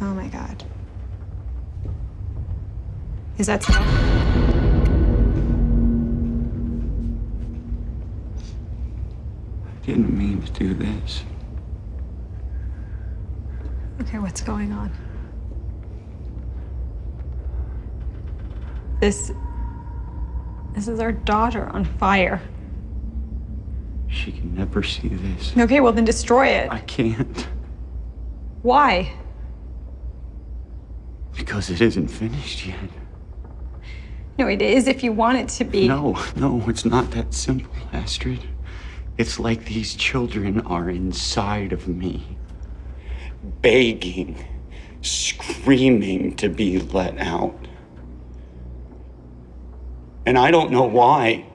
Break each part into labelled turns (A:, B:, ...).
A: Oh my god. Is that Sal?
B: Didn't mean to do this.
A: Okay, what's going on? This. This is our daughter on fire.
B: She can never see this.
A: Okay, well then destroy it.
B: I can't.
A: Why?
B: Because it isn't finished yet.
A: No, it is if you want it to be.
B: No, no, it's not that simple, Astrid. It's like these children are inside of me, begging, screaming to be let out. And I don't know why.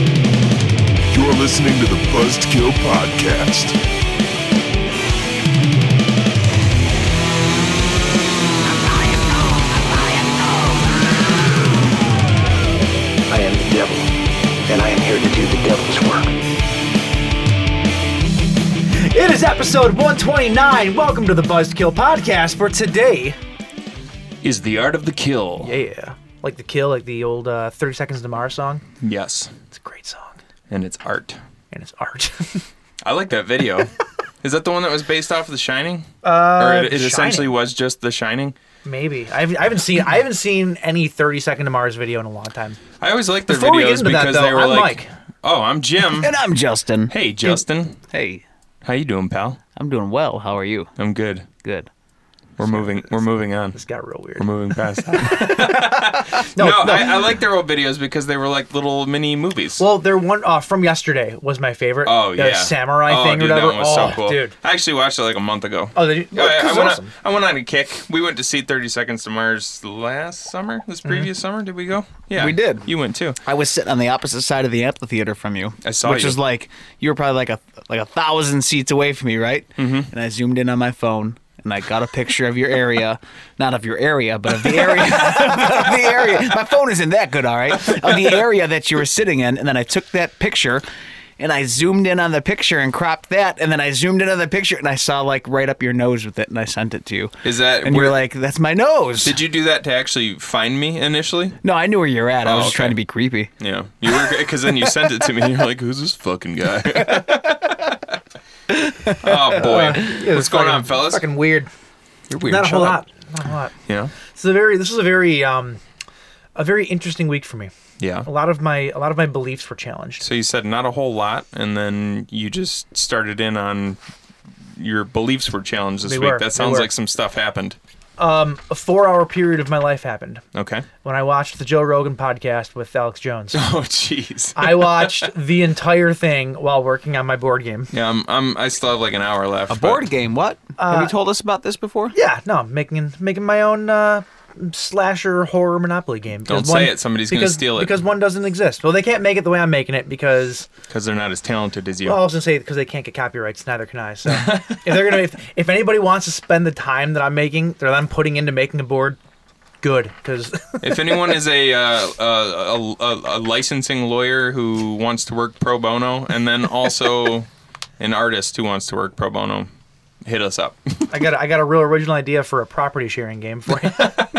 C: You're listening to the Buzzkill Podcast.
D: I am the devil, and I am here to do the devil's work.
E: It is episode 129. Welcome to the Buzzkill Podcast for today.
F: is the art of the kill.
E: Yeah. uh, Like the kill, like the old uh, 30 Seconds to Mars song.
F: Yes,
E: It's a great song.
F: and it's art.
E: And it's art.
G: I like that video. is that the one that was based off of The Shining? Uh, or it, it essentially
E: Shining.
G: was just The Shining.
E: Maybe. I've, I haven't seen I haven't seen any 30 Second to Mars video in a long time.
G: I always liked their
E: Before
G: videos
E: we get into that,
G: because
E: though,
G: they were
E: I'm
G: like,
E: Mike.
G: "Oh, I'm Jim.
H: And I'm Justin.
G: hey, Justin,
H: Hey,
G: how you doing, pal?
H: I'm doing well. How are you?
G: I'm good.
H: Good.
G: We're moving. We're moving on.
E: This got real weird.
G: We're moving past that." no, I, I like their old videos because they were like little mini movies.
E: Well, their one uh, from yesterday was my favorite.
G: oh
E: the
G: yeah,
E: samurai
G: oh,
E: thing
G: dude,
E: or whatever.
G: That one was
E: oh,
G: so cool.
E: dude.
G: I actually watched it like a month ago.
E: Oh, they,
G: Yeah, I, I went
E: awesome.
G: on, I went on a kick. We went to see 30 Seconds to Mars last summer, this
E: Mm-hmm.
G: previous summer. Did we go? Yeah.
H: We did.
G: You went too.
H: I was sitting on the opposite side of the amphitheater from you.
G: I saw
H: which
G: you.
H: is like you were probably like a like a thousand seats away from me, right? Mm-hmm. And I zoomed in on my phone and I got a picture of your area, not of your area, but of the area, of the area. My phone isn't that good, all right? Of the area that you were sitting in, and then I took that picture. And I zoomed in on the picture and cropped that, and then I zoomed in on the picture and I saw like right up your nose with it, and I sent it to you.
G: Is that
H: And you're
G: where-
H: like, "That's my nose."
G: Did you do that to actually find me initially?
H: No, I knew where you're at. I
G: Oh,
H: was just
G: okay.
H: trying to be creepy.
G: Yeah, you were because then you sent it to me. and You're like, "Who's this fucking guy?" oh boy,
E: Yeah,
G: what's
E: it's
G: going
E: Uh, fucking-
G: on, fellas?
E: Fucking weird.
G: You're weird.
E: Not a
G: shut
E: whole
G: up.
E: lot. Not a whole lot.
G: Yeah,
E: This is a very this is a very um a very interesting week for me.
G: yeah.
E: A lot of my a lot of my beliefs were challenged.
G: So you said not a whole lot, and then you just started in on your beliefs were challenged this
E: They
G: week.
E: were, they
G: That sounds
E: were.
G: like some stuff happened.
E: a four hour period of my life happened
G: Okay.
E: when I watched the Joe Rogan podcast with Alex Jones.
G: Oh jeez.
E: I watched the entire thing while working on my board game.
G: Yeah, I'm, I'm. I still have like an hour left.
H: A board
G: but- uh,
H: game? What? Have you told us about this before?
E: Yeah, no, I'm making making my own uh, slasher horror monopoly game.
G: Don't
E: Because
G: say it, somebody's gonna
E: because-
G: steal it.
E: Because one doesn't exist. Well, they can't make it the way I'm making it because
G: Because they're not as talented as you.
E: well, I was gonna say because they can't get copyrights. Neither can I. So if they're gonna if, if anybody wants to spend the time that I'm making that I'm putting into making a board, good because
G: If anyone is a, uh, a, a, a licensing lawyer who wants to work pro bono, and then also an artist who wants to work pro bono, hit us up.
E: I got a, I got a real original idea for a property sharing game for you.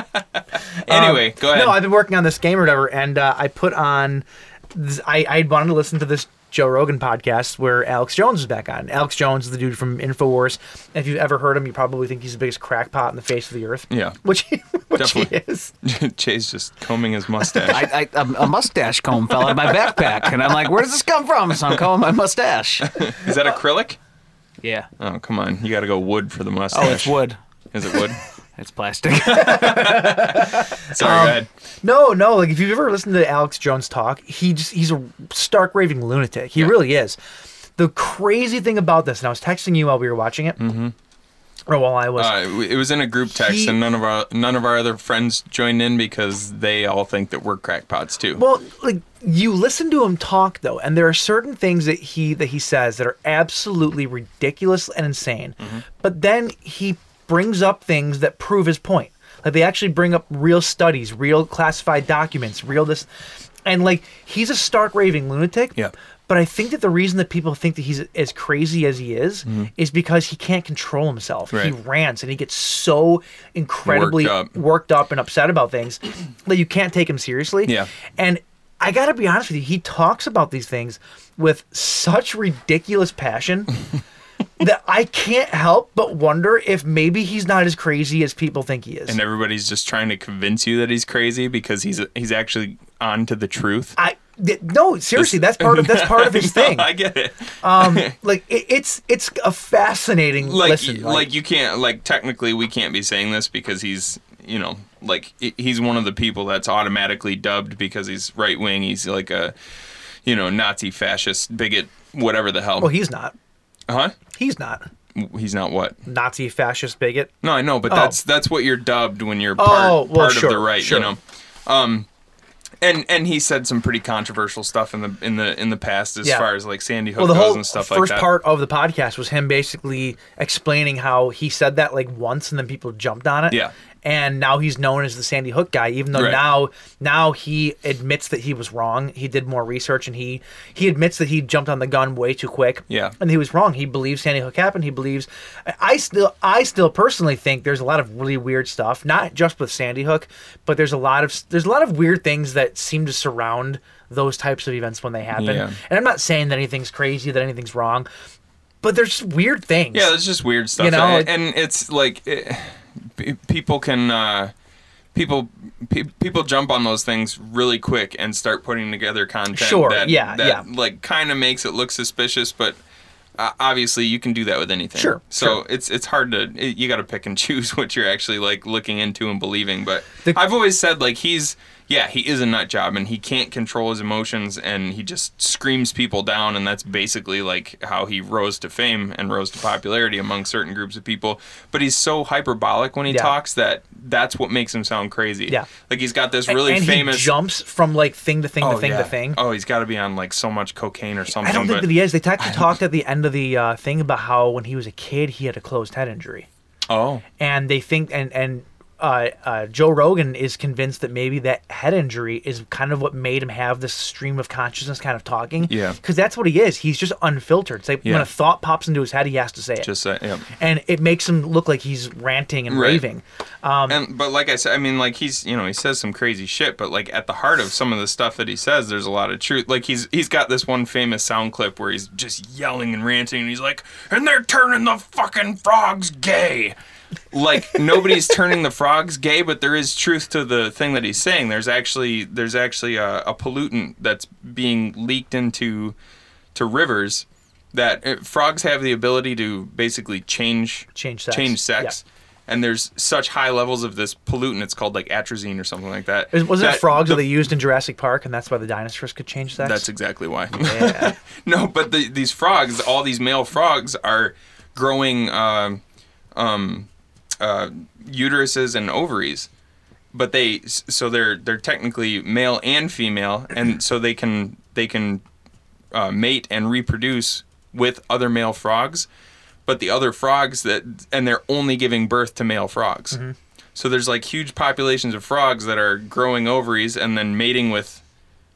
G: anyway, go ahead.
E: No, I've been working on this game or whatever, and uh, I put on. This, I I wanted to listen to this Joe Rogan podcast where Alex Jones is back on. Alex Jones is the dude from Infowars. If you've ever heard him, you probably think he's the biggest crackpot in the face of the earth.
G: Yeah.
E: which he, which
G: Definitely.
E: he is.
G: Jay's just combing his mustache.
H: I, I, a, a mustache comb fell out of my backpack, and I'm like, "Where does this come from?" So I'm combing my mustache.
G: is that acrylic?
H: Yeah.
G: Oh, come on. You got to go wood for the mustache.
H: Oh, it's wood.
G: Is it wood?
H: It's plastic.
G: Sorry,
E: Um,
G: go ahead.
E: No, no. Like if you've ever listened to Alex Jones talk, he just he's a stark raving lunatic. He really is. The crazy thing about this, and I was texting you while we were watching it, or while I was.
G: Uh, it was in a group text,
E: He-
G: and none of our none of our other friends joined in because they all think that we're crackpots too.
E: Well, like you listen to him talk though, and there are certain things that he that he says that are absolutely ridiculous and insane.
G: Mm-hmm.
E: But then he brings up things that prove his point. Like they actually bring up real studies, real classified documents, real this and like he's a stark raving lunatic.
G: Yeah.
E: But I think that the reason that people think that he's as crazy as he is is because he can't control himself. He
G: Mm-hmm. Right.
E: rants and he gets so incredibly
G: up.
E: worked up and upset about things that you can't take him seriously.
G: Yeah.
E: And I got to be honest with you, he talks about these things with such ridiculous passion that I can't help but wonder if maybe he's not as crazy as people think he is.
G: and everybody's just trying to convince you that he's crazy because he's he's actually on to the truth.
E: I th- no, seriously, that's part of that's part of his
G: No,
E: thing. Um,
G: I get it.
E: Like it, it's it's a fascinating
G: Like
E: listen.
G: like, you can't like technically we can't be saying this because he's you know like he- he's one of the people that's automatically dubbed because he's right wing. He's like a you know Nazi fascist bigot whatever the hell.
E: well, he's not.
G: huh?
E: He's not
G: He's not what?
E: Nazi fascist bigot.
G: No, I know, but
E: Oh.
G: that's that's what you're dubbed when you're part,
E: well,
G: part
E: sure,
G: of the right,
E: sure.
G: you know. Um, and and he said some pretty controversial stuff in the in the in the past as
E: Yeah.
G: far as like Sandy Hook
E: Well, the
G: goes
E: whole
G: and stuff like
E: first
G: that.
E: part of the podcast was him basically explaining how he said that like once, and then people jumped on it.
G: Yeah.
E: And now he's known as the Sandy Hook guy, even though
G: Right.
E: now now he admits that he was wrong. He did more research, and he he admits that he jumped on the gun way too quick.
G: Yeah.
E: And he was wrong. He believes Sandy Hook happened. He believes. I- I still I still personally think there's a lot of really weird stuff, not just with Sandy Hook, but there's a lot of there's a lot of weird things that seem to surround those types of events when they happen
G: Yeah.
E: and I'm not saying that anything's crazy, that anything's wrong, but there's just weird things.
G: Yeah, it's just weird stuff.
E: You know,
G: and,
E: it-
G: and it's like eh, pe people can uh, people pe- people jump on those things really quick and start putting together content.
E: Sure,
G: that,
E: yeah,
G: that,
E: yeah.
G: Like kind of makes it look suspicious, but. Uh, obviously, you can do that with anything.
E: Sure,
G: So
E: sure.
G: it's it's hard to it, you got to pick and choose what you're actually like looking into and believing. But
E: The-
G: I've always said like he's yeah he is a nut job and he can't control his emotions and he just screams people down and that's basically like how he rose to fame and rose to popularity among certain groups of people. But he's so hyperbolic when he
E: Yeah.
G: talks that that's what makes him sound crazy.
E: Yeah.
G: like he's got this
E: A-
G: really
E: and
G: famous
E: he jumps from like thing to thing
G: oh,
E: to thing
G: yeah.
E: to thing.
G: Oh, he's got to be on like so much cocaine or something.
E: I don't think
G: but,
E: that he is. They actually talked at the end of the uh, thing about how when he was a kid he had a closed head injury,
G: Oh,
E: and they think and and. Uh, uh, Joe Rogan is convinced that maybe that head injury is kind of what made him have this stream of consciousness kind of talking.
G: Yeah.
E: Because that's what he is. He's just unfiltered. It's like when
G: Yeah.
E: a thought pops into his head, he has to say it.
G: just uh, yeah.
E: and it makes him look like he's ranting and
G: Right.
E: raving. Um,
G: and but like I said, I mean, like he's you know he says some crazy shit, but like at the heart of some of the stuff that he says, there's a lot of truth. Like he's he's got this one famous sound clip where he's just yelling and ranting, and he's like, "And they're turning the fucking frogs gay." like nobody's turning the frogs gay, but there is truth to the thing that he's saying. There's actually there's actually a, a pollutant that's being leaked into to rivers that uh, frogs have the ability to basically change
E: Change sex.
G: change sex. And there's such high levels of this pollutant. It's called like atrazine or something like that.
E: Is- Wasn't it
G: That-
E: frogs that
G: the-
E: they used in Jurassic Park, and that's why the dinosaurs could change sex?
G: That's exactly why. no, but the, these frogs, all these male frogs, are growing um, um, uh, uteruses and ovaries. But they, so they're they're technically male and female, and so they can they can uh, mate and reproduce with other male frogs. But the other frogs that, and they're only giving birth to male frogs.
E: Mm-hmm.
G: So there's like huge populations of frogs that are growing ovaries and then mating with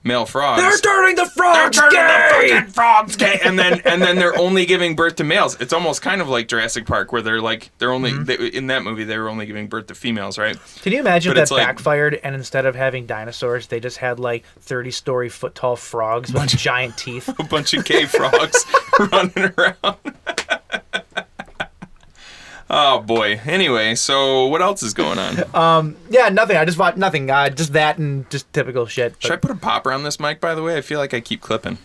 G: male frogs.
E: They're turning the frogs gay.
G: frogs gay. And then and then they're only giving birth to males. It's almost kind of like Jurassic Park where they're like they're only
H: Mm-hmm.
G: they, in that movie they were only giving birth to females, right?
E: Can you imagine
G: But
E: if that
G: it's like-
E: backfired, and instead of having dinosaurs, they just had like thirty-story foot-tall frogs with giant teeth?
G: A bunch of gay frogs running around. oh boy. Anyway, so what else is going on?
H: Uh,
E: Yeah, nothing. I just watched nothing. Uh, just that and just typical shit.
G: Should I put a popper on this mic by the way? I feel like I keep clipping.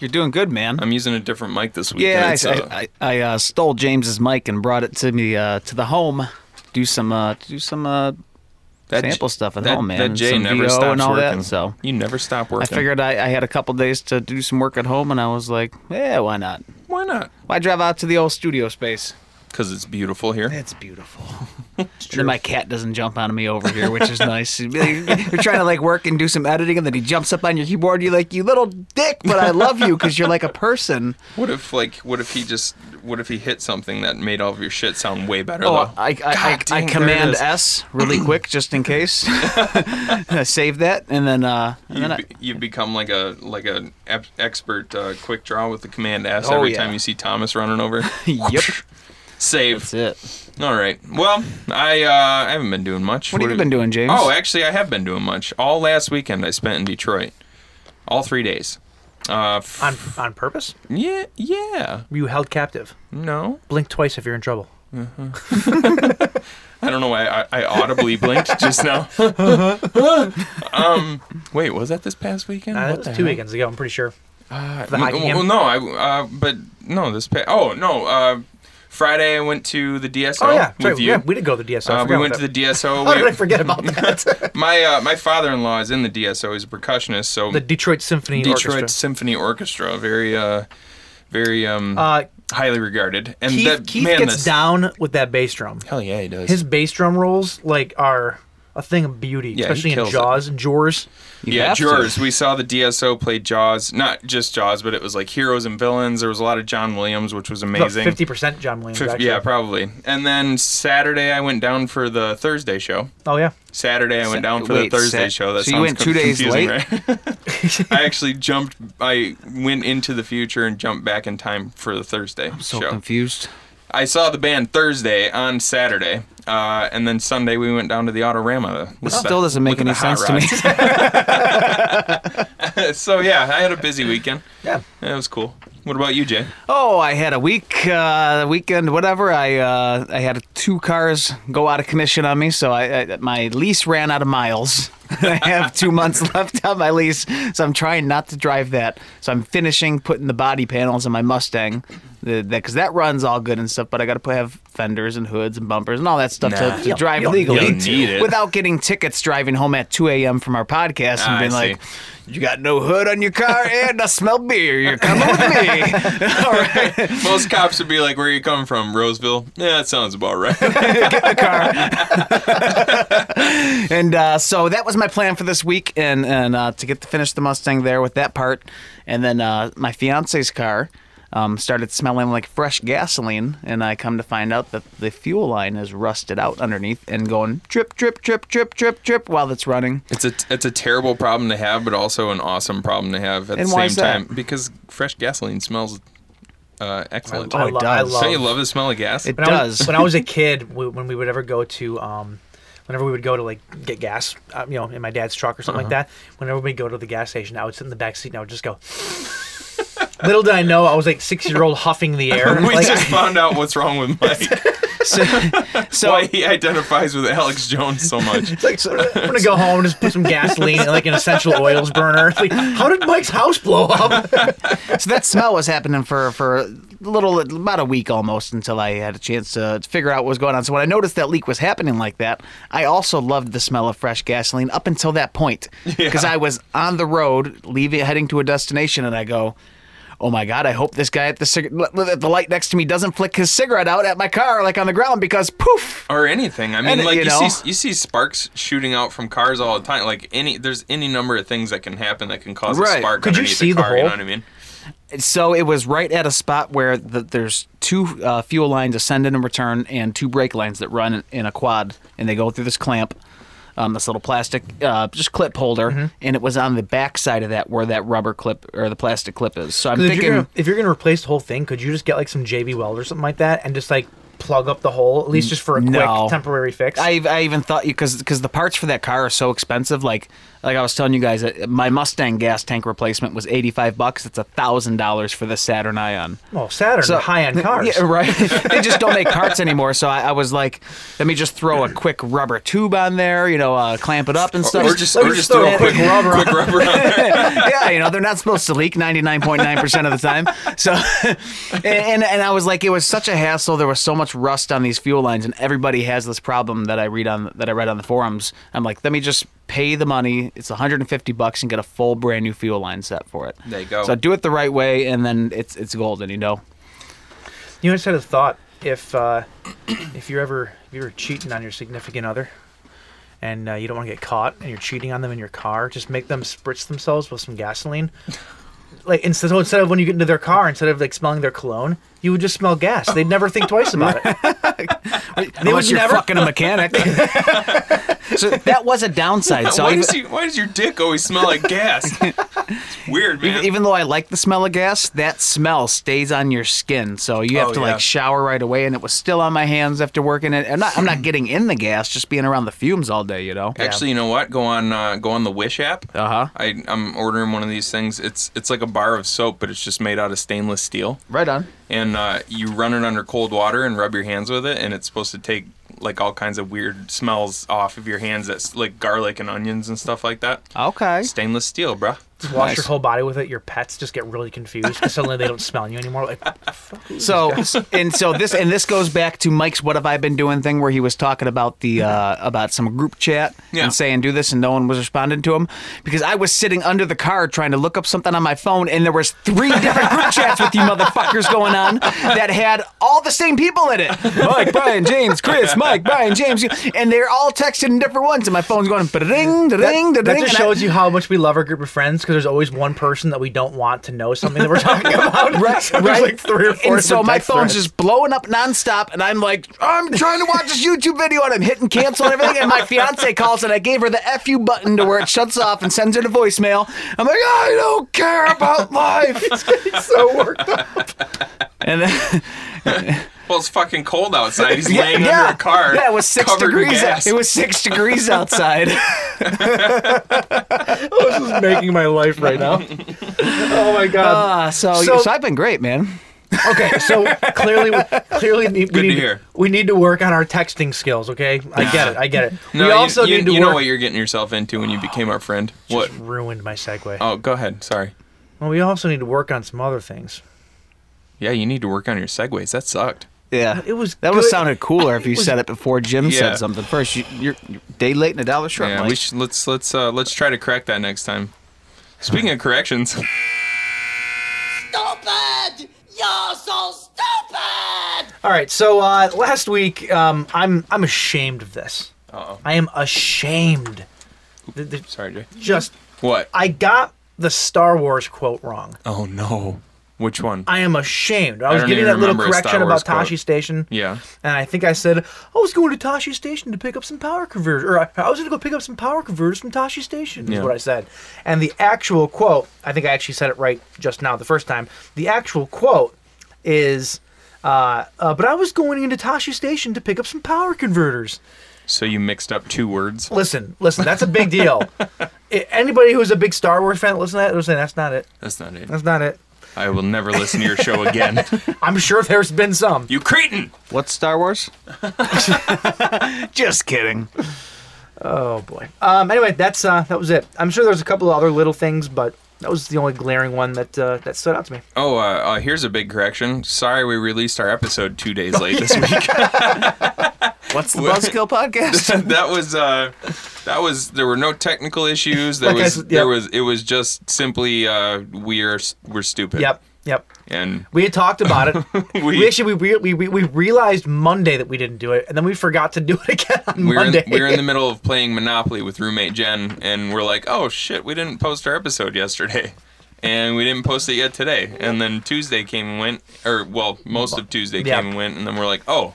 H: You're doing good, man.
G: I'm using a different mic this weekend.
H: yeah, I,
G: so-
H: I, I, I uh, stole James's mic and brought it to me uh, to the home. Do some uh, do some uh,
G: That J-
H: sample stuff at
G: that-
H: home, man.
G: That Jay
H: Some
G: never
H: VO
G: stops
H: and all
G: working.
H: that. So
G: you never stop
H: I
G: working.
H: figured I, I had a couple days to do some work at home, and I was like, yeah, why not?
G: why not?
H: Why drive out to the old studio space?
G: Because it's beautiful here.
H: It's beautiful. And then my cat doesn't jump on me over here, which is nice. You're trying to like work and do some editing, and then he jumps up on your keyboard. You're like, you little dick, but I love you because you're like a person.
G: What if like what if he just what if he hit something that made all of your shit sound way better
H: Oh,
G: though?
H: I, I, I,
G: God
H: I
G: dang, there it
H: command
G: is.
H: S really quick just in case. Save that, and then uh, and then
G: You,
H: I,
G: be, you become like a like an ep- expert uh, quick draw with the command S
H: Oh,
G: every
H: yeah.
G: time you see Thomas running over.
H: yep,
G: Save.
H: that's it.
G: All right. Well, I uh, I haven't been doing much.
H: What have you been doing, James?
G: Oh, actually, I have been doing much. All last weekend I spent in Detroit, all three days. Uh, f-
E: on on purpose.
G: yeah, yeah.
E: Were you held captive?
G: No,
E: Blink twice if you're in trouble.
G: I don't know why I, I audibly blinked just now. um, wait, was that this past weekend?
E: Uh,
G: What
E: that was
G: the
E: two
G: hell?
E: weekends ago. I'm pretty sure. the
G: Well,
E: hockey game.
G: well, no, I uh, but no, this pa- oh no, uh, Friday I went to the DSO
E: Oh, yeah,
G: with
E: sorry,
G: you.
E: yeah, we did go to the DSO. I
G: uh, we
E: forgot
G: went
E: about
G: to the
E: that.
G: DSO.
E: How
G: We-
E: did I forget about that?
G: my uh, my father-in-law is in the DSO. He's a percussionist, so
E: the Detroit Symphony
G: Detroit
E: Orchestra.
G: Symphony Orchestra, very uh, very um
E: Uh,
G: highly regarded. And
E: Keith,
G: that
E: Keith
G: man,
E: gets
G: this-
E: down with that bass drum.
G: Hell yeah, he does.
E: His bass drum rolls like are a thing of beauty,
G: Yeah, he
E: especially in
G: kills it.
E: Jaws and Jaws.
G: yeah,
H: have to.
G: Jaws. We saw the DSO play Jaws, not just Jaws, but it was like heroes and villains. There was a lot of John Williams, which was amazing.
E: Fifty percent John Williams.
G: Fif-
E: actually.
G: yeah, probably. And then Saturday, I went down for the Thursday show.
E: Oh yeah.
G: Saturday, I went down for
H: wait,
G: the Thursday
H: Sat-
G: show. That
H: so you
G: sounds
H: went two days
G: confusing,
H: late?
G: right? I actually jumped. I went into the future and jumped back in time for the Thursday
H: So
G: show.
H: confused.
G: I saw the band Thursday on Saturday, uh, and then Sunday we went down to the Autorama.
H: This still doesn't make any sense to me.
G: me. so yeah, I had a busy weekend.
E: Yeah.
G: That was cool. What about you, Jay?
H: Oh, I had a week, uh, weekend, whatever. I uh, I had two cars go out of commission on me, so I, I my lease ran out of miles. I have two months left on my lease, so I'm trying not to drive that. So I'm finishing putting the body panels on my Mustang, because that, 'cause that runs all good and stuff. But I got to put have fenders and hoods and bumpers and all that stuff
G: Nah.
H: to,
G: You
H: to drive
E: you don't
H: legally
G: need to.
H: without getting tickets driving home at 2 a.m. from our podcast and
G: Ah, I
H: being
G: see.
H: like, "You got no hood on your car and I smell beer. You're coming with me." all right.
G: Most cops would be like, "Where you come from, Roseville?" Yeah, that sounds about right.
H: and uh, so that was my plan for this week, and and uh, to get to finish the Mustang there with that part, and then uh, my fiance's car um, started smelling like fresh gasoline, and I come to find out that the fuel line is rusted out underneath and going drip drip drip drip drip drip while it's running.
G: It's a it's a terrible problem to have, but also an awesome problem to have at
H: And
G: the
H: why
G: same
H: is that?
G: time because fresh gasoline smells uh, excellent.
E: Oh, I
H: Oh, it
E: lo- I
H: does.
E: love,
G: Don't you love the smell of gas?
H: It
E: when I was,
H: does.
E: when I was a kid, we, when we would ever go to, um, whenever we would go to like get gas, um, you know, in my dad's truck or something like that. Whenever we would go to the gas station, I would sit in the back seat and I would just go. Little did I know, I was like six year old huffing the air.
G: we
E: like,
G: just found out what's wrong with Mike.
H: So, so
G: Why he identifies with Alex Jones so much.
E: It's like, so I'm gonna go home and just put some gasoline in like an essential oils burner. It's like, how did Mike's house blow up?
H: so that smell was happening for for a little about a week almost until I had a chance to, to figure out what was going on. So when I noticed that leak was happening like that, I also loved the smell of fresh gasoline up until that point because I was on the road leaving heading to a destination and I go. Oh my God! I hope this guy at the cig- l- l- at the light next to me doesn't flick his cigarette out at my car, like on the ground, because poof!
G: or anything. I mean,
H: And,
G: like
H: you
G: you,
H: know.
G: see, you see sparks shooting out from cars all the time. Like any, there's any number of things that can happen that can cause
H: Right.
G: a spark.
E: Could you
G: underneath a
E: see the
G: car, You
E: hole?
G: know what I mean?
H: So it was right at a spot where the, there's two uh, fuel lines, ascend and return, and two brake lines that run in a quad, and they go through this clamp, um, this little plastic uh, just clip holder, and it was on the back side of that where that rubber clip or the plastic clip is. So I'm
E: if,
H: thinking,
E: you're gonna, if you're gonna replace the whole thing, could you just get like some JB Weld or something like that and just like plug up the hole at least just for a
H: No.
E: quick temporary fix?
H: I, I even thought you because because the parts for that car are so expensive. Like like I was telling you guys, uh, my Mustang gas tank replacement was eighty five bucks. It's a thousand dollars for the Saturn Ion.
E: well, Oh, Saturn,
H: So-
E: high end cars.
H: Yeah, right. they just don't make parts anymore. So I, I was like, let me just throw a quick rubber tube on there, you know, uh, clamp it up and
G: Or,
H: stuff.
G: or just,
E: let me
G: or
E: just
G: just
E: throw
G: throw
E: a
G: a quick
E: quick
G: rubber, quick rubber on there.
H: yeah, you know, they're not supposed to leak 99.9% of the time. So, and, and, and I was like, it was such a hassle. There was so much rust on these fuel lines, and everybody has this problem that I read on, that I read on the forums. I'm like, let me just pay the money. It's 150 bucks and get a full brand new fuel line set for it.
G: There you go.
H: So do it the right way, and then it's, it's golden, you know?
E: You just had a thought. if uh, if you're ever if you're cheating on your significant other, and uh, you don't want to get caught, and you're cheating on them in your car, just make them spritz themselves with some gasoline. Like instead, so instead of when you get into their car, instead of like smelling their cologne, you would just smell gas. They'd never think twice about it.
H: Unless
E: would
H: you're
E: never-
H: fucking a mechanic. so that was a downside. So
G: why,
H: even,
G: does you, why does your dick always smell like gas? It's weird, man.
H: even though I like the smell of gas, that smell stays on your skin. So you have
G: Oh,
H: to
G: yeah.
H: like shower right away, and it was still on my hands after working it. I'm not, I'm not getting in the gas, just being around the fumes all day. You know.
G: Actually, you know what? Go on, uh, go on the Wish app.
H: Uh-huh.
G: I, I'm ordering one of these things. It's it's like a bar of soap, but it's just made out of stainless steel.
H: Right on.
G: And uh, you run it under cold water and rub your hands with it, and it's supposed to take like all kinds of weird smells off of your hands. That's like garlic and onions and stuff like that.
H: Okay.
G: Stainless steel, bruh.
E: Just wash your whole body with it. Your pets just get really confused because suddenly they don't smell you anymore. Like
H: So and so this and this goes back to Mike's "What Have I Been Doing" thing where he was talking about the uh, about some group chat
G: Yeah.
H: and saying do this and no one was responding to him because I was sitting under the car trying to look up something on my phone and there was three different group chats with you motherfuckers going on that had all the same people in it Mike Brian James Chris Mike Brian James and they're all texting in different ones and my phone's going
E: that,
H: da-ding da-ding da-ding
E: that just
H: and I-
E: shows you how much we love our group of friends because there's always one person that we don't want to know something that we're talking about.
H: Right,
E: So there's
H: right.
E: like three or four.
H: And so
E: different
H: my
E: text
H: phone's
E: threads.
H: just blowing up nonstop, and I'm like, I'm trying to watch this YouTube video, and I'm hitting cancel and everything. And my fiance calls, and I gave her the fu button to where it shuts off and sends her to voicemail. I'm like, I don't care about life.
E: It's so worked up.
H: and then,
G: Well, it's fucking cold outside. He's laying under a car.
H: yeah, it was six
G: covered in
H: degrees.
G: gas.
H: It was six degrees outside.
E: this is making my life right now. Oh my god.
H: Uh, so,
E: So-
H: so, I've been great, man.
E: okay, so clearly, we, clearly, we,
G: to
E: we, need,
G: hear.
E: we need to work on our texting skills. Okay, I get it. I get it.
G: No,
E: we also
G: you, you,
E: need to
G: you
E: work.
G: know what you're getting yourself into when you became our friend. What?
E: Ruined my segue.
G: Oh, go ahead. Sorry.
E: Well, we also need to work on some other things.
G: Yeah, you need to work on your segues. That sucked.
H: Yeah,
E: It was
H: that would
E: good.
H: sounded cooler if you said it before Jim
G: Yeah.
H: said something first. You, you're, you're day late and a dollar short.
G: Yeah,
H: Mike.
G: we should, let's let's uh, let's try to correct that next time. Speaking of corrections,
I: stupid! You're so stupid!
E: All right, so uh, last week, um, I'm I'm ashamed of this. Uh-oh. I am ashamed. Th- th-
G: sorry, Jay.
E: Just
G: What?
E: I got the Star Wars quote wrong.
G: oh no, which one?
E: I am ashamed. I was
G: don't
E: giving
G: even
E: that little
G: remember a Star
E: correction
G: Wars
E: about Tashi
G: quote.
E: Station.
G: yeah,
E: And I think I said "Oh, I was going to Tashi Station to pick up some power converters, or I, I was going to go pick up some power converters from Tashi Station. Is
G: Yeah.
E: what I said. And the actual quote, I think I actually said it right just now the first time. The actual quote is, uh, uh, "But I was going into Tashi Station to pick up some power converters."
G: so you mixed up two words.
E: Listen, listen, that's a big deal. I- Anybody who's a big Star Wars fan, listen to that. Listen, that's not it.
G: That's not it.
E: That's not it.
G: I will never listen to your show again.
E: I'm sure there's been some.
G: you cretin!
H: What's Star Wars? Just kidding.
E: Oh boy. Um. Anyway, that's uh. That was it. I'm sure there's a couple of other little things, but that was the only glaring one that uh, that stood out to me.
G: Oh, uh, uh, here's a big correction. Sorry, we released our episode two days late this week.
H: What's the Buzzkill podcast?
G: that was uh, that was there were no technical issues. There
E: Like I
G: was
E: s-
G: there
E: yeah.
G: was it was just simply uh, we're we're stupid.
E: Yep. Yep.
G: And
E: We had talked about it. we, actually we, re- we we realized Monday that we didn't do it, and then we forgot to do it again on
G: we were, in,
E: Monday.
G: we were in the middle of playing Monopoly with roommate Jen, and we're like, oh shit, we didn't post our episode yesterday. And we didn't post it yet today. And then Tuesday came and went, or well, most of Tuesday
E: Yeah.
G: came and went, and then we're like, oh,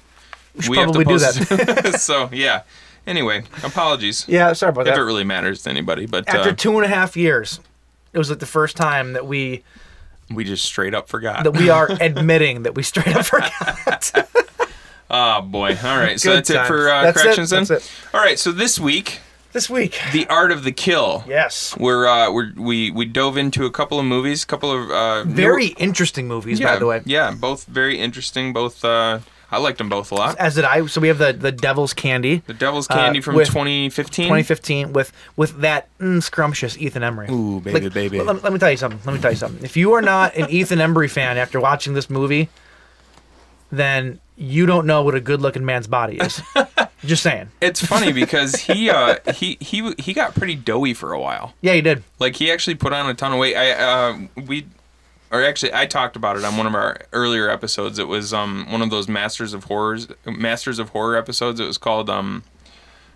G: we,
E: probably do
G: that. so yeah. Anyway, apologies.
E: yeah. Sorry about
G: If it
E: that.
G: really matters to anybody, but
E: After
G: uh,
E: two and a half years, it was like the first time that we
G: we just straight up forgot.
E: that we are admitting that we straight up forgot.
G: oh boy! All right, so
E: Good
G: that's it
E: times.
G: for uh,
E: That's it,
G: corrections then.
E: that's it.
G: All right, so this week,
E: this week.
G: the art of the kill.
E: Yes.
G: we're uh, we're, we we dove into a couple of movies, couple of uh, newer-
E: Very interesting movies,
G: yeah,
E: by the way.
G: Yeah, both very interesting. Both uh, I liked them both a lot.
E: As did I. So we have the the Devil's Candy.
G: The Devil's Candy
E: uh,
G: from
E: with
G: 2015.
E: 2015 with with that mm, scrumptious Ethan Embry. Ooh, baby, baby. Let, let me tell you something. Let me tell you something. If you are not an Ethan Embry fan after watching this movie, then you don't know what a good-looking man's body is. Just saying.
G: It's funny because he uh, he he he got pretty doughy for a while.
E: Yeah, you did.
G: Like he actually put on a ton of weight. I uh, we or actually I talked about it on one of our earlier episodes. It was um one of those Masters of Horrors Masters of Horror episodes. It was called um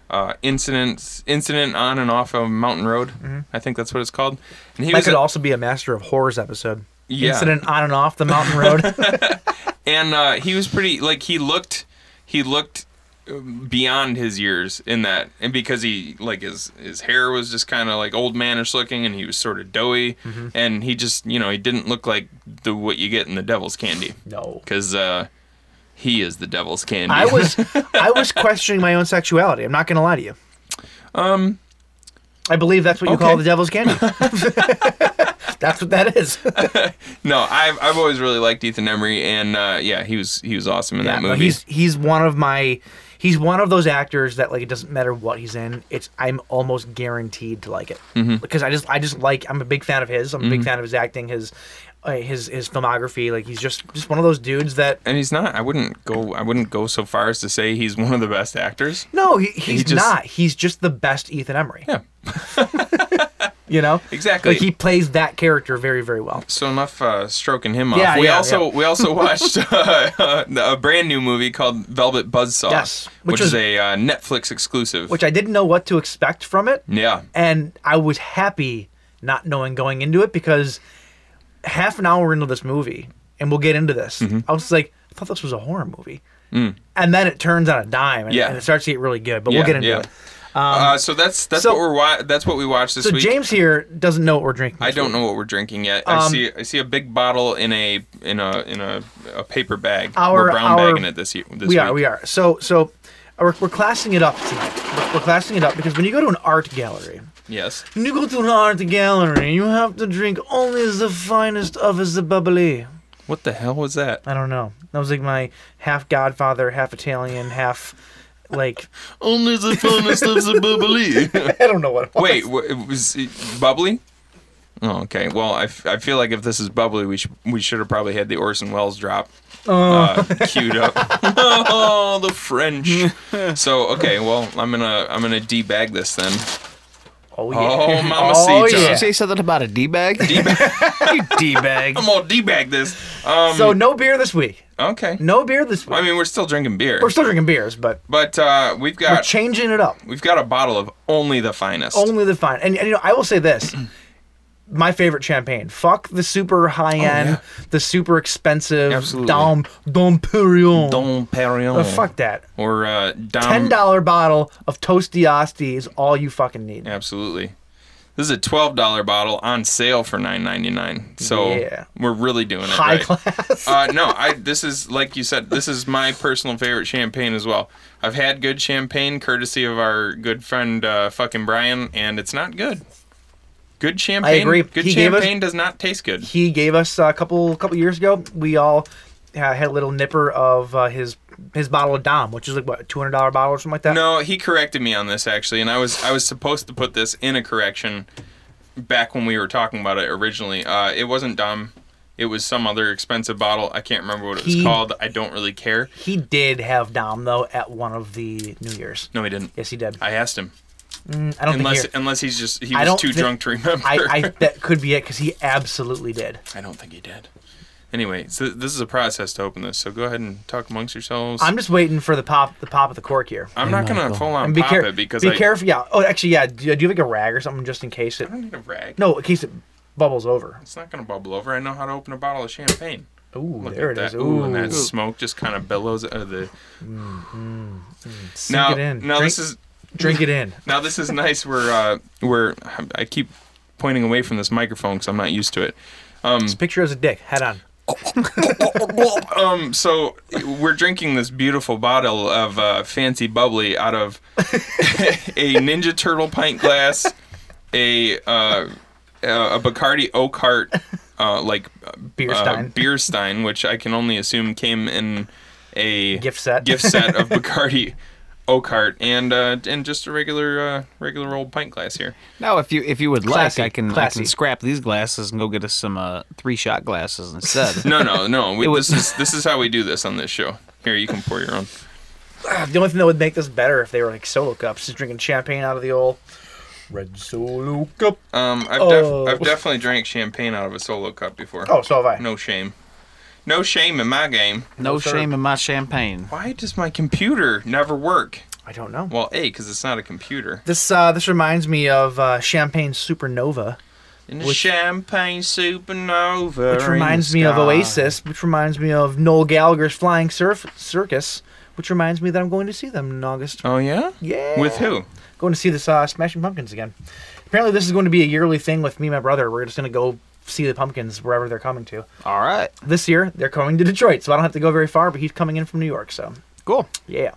G: uh incidents incident on and off of Mountain Road. I think that's what it's called. And he
E: That
G: was
E: could
G: a-
E: also be a Master of Horrors episode.
G: Yeah.
E: Incident on and off the mountain road.
G: and uh, he was pretty like he looked he looked um, beyond his years in that and because he like his his hair was just kind of like old manish looking and he was sort of doughy
E: Mm-hmm.
G: and he just you know he didn't look like the what you get in the devil's candy
E: no.
G: because uh he is the devil's candy
E: I was I was questioning my own sexuality. I'm not going to lie to you. Um, I believe that's what you
G: Um,
E: call
G: okay.
E: the devil's candy. that's what that is.
G: no i've i've always really liked ethan emery and uh yeah he was he was awesome in that
E: no,
G: movie
E: he's he's one of my he's one of those actors that like it doesn't matter what he's in. It's I'm almost guaranteed to like it
G: Mm-hmm.
E: because I just I just like I'm a big fan of his. I'm a big fan of his acting, his uh, his his filmography. Like he's just just one of those dudes that
G: and he's not i wouldn't go i wouldn't go so far as to say he's one of the best actors
E: no he, he's
G: just-
E: not. He's just the best Ethan Emery. Yeah. you know
G: Exactly.
E: Like he plays that character very very well.
G: So enough uh, stroking him off.
E: Yeah,
G: we
E: yeah,
G: also
E: yeah.
G: we also watched uh, a brand new movie called Velvet Buzzsaw.
E: Yes,
G: which,
E: which
G: is
E: was-
G: a uh, Netflix exclusive.
E: Which I didn't know what to expect from it.
G: yeah,
E: and I was happy not knowing going into it because half an hour into this movie, and we'll get into this,
G: Mm-hmm.
E: I was like, I thought this was a horror movie, and then it turns on a dime, and,
G: Mm. Yeah.
E: and it starts to get really good. But
G: yeah,
E: we'll get into
G: yeah.
E: it.
G: uh, so that's that's
E: um, so-
G: what we're wa- that's what we watched this
E: So
G: week.
E: James here doesn't know what we're drinking.
G: I
E: this
G: don't
E: week.
G: know what we're drinking yet. I
E: Um,
G: see I see a big bottle in a in a in a, a paper bag.
E: Our-
G: we're brown
E: our-
G: bagging it this year. This
E: we
G: week.
E: are, we are. So, so uh, we're, we're classing it up tonight. We're, we're classing it up because when you go to an art gallery,
G: Yes.
E: when you go to an art gallery, you have to drink only the finest of the bubbly.
G: What the hell was that?
E: I don't know. That was like my half Godfather, half Italian, half like
G: Only the funnest of the bubbly.
E: I don't know what. it was.
G: Wait, wa- it was it bubbly? Oh, okay. Well, I, f- I feel like if this is bubbly, we, sh- we should have probably had the Orson Welles drop
E: Oh.
G: uh, queued up. oh, the French. So okay, well, I'm gonna I'm gonna debag this then.
E: Oh
G: Oh,
E: yeah.
G: mamacita.
E: Oh, yeah.
H: you say something about a d bag? you d bag.
G: I'm gonna debag this. Um,
E: so no beer this week.
G: okay.
E: No beer this week.
G: I mean, we're still drinking beer,
E: we're still drinking beers, but
G: but uh, we've
E: we're
G: got
E: changing it up.
G: we've got a bottle of only the finest.
E: Only the fine. And, and you know, I will say this. My favorite champagne. Fuck the super high end, the super expensive
G: Oh, Absolutely.
E: Dom Dom Perignon.
G: Dom Perignon.
E: Uh, fuck that.
G: Or uh, Dom.
E: Ten dollar bottle of Tostiasti is all you fucking need.
G: Absolutely. This is a twelve dollar bottle on sale for nine ninety nine. So
E: Yeah.
G: we're really doing it
E: High
G: right.
E: class.
G: uh, no, I this is like you said. This is my personal favorite champagne as well. I've had good champagne courtesy of our good friend uh, fucking Brian, and it's not good. Good champagne.
E: agree.
G: Good
E: He gave us-
G: champagne does not taste good.
E: he gave us uh, a couple couple years ago. We all uh, had a little nipper of uh, his his bottle of Dom, which is like what two hundred dollar bottle or something like that.
G: No, he corrected me on this actually, and I was I was supposed to put this in a correction back when we were talking about it originally. Uh, it wasn't Dom. It was some other expensive bottle. I can't remember what it was
E: He-
G: called. I don't really care.
E: He did have Dom though at one of the New Year's.
G: No, he didn't.
E: Yes, he did.
G: I
E: I,
G: asked him.
E: don't
G: Unless
E: think he.
G: unless he's just he
E: I
G: was
E: don't
G: too
E: thi-
G: drunk to remember.
E: I, I that could be it because he absolutely did.
G: I don't think he did. Anyway, so this is a process to open this. So go ahead and talk amongst yourselves.
E: I'm just waiting for the pop the pop of the cork here.
G: I'm not gonna full on
E: And be
G: pop
E: careful.
G: it because
E: be
G: I
E: careful. Yeah. Oh, actually, yeah. Do, do you have like a rag or something just in case it?
G: I don't need a rag.
E: No, in case it bubbles over.
G: It's not gonna bubble over. I know how to open a bottle of champagne.
E: Ooh,
G: Look
E: there
G: at
E: it is.
G: that.
E: Ooh,
G: Ooh, and that smoke just kind of billows out of the.
E: Sink
G: Now,
E: it in.
G: now
E: drink,
G: this is
E: drink it in.
G: now this is nice. We're uh, we're I keep pointing away from this microphone because I'm not used to it.
E: This picture is a dick. Head on.
G: um, so we're drinking this beautiful bottle of uh, fancy bubbly out of a Ninja Turtle pint glass, a uh, a Bacardi oak heart, uh, like
E: Beer
G: uh,
E: stein.
G: beer stein, which I can only assume came in a
E: Gift set.
G: gift set of Bacardi oak heart, and uh, and just a regular uh, regular old pint glass here.
H: Now, if you if you would like,
E: Classy,
H: I can I
E: classy.
H: can scrap these glasses and go get us some uh, three shot glasses instead.
G: No, no, no. We,
H: It was-
G: this is this is how we do this on this show. Here, you can pour your own.
E: The only thing that would make this better if they were like solo cups, just drinking champagne out of the old Red Solo Cup.
G: Um, I've, def-
E: Oh.
G: I've definitely drank champagne out of a solo cup before.
E: Oh, so have I.
G: No shame. No shame in my game.
H: No shame in my champagne.
G: Why does my computer never work?
E: I don't know.
G: Well, A, because it's not a computer.
E: This uh, this reminds me of uh, Champagne Supernova,
G: In the champagne supernova.
E: which
G: in the
E: reminds me of
G: sky.
E: Oasis, which reminds me of Noel Gallagher's Flying Surf Circus, which reminds me that I'm going to see them in August.
G: Oh, yeah?
E: Yeah.
G: With who?
E: Going to see the uh, Smashing Pumpkins again. Apparently, this is going to be a yearly thing with me and my brother. We're just going to go see the Pumpkins wherever they're coming to.
H: All right.
E: This year, they're coming to Detroit, so I don't have to go very far. But he's coming in from New York, so
H: Cool.
E: yeah.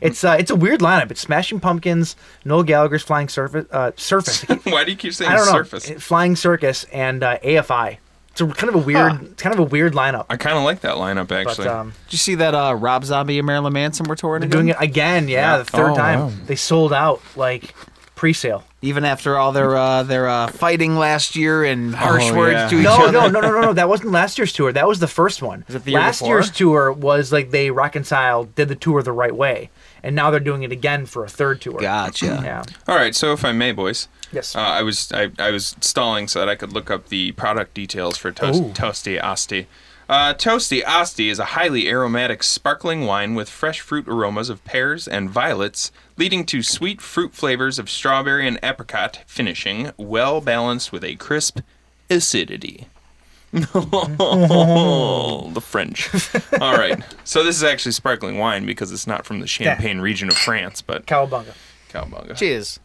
E: It's uh, it's a weird lineup. It's Smashing Pumpkins, Noel Gallagher's Flying Surface, uh, Surface.
G: Why do you keep saying
E: I don't know, Uh,
G: surface?
E: Flying Circus and uh, AFI. It's a, kind of a weird, it's kind of a weird lineup.
G: I kind of like that lineup,
E: But
G: actually.
E: um,
H: Did you see that uh, Rob Zombie and Marilyn Manson were touring
E: they're
H: again?
E: doing it again. Yeah, the third
G: Oh,
E: time
G: wow.
E: they sold out like pre-sale.
H: Even after all their uh, their uh, fighting last year and harsh
G: Oh,
H: words
G: yeah.
H: to each
E: No,
H: other.
E: no, no, no, no, no. That wasn't last year's tour. That was the first one.
H: it the year
E: last
H: before?
E: year's tour was like they reconciled, did the tour the right way, and now they're doing it again for a third tour.
H: Gotcha.
E: Yeah.
G: All right, so if I may, boys.
E: Yes.
G: Uh, I was I, I was stalling so that I could look up the product details for toast,
E: Ooh.
G: Toasty Asti. Uh, Toasty Asti is a highly aromatic sparkling wine with fresh fruit aromas of pears and violets, leading to sweet fruit flavors of strawberry and apricot, finishing well balanced with a crisp acidity. Oh, the French. All right. So this is actually sparkling wine because it's not from the Champagne region of France, but
E: Cowabunga.
G: cowabunga.
H: Cheers.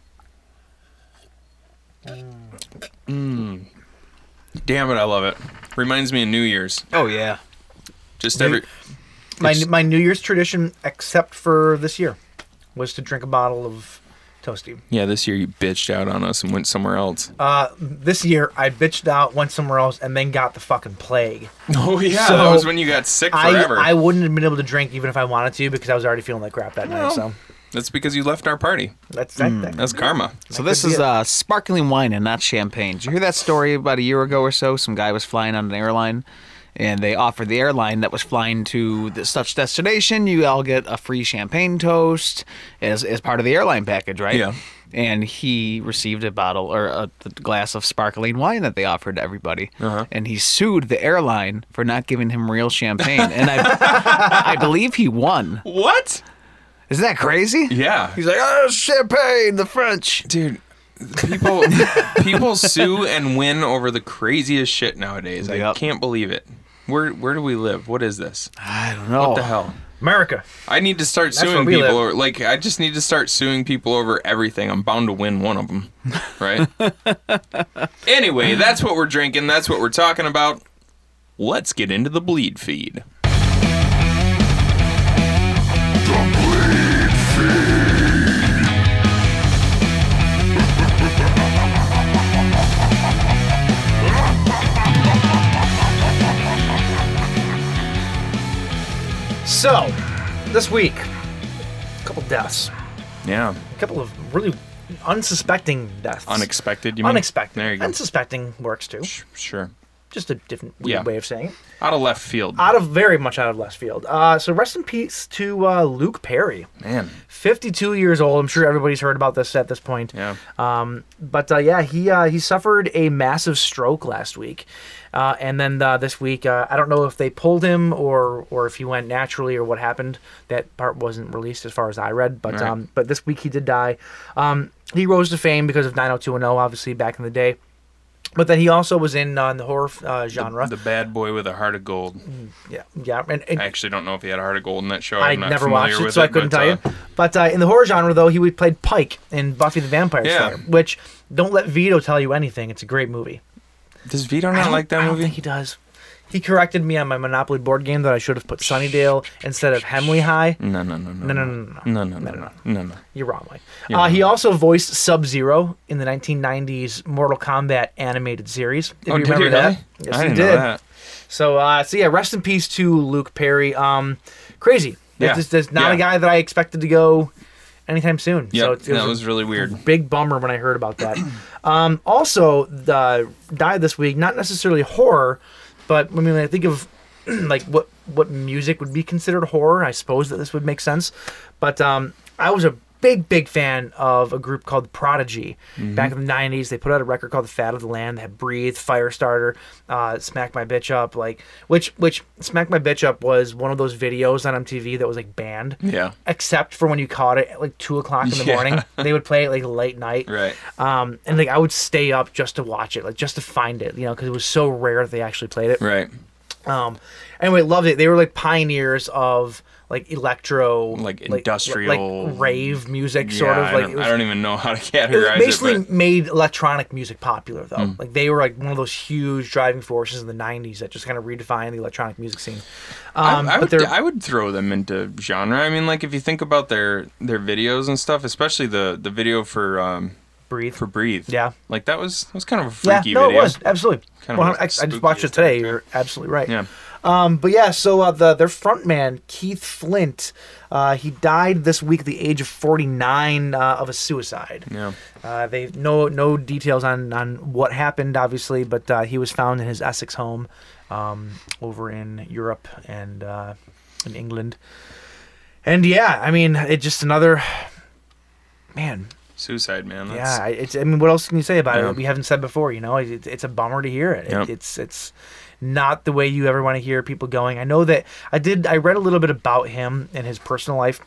G: Damn it, I love it. Reminds me of New Year's.
H: Oh yeah.
G: Just every
E: My
G: It's-
E: my New Year's tradition, except for this year, was to drink a bottle of Toasty.
G: yeah. This year you bitched out on us and went somewhere else.
E: Uh, this year I bitched out, went somewhere else, and then got the fucking plague.
G: oh yeah,
E: so
G: that was when you got sick forever.
E: I, I wouldn't have been able to drink even if I wanted to because I was already feeling like crap that night. So
G: That's because you left our party.
E: that's
H: hmm,
E: that thing.
G: That's karma.
H: So this
E: could be
H: is
E: it.
H: uh, sparkling wine and not champagne. Did you hear that story about a year ago or so? Some guy was flying on an airline, and they offered the airline that was flying to the, such destination, you all get a free champagne toast as as part of the airline package, right?
G: Yeah.
H: And he received a bottle or a, a glass of sparkling wine that they offered to everybody, uh-huh. and he sued the airline for not giving him real champagne. And I, I believe he won.
G: What?
H: Isn't that crazy?
G: Yeah,
H: He's like, oh, champagne, the French.
G: dude. People people sue and win over the craziest shit nowadays. I
H: Yep.
G: can't believe it. Where where do we live? What is this?
H: I don't know.
G: What the hell?
E: America.
G: I need to start
E: where
G: suing
E: we
G: people.
E: live.
G: Or, like I just need to start suing people over everything. I'm bound to win one of them, right? anyway, that's what we're drinking. That's what we're talking about. Let's get into the bleed feed.
E: So this week, a couple deaths,
G: Yeah,
E: a couple of really unsuspecting deaths.
G: unexpected. You mean?
E: Unexpected.
G: There you go.
E: Unsuspecting works too.
G: Sh- sure.
E: Just a different weird
G: Yeah.
E: way of saying it.
G: Out of left field,
E: Out of very much out of left field. Uh, so rest in peace to uh, Luke Perry.
G: man.
E: 52 years old. I'm sure everybody's heard about this at this point.
G: Yeah.
E: Um, but uh, yeah, he uh, he suffered a massive stroke last week, uh, and then uh, this week uh, I don't know if they pulled him or or if he went naturally or what happened. That part wasn't released as far as I read, but um, but this week he did die. Um, he rose to fame because of 90210, obviously back in the day. But then he also was in, uh, in the horror uh, genre.
G: The bad boy with a heart of gold.
E: yeah, yeah, and, and
G: I actually don't know if he had a heart of gold in that show.
E: Mm. I
G: I'm not
E: never
G: familiar
E: watched it,
G: with
E: so I couldn't
G: but,
E: tell
G: uh,
E: you. But uh, in the horror genre, though, he would played Pike in Buffy the Vampire
G: Yeah.
E: Slayer, which don't let Vito tell you anything. It's a great movie.
G: Does Vito not like that
E: I don't
G: movie?
E: think he does. He corrected me on my Monopoly board game that I should have put Sunnydale instead of Hemley High.
G: No, no, no, no,
E: No, no, no,
G: no,
E: no.
G: no, no, no, no, no.
E: You're wrong, Mike. Uh, he also voiced Sub Zero in the 1990s Mortal Kombat animated series. If
G: Oh,
E: you
G: did
E: remember
G: he
E: that?
G: really?
E: Yes,
G: I
E: he
G: didn't
E: did.
G: know that.
E: So, uh, so yeah, rest in peace to Luke Perry. Um, crazy.
G: Yeah.
E: This is not a
G: Yeah.
E: guy that I expected to go anytime soon.
G: Yeah,
E: so it,
G: that
E: it was a
G: was really weird.
E: big bummer when I heard about that. um, also, the died this week, not necessarily horror, but I mean, when I think of like what what music would be considered horror. I suppose that this would make sense, but um, I was a big, big fan of a group called Prodigy. Back in the '90s, they put out a record called "The Fat of the Land." They had "Breathe," "Firestarter," uh, "Smack My Bitch Up," like which, which "Smack My Bitch Up" was one of those videos on MTV that was like banned.
G: Yeah.
E: Except for when you caught it at like two o'clock in the
G: Yeah.
E: morning, they would play it like late night.
G: Right.
E: Um, and like I would stay up just to watch it, like just to find it, you know, because it was so rare that they actually played it.
G: Right.
E: Um, anyway, loved it. They were like pioneers of like electro,
G: Like industrial-
E: like rave music, sort
G: Yeah,
E: of
G: I
E: like
G: don't,
E: it was-
G: I don't even know how to
E: it was
G: categorize it.
E: basically
G: but- Mm.
E: made electronic music popular though. Like they were like one of those huge driving forces in the '90s that just kind of redefined the electronic music scene. Um,
G: I, I
E: but
G: would,
E: they're
G: I would throw them into genre. I mean, like if you think about their their videos and stuff, especially the the video for um
E: breathe.
G: for breathe.
E: Yeah.
G: like that was that was kind of a
E: Yeah,
G: freaky
E: no,
G: video.
E: it was absolutely.
G: Kind of
E: well,
G: a
E: I, I just
G: spooky
E: watched it today.
G: aesthetic, yeah.
E: You're absolutely right.
G: Yeah,
E: Um, but yeah, so uh, the their front man Keith Flint, uh, he died this week at the age of 49 uh, of a suicide.
G: yeah.
E: Uh, they no no details on on what happened, obviously, but uh, he was found in his Essex home, um, over in Europe and uh, in England. And yeah, I mean, it just another man.
G: Suicide man. That's,
E: Yeah, I- it's. I mean, what else can you say about it
G: Yeah.
E: that we haven't said before? You know, it, it's a bummer to hear it. it
G: Yep.
E: It's it's not the way you ever want to hear people going. I know that I did. I read a little bit about him and his personal life,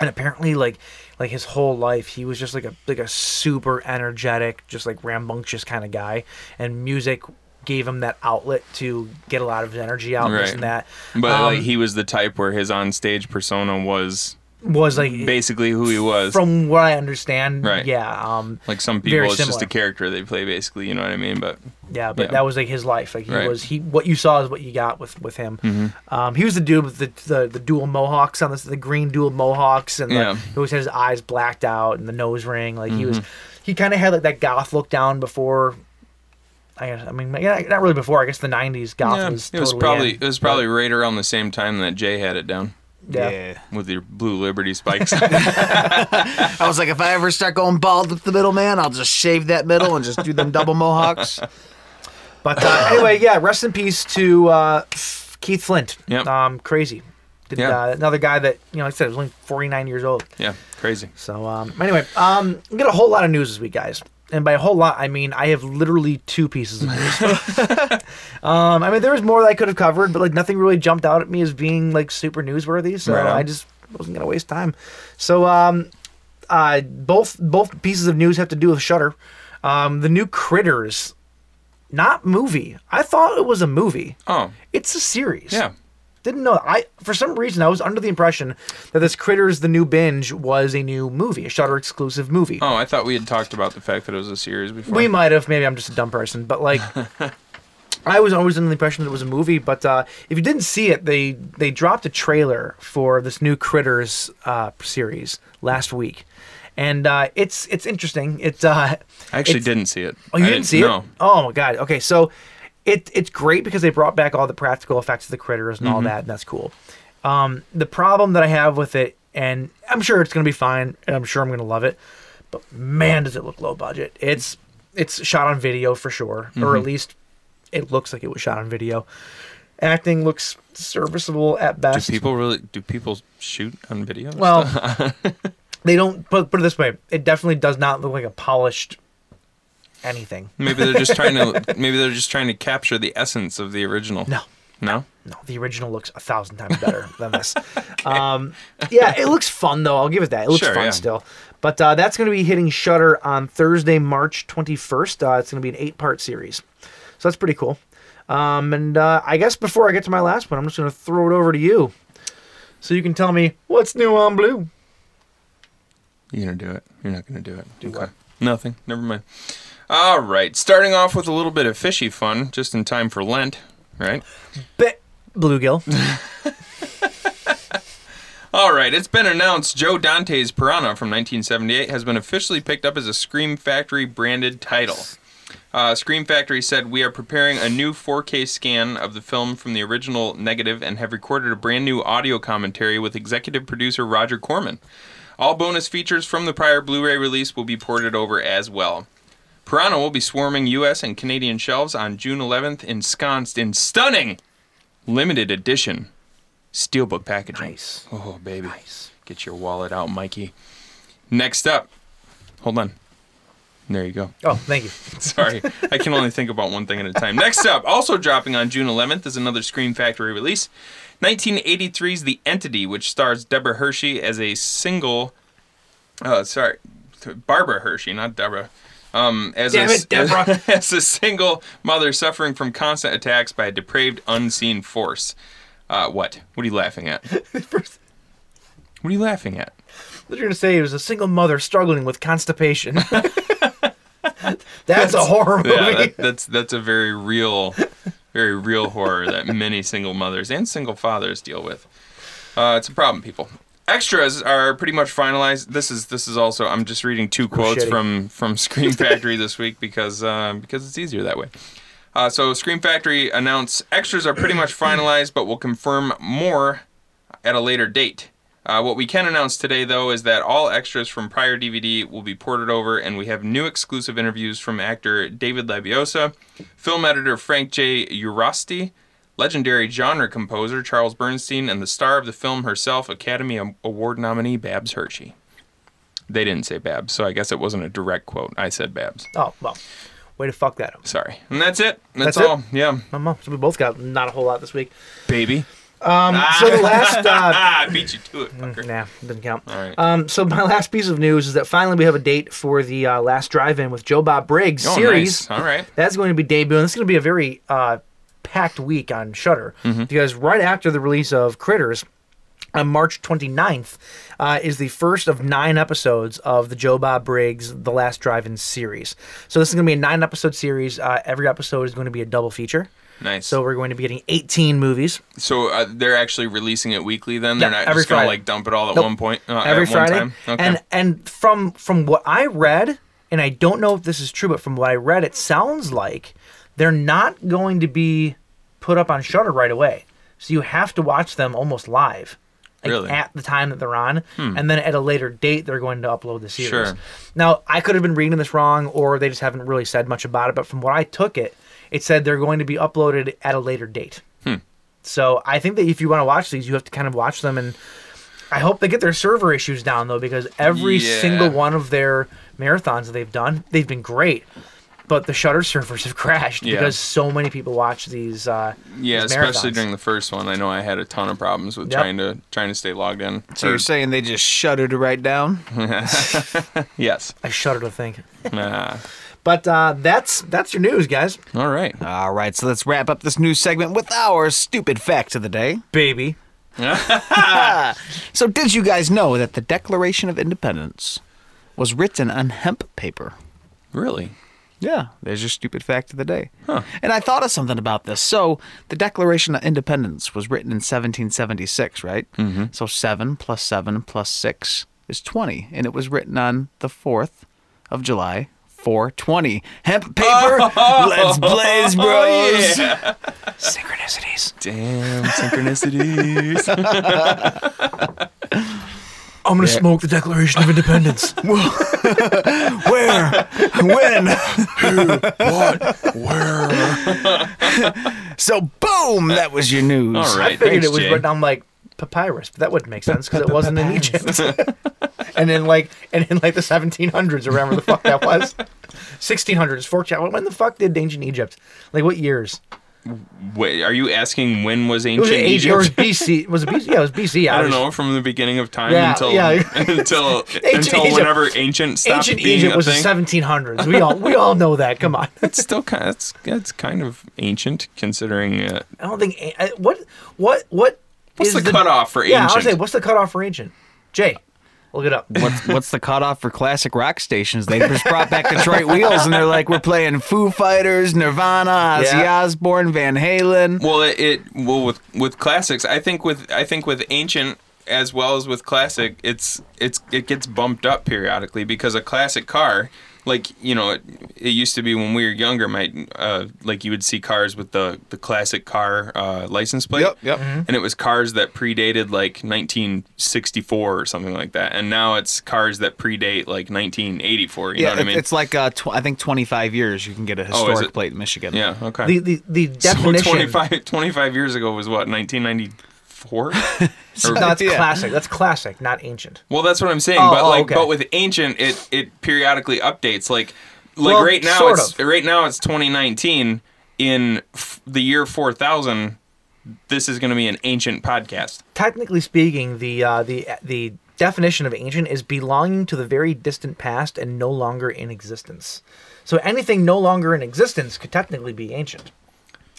E: and apparently, like like his whole life, he was just like a like a super energetic, just like rambunctious kind of guy, and music gave him that outlet to get a lot of his energy out and this
G: Right.
E: and that
G: But
E: Um,
G: like he was the type where his on stage persona was
E: was like
G: basically who he was.
E: from what i understand
G: Right.
E: yeah um
G: like some
E: very
G: people, it's just
E: similar.
G: a character they play. Basically, you know what I mean? But
E: Yeah, but
G: Yeah.
E: that was like his life. Like he
G: Right. Mm-hmm.
E: was he what you saw is what you got with with him. Um, he was the dude with the the, the dual mohawks on this the green dual mohawks and
G: Yeah. Mm-hmm.
E: like, he always had his eyes blacked out and the nose ring. Like he was he kind of had like that goth look down before. I guess I mean yeah, not really before. I guess the '90s goth
G: yeah,
E: was.
G: it was
E: totally
G: probably uh,
E: in.
G: it was probably right around the same time that Jay had it down
E: yeah.
G: with your blue Liberty spikes.
H: I was like, if I ever start going bald up the middle, man, I'll just shave that middle and just do them double mohawks.
E: But uh, anyway, yeah. Rest in peace to uh, Keith Flint.
G: Yep.
E: Um, crazy. Did,
G: Yeah.
E: uh, another guy that you know, like I said, was only 49 years old.
G: yeah, crazy.
E: So um, anyway, um, we got a whole lot of news this week, guys. And by a whole lot, I mean I have literally two pieces of news. um, I mean, there was more that I could have covered, but like nothing really jumped out at me as being like super newsworthy. So
G: Right on.
E: I just wasn't gonna waste time. So um, uh, both both pieces of news have to do with Shutter. Um, the new Critters, not movie. I thought it was a movie.
G: Oh,
E: It's a series.
G: yeah.
E: Didn't know. I for some reason I was under the impression that this Critters: The New Binge was a new movie, a Shutter exclusive movie.
G: Oh, I thought we had talked about the fact that it was a series before.
E: We might have. Maybe I'm just a dumb person, but like. I was always under the impression that it was a movie, but uh, if you didn't see it, they they dropped a trailer for this new Critters uh, series last week, and uh, it's it's interesting. It's uh,
G: I actually
E: it's-
G: didn't see it.
E: Oh, you
G: I
E: didn't, see
G: no.
E: it? Oh my god. Okay, so it it's great because they brought back all the practical effects of the critters and
G: Mm-hmm.
E: all that, and that's cool. Um, the problem that I have with it, and I'm sure it's gonna be fine, and I'm sure I'm gonna love it, but man, does it look low budget. It's it's shot on video for sure, or
G: Mm-hmm.
E: at least it looks like it was shot on video. Acting looks serviceable at
G: Do
E: best.
G: people really? Do people shoot on video?
E: well, they don't. Put put it this way, it definitely does not look like a polished anything.
G: maybe they're just trying to. Maybe they're just trying to capture the essence of the original.
E: No.
G: No.
E: No, the original looks a thousand times better than this. um, yeah, it looks fun though. I'll give it that. It looks
G: Sure,
E: fun
G: yeah.
E: still. But uh, that's going to be hitting Shutter on Thursday, March 21st. Uh, it's going to be an eight-part series, so that's pretty cool. Um, and uh, I guess before I get to my last one, I'm just going to throw it over to you, so you can tell me what's new on Blue.
G: You're gonna do it. You're not gonna do it. Do what? Nothing. Never mind. All right. Starting off with a little bit of fishy fun, just in time for Lent, right?
E: Bit bluegill.
G: All right, it's been announced Joe Dante's Piranha from 1978 has been officially picked up as a Scream Factory branded title. Uh, Scream Factory said, We are preparing a new 4K scan of the film from the original negative and have recorded a brand new audio commentary with executive producer Roger Corman. All bonus features from the prior Blu ray release will be ported over as well. Piranha will be swarming U.S. and Canadian shelves on June 11th, ensconced in stunning limited edition steelbook packaging.
E: Nice.
G: Oh, baby. Get your wallet out, Mikey. Next up, hold on. There you go.
E: Oh, thank you.
G: Sorry, I can only think about one thing at a time. Next up, also dropping on June 11th, is another Scream Factory release 1983's The Entity, which stars Deborah Hershey as a single. Uh, sorry, Barbara Hershey, not Deborah. Um, as,
E: Damn
G: a,
E: it, Deborah.
G: as a single mother suffering from constant attacks by a depraved, unseen force. Uh, what? What are you laughing at? What are you laughing at?
E: What you're gonna say is a single mother struggling with constipation. that's, a horror movie.
G: Yeah, that, that's that's a very real, very real horror that many single mothers and single fathers deal with. Uh, it's a problem, people. Extras are pretty much finalized. This is this is also I'm just reading two quotes
E: shitty.
G: from from Scream Factory this week because uh, because it's easier that way. Uh, so Scream Factory announced extras are pretty much finalized, but will confirm more at a later date. Uh, what we can announce today, though, is that all extras from prior DVD will be ported over, and we have new exclusive interviews from actor David Labiosa, film editor Frank J. Urasti, legendary genre composer Charles Bernstein, and the star of the film herself, Academy Am- Award nominee Babs Hershey. They didn't say Babs, so I guess it wasn't a direct quote. I said Babs.
E: Oh well, way to fuck that up.
G: Sorry. And that's it. That's,
E: That's it?
G: all. Yeah.
E: My mom. So we both got not a whole lot this week.
G: Baby.
E: So the last. Uh,
G: Ah, I beat you to it, fucker.
E: Mm, Nah, didn't count.
G: All right.
E: Um, so my last piece of news is that finally we have a date for the uh, last drive-in with Joe Bob Briggs
G: Oh,
E: series.
G: nice. All right.
E: That's going to be debuting. It's going to be a very uh, packed week on Shutter
G: Mm-hmm.
E: because right after the release of Critters on March 29th uh, is the first of nine episodes of the Joe Bob Briggs The Last Drive-In series. So this is going to be a nine-episode series. Uh, every episode is going to be a double feature.
G: Nice.
E: So we're going to be getting 18 movies.
G: So uh, they're actually releasing it weekly. Then they're
E: Yeah,
G: not
E: every
G: just gonna
E: Friday.
G: like dump it all at
E: Nope.
G: one point. Uh,
E: every
G: at
E: Friday.
G: One time? Okay.
E: And and from from what I read, and I don't know if this is true, but from what I read, it sounds like they're not going to be put up on Shutter right away. So you have to watch them almost live. Like
G: Really? Hmm.
E: At the time that they're on, and then at a later date, they're going to upload the series.
G: Sure.
E: Now, I could have been reading this wrong, or they just haven't really said much about it. But from what I took it, it said they're going to be uploaded at a later date. So I think that if you want to watch these, you have to kind of watch them and I hope they get their server issues down though, because every
G: Yeah.
E: single one of their marathons that they've done, they've been great. But the shutter servers have crashed
G: Yeah.
E: because so many people watch these. Uh,
G: yeah,
E: these
G: especially
E: marathons.
G: during the first one, I know I had a ton of problems with
E: Yep.
G: trying to trying to stay logged in.
H: So
G: Or-
H: you're saying they just shuddered right down?
G: yes.
E: I shudder to think.
G: Ah,
E: But uh, that's that's your news, guys.
G: all right.
H: All right, so let's wrap up this news segment with our stupid fact of the day.
E: Baby,
H: So, did you guys know that the Declaration of Independence was written on hemp paper?
G: Really?
H: Yeah, there's your stupid fact of the day. And I thought of something about this. So, the Declaration of Independence was written in 1776, right? Mm-hmm. So, 7 plus 7 plus 6 is 20. And it was written on the 4th of July, 420. Hemp paper, let's blaze, bros. Synchronicities.
G: Damn synchronicities.
E: I'm gonna smoke the Declaration of Independence.
H: Where? when?
C: Where?
H: So, boom, that was your news.
G: all
E: I
G: right.
E: figured
G: thanks,
E: it was
G: Jay.
E: written on like papyrus, but that wouldn't make sense because it wasn't in Egypt. and then like and in like the 1700s, or whatever the fuck that was. 1600s, 1400s. When the fuck did ancient Egypt? Like what years?
G: Wait, are you asking when was
E: It was
G: ancient
E: A- Or it
G: Egypt?
E: was BC. Was it BC? Yeah, it was BC.
G: I don't
E: was-
G: know from the beginning of time
E: Yeah,
G: until
E: yeah.
G: until until
E: Egypt-
G: whenever ancient stopped
E: Ancient
G: being
E: Egypt
G: a
E: was
G: thing.
E: the 1700s. We all we all know that. Come on.
G: It's still kind. Of, it's, it's kind of ancient considering. Uh,
E: I don't think a- I- what what what
G: What's
E: is
G: the cutoff for
E: Yeah, I was
G: ancient?
E: saying what's the cutoff for ancient? Jay, look it up.
H: What's, what's the cutoff for classic rock stations? They just brought back Detroit Wheels, and they're like, we're playing Foo Fighters, Nirvana, Ozzy
E: Yeah.
H: Osbourne, Van Halen.
G: Well, it, it well with with classics. I think with I think with ancient as well as with classic, it's it's it gets bumped up periodically because a classic car, like you know, it, it used to be when we were younger, my uh, like you would see cars with the the classic car uh, license plate.
H: Yep, yep. Mhm.
G: And it was cars that predated like 1964 or something like that, and now it's cars that predate like 1984. You know
H: Yeah,
G: what I
H: it-
G: mean? Oh,
H: it's like uh, tw- I think 25 years you can get a
G: is
H: historic
G: it?
H: plate in Michigan.
G: yeah. Okay.
E: The the, the definition
G: So 25, 25 years ago was what 1994. four.
E: No,
G: Or-
E: that's
H: Yeah.
E: classic. That's classic, not ancient.
G: well, that's what I'm saying.
E: Oh,
G: but
E: oh,
G: like,
E: okay.
G: but with ancient, it it periodically updates. Like, like
E: Well,
G: right now,
E: sort
G: it's
E: of.
G: right now it's 2019. In f- the year 4000, this is going to be an ancient podcast.
E: Technically speaking, the uh, the the definition of ancient is belonging to the very distant past and no longer in existence. So anything no longer in existence could technically be ancient.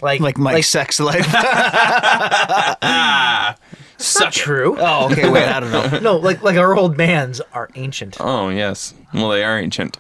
E: Like
H: Like my sex life.
G: Such
E: true.
H: oh, okay. Wait, I don't know.
E: No, like like our old bands are ancient.
G: Oh yes. Well, they are ancient.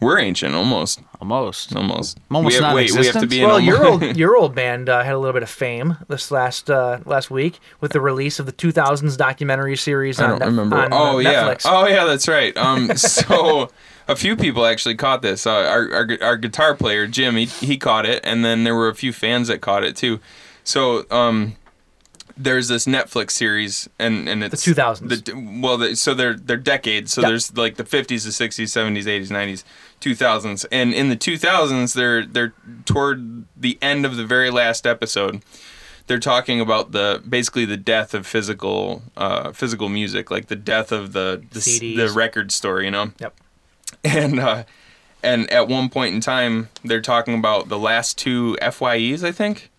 G: We're ancient almost.
H: Almost.
G: Almost.
H: Almost
G: we have, wait, we have to
H: non-existent?
G: be in
E: Well,
G: almo-
E: your old your old band uh, had a little bit of fame this last uh, last week with the release of the 2000s documentary series.
G: I
E: on
G: don't
E: Nef-
G: remember.
E: on, uh,
G: oh yeah.
E: Netflix.
G: Oh yeah, that's right. Um, so a few people actually caught this. Uh, our, our gu- our guitar player Jim, he, he caught it, and then there were a few fans that caught it too. So um, there's this Netflix series, and and it's
E: 2000s.
G: the- well, the, so they're they're decades. So
E: Yeah.
G: there's like the 50s, the 60s, 70s, 80s, 90s, 2000s, and in the 2000s, they're they're toward the end of the very last episode. They're talking about the basically the death of physical uh, physical music, like the death of the the, s-
E: CDs.
G: the record store, you know.
E: Yep.
G: And uh, and at one point in time, they're talking about the last two FYEs. I think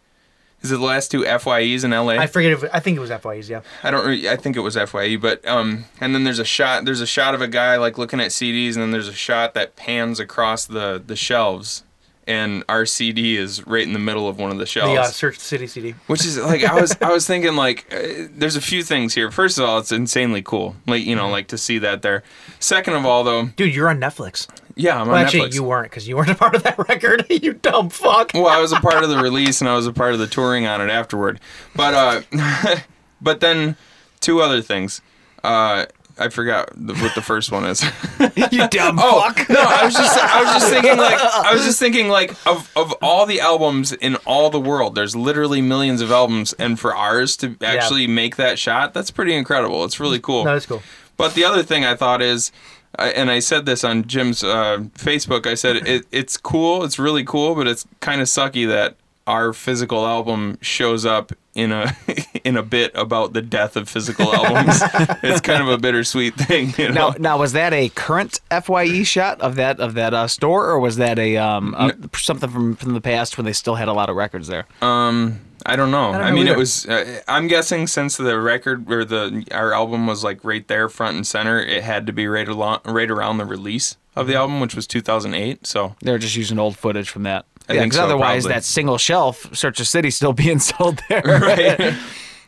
G: is it the last two FYEs in LA?
E: I forget if I think it was FYEs. Yeah.
G: I don't. Re- I think it was FYE, but um, and then there's a shot. There's a shot of a guy like looking at CDs, and then there's a shot that pans across the the shelves, and our CD is right in the middle of one of the
E: The
G: shelves.
E: uh, Search the City CD.
G: Which is like I was I was thinking like uh, there's a few things here. First of all, it's insanely cool. Like you know, like to see that there. Second of all, though,
E: Dude, you're on Netflix.
G: yeah, I'm
E: Well,
G: on
E: actually,
G: Netflix.
E: you weren't because you weren't a part of that record. you dumb fuck.
G: well, I was a part of the release and I was a part of the touring on it afterward. But uh, but then two other things. Uh, I forgot the, what the first one is.
H: You dumb
G: Oh
H: fuck.
G: no, I was just I was just thinking like I was just thinking like of of all the albums in all the world, there's literally millions of albums, and for ours to actually make that shot, that's pretty incredible. It's really cool.
E: No, that's cool.
G: But the other thing I thought is, I- and I said this on Jim's uh, Facebook. I said it, it's cool, it's really cool, but it's kind of sucky that our physical album shows up in a in a bit about the death of physical albums. it's kind of a bittersweet thing. You know?
H: Now, now was that a current Fye shot of that of that uh, store, or was that a um a, something from from the past when they still had a lot of records there?
G: I don't know. I,
E: know
G: mean, it
E: either.
G: was. Uh, I'm guessing since the record or the our album was like right there, front and center, it had to be right along, right around the release of the
E: Mm-hmm.
G: album, which was 2008. So
H: They're just using old footage from that.
G: I
H: yeah,
G: think
H: because
G: so,
H: otherwise
G: probably.
H: that single shelf Search of City still being sold there.
G: right, that'd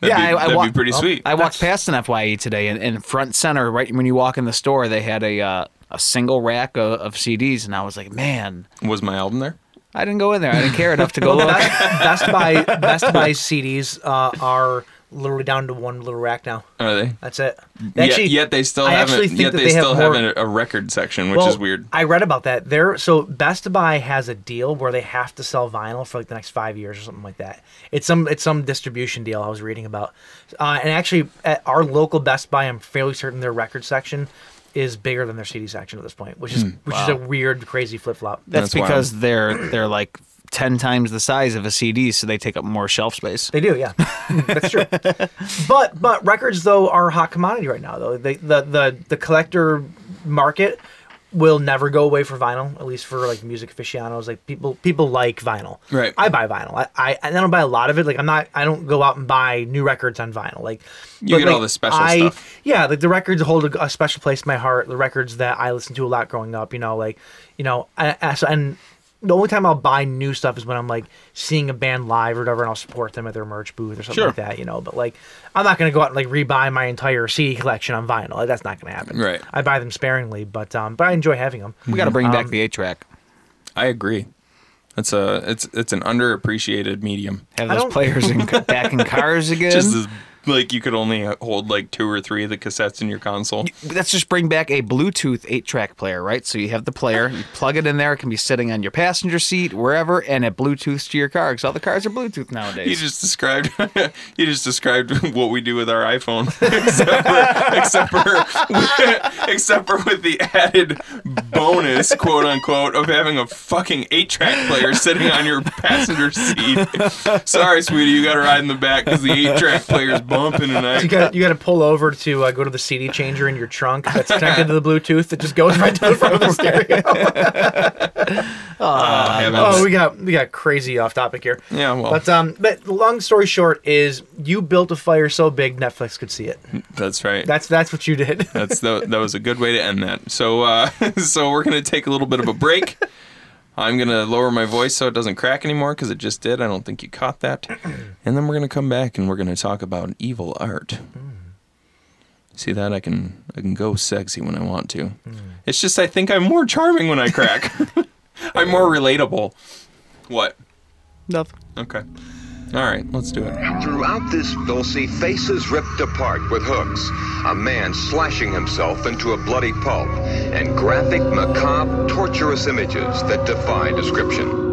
H: yeah,
G: be,
H: I, I
G: that'd
H: wa-
G: be pretty sweet.
H: I walked past an Fye today, and, and front center, right when you walk in the store, they had a uh, a single rack of, of CDs, and I was like, man,
G: was my album there?
H: I didn't go in there. I didn't care enough to go look.
E: Best, Best Buy Best Buy CDs uh, are literally down to one little rack now.
G: Are they?
E: That's it. They
G: Yet-
E: actually-
G: yet, they still
E: I actually
G: haven't.
E: think
G: Yet
E: that
G: they,
E: have
G: still
E: more-
G: haven't a record section, which is weird.
E: I read about that. There, so Best Buy has a deal where they have to sell vinyl for like the next five years or something like that. It's some it's some distribution deal I was reading about. Uh, and actually, at our local Best Buy, I'm fairly certain their record section is bigger than their CD section at this point, which
G: Hmm.
E: is which is a weird, crazy flip flop.
H: That's,
G: That's wild.
H: because they're they're like ten times the size of a CD, so they take up more shelf space.
E: They do, yeah. Mm, That's true. But but records though are a hot commodity right now though. They, the the the collector market will never go away for vinyl, at least for like music aficionados. Like people people like vinyl.
G: Right.
E: I buy vinyl. I, I and I don't buy a lot of it. Like I'm not I don't go out and buy new records on vinyl. Like
G: You
E: but,
G: get all
E: like,
G: the special
E: I-
G: stuff.
E: Yeah, like the records hold a, a special place in my heart. The records that I listened to a lot growing up, you know, like, you know, I, I- so- and the only time I'll buy new stuff is when I'm like seeing a band live or whatever, and I'll support them at their merch booth or something like that, you know. But like, I'm not gonna go out and like rebuy my entire CD collection on vinyl. Like, that's not gonna happen.
G: Right.
E: I buy them sparingly, but um, but I enjoy having them.
H: We got
G: Mm-hmm.
H: to bring back
E: Um,
H: the eight track.
G: I agree. It's a it's it's an underappreciated medium.
H: Have
E: I
H: those
E: don't-
H: players in, back in cars again.
G: Just as, like you could only hold like two or three of the cassettes in your console.
H: Let's just bring back a Bluetooth eight track player, right? So you have the player, you plug it in there. It can be sitting on your passenger seat, wherever, and it Bluetooths to your car because all the cars are Bluetooth
G: You
H: nowadays.
G: just described you just described what we do with our iPhone, except for except for except for with the added bonus, quote unquote, of having a fucking eight track player sitting on your passenger seat. Sorry, sweetie, you got to ride in the back because the eight track player's bumping tonight.
E: You got you got to pull over to uh, go to the CD changer in your trunk that's connected to the Bluetooth that just goes right to the front of the stereo.
G: Yeah, that was-
E: oh, we got we got crazy off topic here.
G: Yeah, well.
E: but um, but long story short is you built a fire so big Netflix could see it.
G: that's right.
E: That's that's what you did.
G: That's the, that was a good way to end that. So uh, so we're gonna take a little bit of a break. I'm gonna lower my voice so it doesn't crack anymore because it just did. I don't think you caught that. And then we're gonna come back and we're gonna talk about evil art. See that I can I can go sexy when I want to. It's just I think I'm more charming when I crack. I'm more relatable. What?
H: Nothing.
G: Okay. All right, let's do it.
J: Throughout this, they'll see faces ripped apart with hooks, a man slashing himself into a bloody pulp, and graphic, macabre, torturous images that defy description.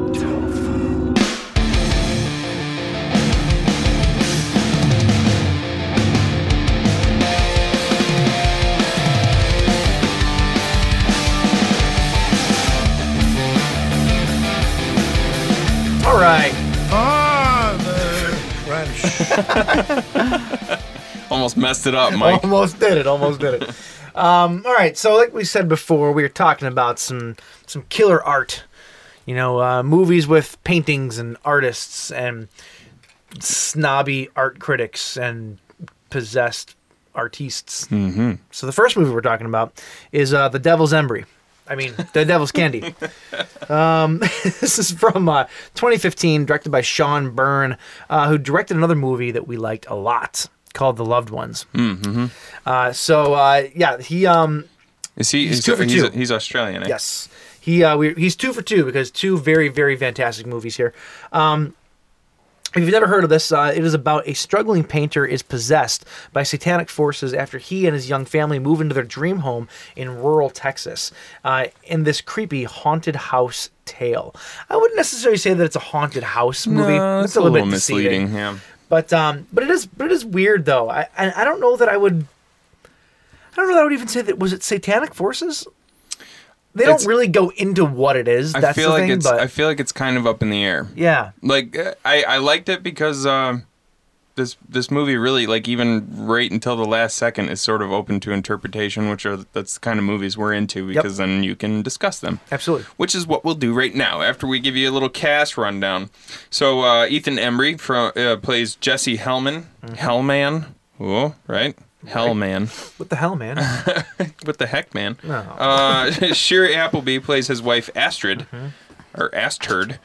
E: All right,
G: Almost messed it up, Mike.
E: almost did it. Almost did it. Um, all right, so like we said before, we were talking about some some killer art. You know, uh, movies with paintings and artists and snobby art critics and possessed artistes. Mm-hmm. So the first movie we're talking about is uh, The Devil's Embry. I mean, The Devil's Candy. Um, this is from uh, 2015, directed by Sean Byrne, uh, who directed another movie that we liked a lot called The Loved Ones. Mm-hmm. Uh, so uh, yeah, he um,
G: Is he? He's,
E: two for
G: he's,
E: two.
G: he's Australian. Eh?
E: Yes. He uh, we, he's two for two because two very very fantastic movies here. Um, if you've never heard of this, uh, it is about a struggling painter is possessed by satanic forces after he and his young family move into their dream home in rural Texas uh, in this creepy haunted house tale. I wouldn't necessarily say that it's a haunted house movie.
G: No,
E: It's
G: it's a little,
E: deceiving.
G: misleading. Yeah.
E: But um, but it is but it is weird though. I I, I don't know that I would. I don't know that I would even say that was it satanic forces. They
G: It's-
E: don't really go into what it is.
G: I
E: That's
G: feel
E: the
G: like
E: thing.
G: it's
E: but
G: I feel like it's kind of up in the air.
E: yeah,
G: Like uh, I I liked it because um this this movie really like even right until the last second is sort of open to interpretation, which are that's the kind of movies we're into because then you can discuss them.
E: Absolutely.
G: Which is what we'll do right now after we give you a little cast rundown. So uh, Ethan Embry from uh, plays Jesse Hellman.
E: Mm-hmm.
G: Hellman. Oh, right. Hellman.
E: what the hell, man?
G: What the heck, man? Uh, Sherry Appleby plays his wife Astrid,
E: Mm-hmm.
G: or Astrid.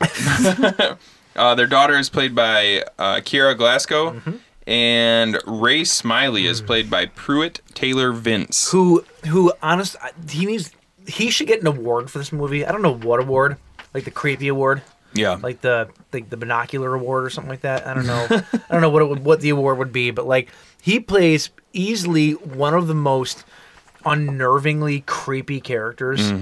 G: Um, uh, their daughter is played by uh, Kiera Glasgow,
E: Mm-hmm.
G: and Ray Smiley is played by Pruitt Taylor Vince.
E: Mm. who who honest? I- He needs. He should get an award for this movie. I don't know what award, like the creepy award,
G: Yeah,
E: like the like the binocular award or something like that. I don't know. I don't know what it would, what the award would be, but like he plays easily one of the most unnervingly creepy characters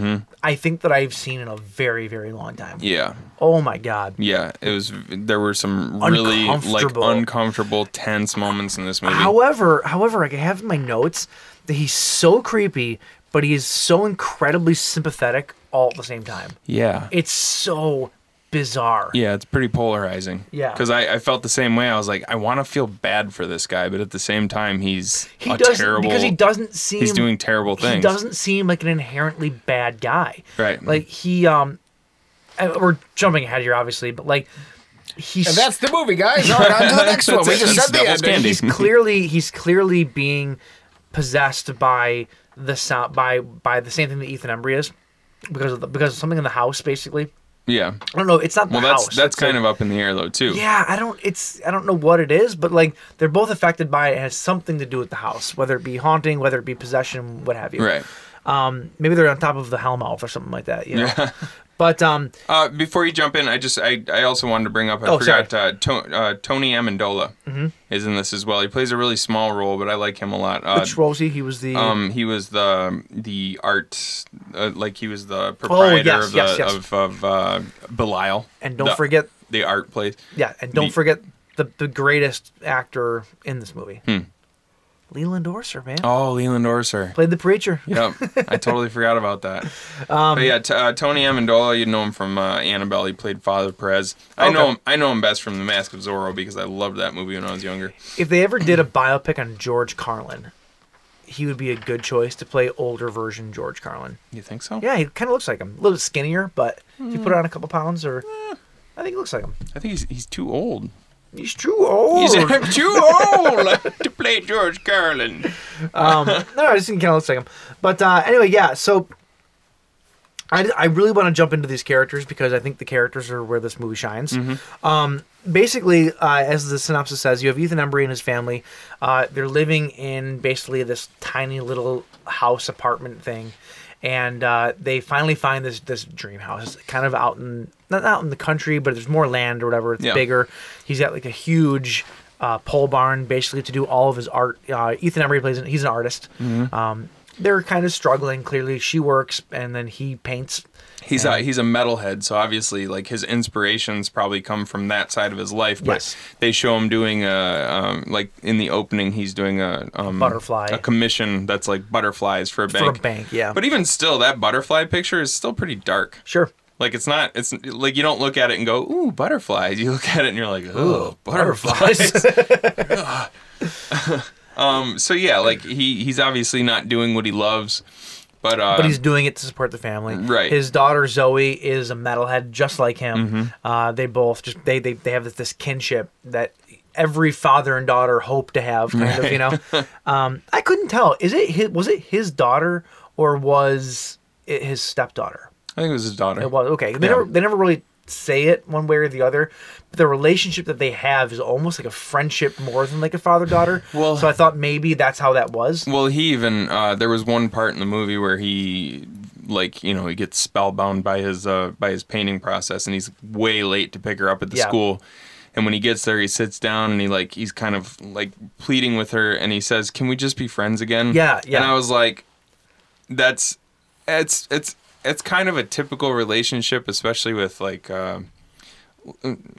E: I think that I've seen in a very very long time.
G: Mm-hmm. yeah,
E: Oh my god.
G: yeah. It was. There were some really like
E: Uncomfortable.
G: uncomfortable, tense moments in this movie.
E: However, however, like I have in my notes that he's so creepy, but he is so incredibly sympathetic all at the same time.
G: yeah,
E: It's so bizarre.
G: Yeah, it's pretty polarizing.
E: Yeah.
G: Because I, I felt the same way. I was like, I want to feel bad for this guy, but at the same time, he's
E: He
G: a
E: doesn't
G: terrible.
E: because he doesn't seem
G: He's doing terrible things.
E: He doesn't seem like an inherently bad guy.
G: Right.
E: Like he um I- we're jumping ahead here obviously, but like he's
H: And that's the movie, guys. All right, on to the next one. We
G: That's it.
H: just
G: That's
H: said the
G: Devil's
H: ending.
G: Candy.
E: he's clearly he's clearly being possessed by the sound by by the same thing that Ethan Embry is because of the, because of something in the house basically.
G: Yeah.
E: I don't know, it's not the
G: Well, that's
E: house.
G: that's
E: it's like-
G: kind of up in the air though too.
E: Yeah, I don't. It's I don't know what it is, but like they're both affected by it. it has something to do with the house, whether it be haunting, whether it be possession, what have you.
G: Right.
E: Um, maybe they're on top of the hellmouth or something like that. You know? Yeah. But um,
G: Uh, before you jump in, I just I, I also wanted to bring up. I
E: Oh, sorry.
G: forgot
E: Mm-hmm.
G: uh, to, uh, Tony Amendola is in this as well. He plays a really small role, but I like him a lot. Uh,
E: Rich Rosie, he was the
G: um, he was the the art, uh, like he was the
E: Oh, yes,
G: proprietor of the
E: yes, yes.
G: of, of uh, Belial.
E: and don't
G: The-
E: forget
G: the art place.
E: yeah, and don't
G: the-
E: forget the the greatest actor in this movie, Leland Orser, man.
G: Hmm. Oh, Leland Orser.
E: Played the preacher.
G: Yep, I totally forgot about that.
E: Um,
G: but yeah, t- uh, Tony Amendola, you know him from uh, Annabelle. He played Father Perez. I know
E: Okay.
G: him. I know him best from The Mask of Zorro because I loved that movie when I was younger.
E: If they ever did a biopic on George Carlin, he would be a good choice to play older version George Carlin.
G: You think so?
E: Yeah, he kind of looks like him. A little bit skinnier, but if you put
G: Hmm.
E: on a couple pounds, or
G: Eh.
E: I think he looks like him.
G: I think he's he's too old.
E: He's too old.
G: He's I'm too old to play George Carlin.
E: no, I just think he kind of looks like him. But uh, anyway, yeah. So I, I really want to jump into these characters because I think the characters are where this movie shines. Um, basically, uh, as the synopsis says, you have Ethan Embry and his family. Uh, they're living in basically this tiny little house apartment thing, and uh, they finally find this this dream house, It's kind of out in not out in the country, but there's more land or whatever. It's
G: Yeah.
E: bigger. He's got like a huge. Uh, pole barn basically to do all of his art. Uh, Ethan Embry plays; he's an artist. Um, they're kind of struggling. Clearly, she works, and then he paints.
G: He's a he's a metalhead, so obviously like his inspirations probably come from that side of his life. But
E: Yes.
G: they show him doing a um, like in the opening, he's doing a um,
E: Butterfly.
G: a commission that's like butterflies for a
E: a
G: bank.
E: bank, yeah.
G: But even still, that butterfly picture is still pretty dark.
E: Sure.
G: Like it's not it's like you don't look at it and go ooh butterflies. You look at it and you're like ooh butterflies. um. So yeah, like he he's obviously not doing what he loves, but uh,
E: but he's doing it to support the family.
G: Right. Mm-hmm.
E: His daughter Zoe is a metalhead just like him. Uh, they both just they, they they have this, this kinship that every father and daughter hope to have, kind of. You know, um, I couldn't tell. Is it his, was it his daughter or was it his stepdaughter?
G: I think it was his daughter.
E: It was okay. They
G: Yeah.
E: never they never really say it one way or the other. But the relationship that they have is almost like a friendship more than like a father daughter.
G: Well-
E: so I thought maybe that's how that was.
G: Well, he even uh, there was one part in the movie where he like you know he gets spellbound by his uh, by his painting process, and he's way late to pick her up at the
E: Yeah.
G: school. And when he gets there, he sits down and he like he's kind of like pleading with her, and he says, "Can we just be friends again?"
E: Yeah, yeah.
G: And I was like, "That's it's it's it's kind of a typical relationship, especially with like." Uh,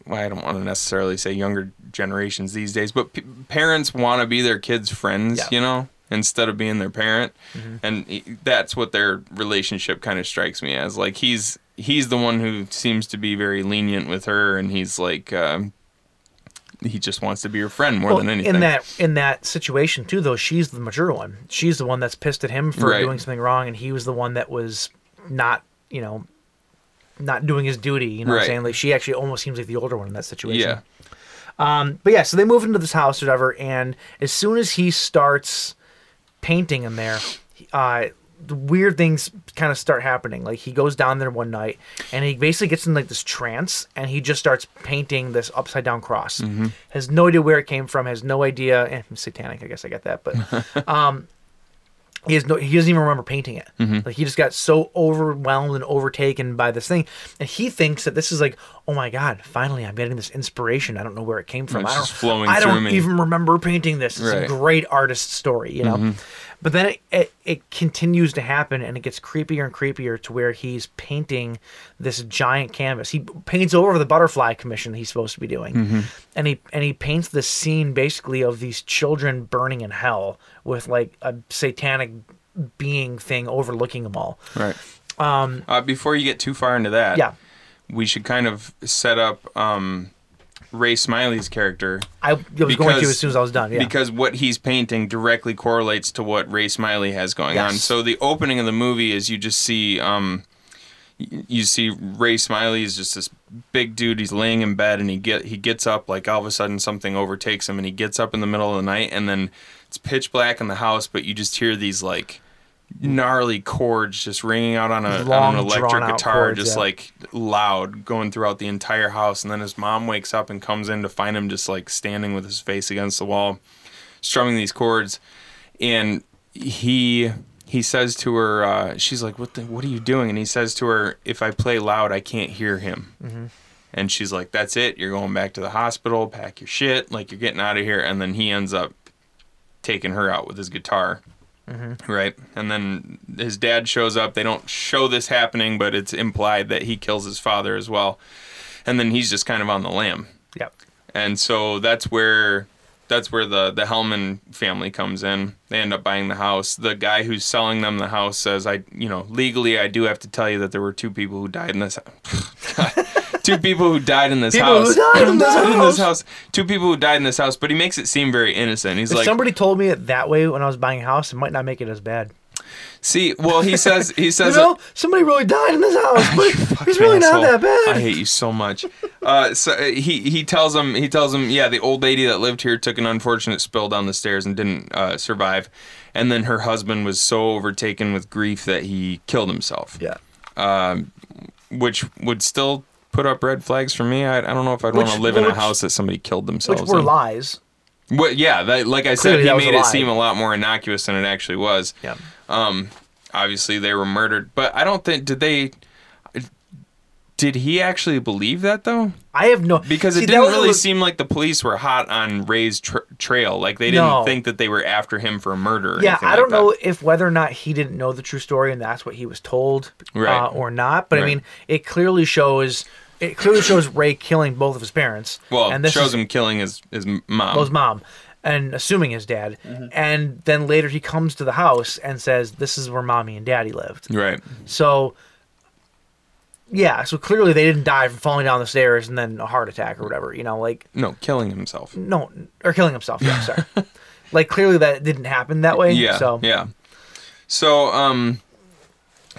G: well, I don't want to necessarily say younger generations these days, but p- parents want to be their kids' friends,
E: Yeah. Mm-hmm.
G: you know, instead of being their parent, and he- that's what their relationship kind of strikes me as. Like he's he's the one who seems to be very lenient with her, and he's like um, he just wants to be your friend more
E: Well,
G: than anything.
E: In that in that situation too, though, she's the mature one. She's the one that's pissed at him for
G: Right.
E: doing something wrong, and he was the one that was not, you know, not doing his duty. You know what
G: Right.
E: I'm saying? Like she actually almost seems like the older one in that situation.
G: yeah,
E: But yeah, so they move into this house or whatever, and as soon as he starts painting in there, he- uh, the weird things kind of start happening. Like he goes down there one night, and he basically gets in like this trance, and he just starts painting this upside down cross.
G: Mm-hmm.
E: Has no idea where it came from. Has no idea. Eh, satanic, I guess I get that, but um, he has no he doesn't even remember painting it
G: Mm-hmm.
E: like he just got so overwhelmed and overtaken by this thing and he thinks that this is like oh my god finally i'm getting this inspiration i don't know where it came from
G: It's
E: i don't,
G: just flowing
E: I
G: through
E: don't
G: me."
E: even remember painting this it's
G: Right. Mm-hmm.
E: a great artist story you know but then it, it, it continues to happen and it gets creepier and creepier to where he's painting this giant canvas he paints over the butterfly commission that he's supposed to be doing
G: Mm-hmm.
E: and he and he paints this scene basically of these children burning in hell with like a satanic being thing overlooking them all.
G: right. Um, uh, before you get too far into that,
E: Yeah.
G: we should kind of set up um, Ray Smiley's character.
E: I, I was going to as soon as I was done. Yeah.
G: Because what he's painting directly correlates to what Ray Smiley has going on.
E: Yes.
G: So the opening of the movie is you just see um y- you see Ray Smiley is just this big dude. He's laying in bed and he get he gets up like all of a sudden something overtakes him and he gets up in the middle of the night and then it's pitch black in the house, but you just hear these like gnarly chords just ringing out on, a, on
E: Long,
G: an electric
E: drawn-out
G: guitar,
E: chords,
G: just
E: yeah.
G: like loud, going throughout the entire house. And then his mom wakes up and comes in to find him just like standing with his face against the wall, strumming these chords. And he he says to her, uh, she's like, "What the? What are you doing?" And he says to her, "If I play loud, I can't hear him."
E: Mm-hmm.
G: And she's like, "That's it. You're going back to the hospital. Pack your shit. Like you're getting out of here." And then he ends up taking her out with his guitar. Right. And then his dad shows up. They don't show this happening, but it's implied that he kills his father as well. And then he's just kind of on the lamb.
E: yeah.
G: And so that's where that's where the the Hellman family comes in. They end up buying the house. The guy who's selling them the house says, "I, you know, legally, I do have to tell you that there were two people who died in this. two people who died in this
E: People who
G: house.
E: died in this
G: Died
E: house.
G: Two people who died in this house. But he makes it seem very innocent. He's
E: If
G: like,
E: somebody told me it that way when I was buying a house, it might not make it as bad.
G: see, well, he says, he
E: You
G: says,
E: know, somebody really died in this house, but it's really
G: asshole.
E: not that bad.
G: I hate you so much. Uh, so uh, he he tells him he tells him yeah the old lady that lived here took an unfortunate spill down the stairs and didn't uh, survive, and then her husband was so overtaken with grief that he killed himself.
E: yeah.
G: which would still put up red flags for me. I, I don't know if I'd
E: Which-
G: want to live in
E: which-
G: a house that somebody killed
E: Which
G: themselves.
E: were
G: in.
E: lies.
G: Well, yeah, that, like I said,
E: Clearly that was
G: he
E: a
G: made it
E: lie.
G: seem a lot more innocuous than it actually was.
E: Yeah.
G: Um, obviously they were murdered, but I don't think did they. Did he actually believe that though?
E: I have no
G: Because
E: See,
G: it
E: that
G: didn't
E: was a
G: really
E: li-
G: seem like the police were hot on Ray's tr trail. Like they didn't
E: No.
G: think that they were after him for murder. Or
E: Yeah,
G: anything
E: I
G: like
E: don't
G: that.
E: know if whether or not he didn't know the true story and that's what he was told,
G: Right.
E: uh, or not. But I
G: Right.
E: mean, it clearly shows. It clearly shows Ray killing both of his parents.
G: Well,
E: and
G: it shows
E: is
G: him killing his his mom.
E: Bo's mom, and assuming his dad.
G: Mm-hmm.
E: And then later he comes to the house and says, "This is where mommy and daddy lived."
G: Right.
E: So, yeah. So clearly they didn't die from falling down the stairs and then a heart attack or whatever. You know, like
G: No, killing himself.
E: no, or killing himself. Yeah, sorry. like clearly that didn't happen that way.
G: Yeah.
E: So
G: yeah. So um,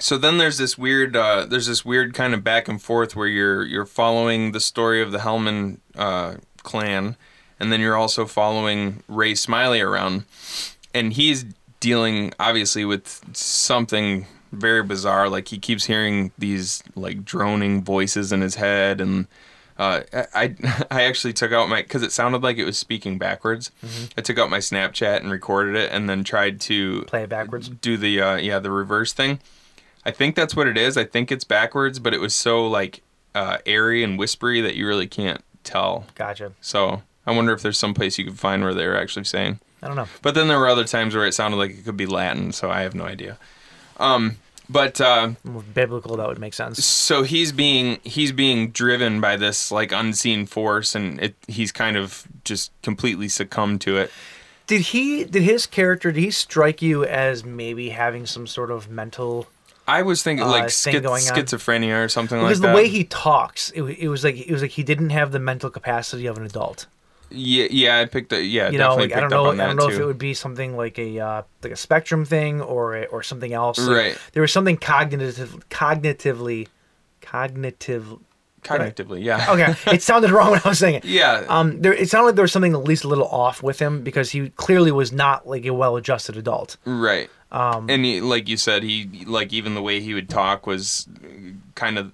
G: so then there's this weird uh, there's this weird kind of back and forth where you're you're following the story of the Hellman uh, clan, and then you're also following Ray Smiley around, and he's dealing obviously with something very bizarre. Like he keeps hearing these like droning voices in his head and. Uh, I I- I actually took out my because it sounded like it was speaking backwards. I took out my Snapchat and recorded it, and then tried to
E: play it backwards.
G: do the uh, yeah the reverse thing. I think that's what it is. I think it's backwards, but it was so like uh, airy and whispery that you really can't tell.
E: Gotcha.
G: So I wonder if there's some place you could find where they were actually saying.
E: I don't know.
G: But then there were other times where it sounded like it could be Latin, so I have no idea. Um, but uh,
E: More biblical, that would make sense.
G: so he's being he's being driven by this like unseen force, and it, he's kind of just completely succumbed to it.
E: Did he? Did his character? Did he strike you as maybe having some sort of mental?
G: I was thinking
E: Uh,
G: like
E: thing
G: schiz-
E: going on.
G: schizophrenia or something
E: Because
G: like that.
E: the way he talks, it, wa- it was like it was like he didn't have the mental capacity of an adult.
G: Yeah, yeah, I picked up. Yeah,
E: You know,
G: definitely
E: like, I
G: picked
E: don't know.
G: up
E: I
G: on that
E: don't know
G: too.
E: if it would be something like a uh, like a spectrum thing or a- or something else. Like,
G: Right.
E: There was something cognitive, cognitively, cognitive.
G: Cognitively, yeah.
E: Okay, it sounded wrong when I was saying it.
G: Yeah.
E: Um, there, it sounded like there was something at least a little off with him because he clearly was not like a well-adjusted adult.
G: Right. Um, and he, like you said, he like even the way he would talk was kind of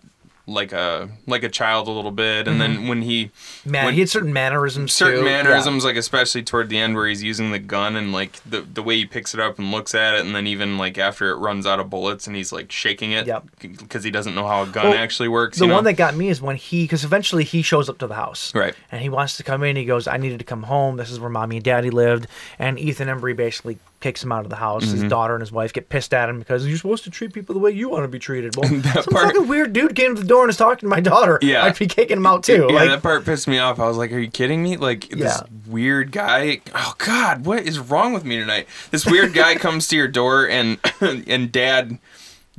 G: like a like a child a little bit, and then when he
E: Mm-hmm. Man,
G: when-
E: he had certain mannerisms.
G: certain
E: too. Yeah.
G: mannerisms, like especially toward the end where he's using the gun and like the the way he picks it up and looks at it, and then even like after it runs out of bullets and he's like shaking it
E: Yep.
G: because he doesn't know how a gun
E: Well,
G: actually works.
E: The
G: you know?
E: one that got me is when he, because eventually he shows up to the house,
G: Right.
E: And he wants to come in. He goes, "I needed to come home. This is where mommy and daddy lived." And Ethan Embry basically kicks him out of the house.
G: Mm-hmm.
E: His daughter and his wife get pissed at him because you're supposed to treat people the way you want to be treated. Well, some
G: part-
E: fucking weird dude came to the door and is talking to my daughter.
G: Yeah.
E: I'd be kicking him out too.
G: Yeah,
E: like,
G: that part pissed me off. I was like, "Are you kidding me? Like
E: Yeah.
G: this weird guy? Oh God, what is wrong with me tonight? This weird guy comes to your door and and Dad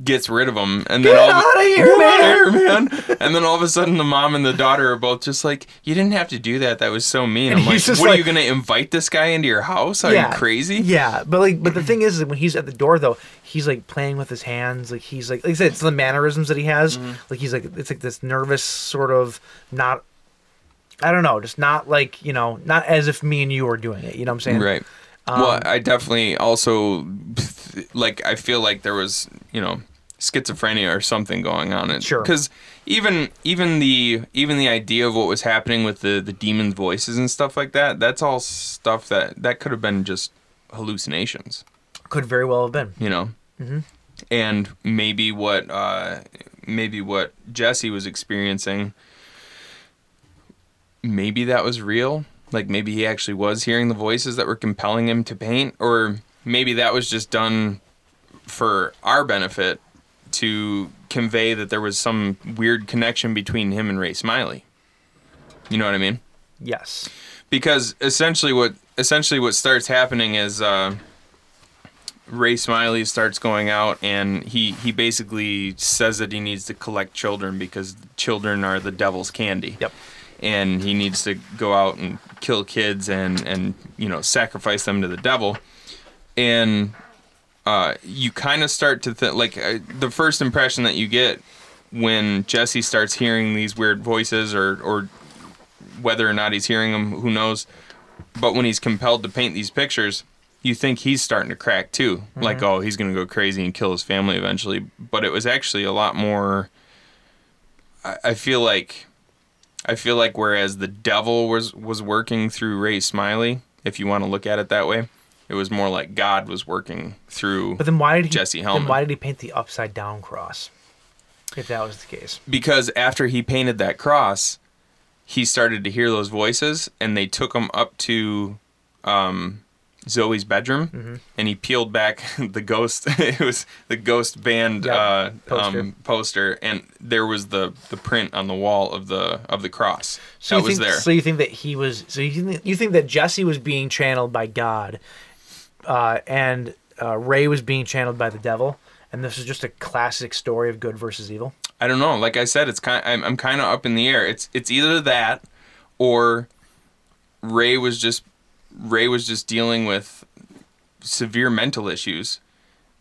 G: gets rid of him, and then
E: Get
G: all of a-
E: outta here,
G: Get
E: man!
G: outta here, man! And then all of a sudden, the mom and the daughter are both just like, "You didn't have to do that. That was so mean."
E: And
G: I'm like,
E: he's
G: "What
E: just
G: are you
E: like-
G: gonna invite this guy into your house? Are you crazy?"
E: Yeah, but like, but the thing is, is when he's at the door though, he's like playing with his hands. Like he's like, like I said, it's the mannerisms that he has.
G: Mm-hmm.
E: Like he's like, it's like this nervous sort of not. I don't know, just not like you know, not as if me and you are doing it. You know what I'm saying?
G: Right. well, I definitely also like I feel like there was, you know, schizophrenia or something going on it.
E: Sure.
G: Cuz even even the even the idea of what was happening with the the demon voices and stuff like that, that's all stuff that that could have been just hallucinations,
E: Could very well have been.
G: you know. Mhm. And maybe what uh maybe what Jesse was experiencing maybe that was real. Like maybe he actually was hearing the voices that were compelling him to paint, or maybe that was just done for our benefit to convey that there was some weird connection between him and Ray Smiley. You know what I mean?
E: Yes.
G: Because essentially, what essentially what starts happening is uh, Ray Smiley starts going out, and he he basically says that he needs to collect children because children are the devil's candy.
E: Yep.
G: And he needs to go out and kill kids and and you know sacrifice them to the devil, and uh, you kind of start to think like uh, the first impression that you get when Jesse starts hearing these weird voices or or whether or not he's hearing them, who knows. But when he's compelled to paint these pictures, you think he's starting to crack too. Like, oh, he's going to go crazy and kill his family eventually. But it was actually a lot more. I, I feel like, I feel like whereas the devil was was working through Ray Smiley, if you want to look at it that way, it was more like God was working through.
E: But then why did he,
G: Jesse
E: Then
G: Helman.
E: why did he paint the upside down cross? If that was the case,
G: because after he painted that cross, he started to hear those voices, and they took him up to um, Zoe's bedroom,
E: Mm-hmm.
G: and he peeled back the ghost. it was the ghost band
E: Yeah,
G: uh,
E: poster.
G: Um, poster, and there was the the print on the wall of the of the cross
E: so
G: that
E: you
G: was
E: think,
G: there.
E: So you think that he was? So you think you think that Jesse was being channeled by God, uh, and uh, Ray was being channeled by the devil, and this is just a classic story of good versus evil.
G: I don't know. Like I said, it's kind. I'm, I'm kind of up in the air. It's it's either that, or Ray was just Ray was just dealing with severe mental issues,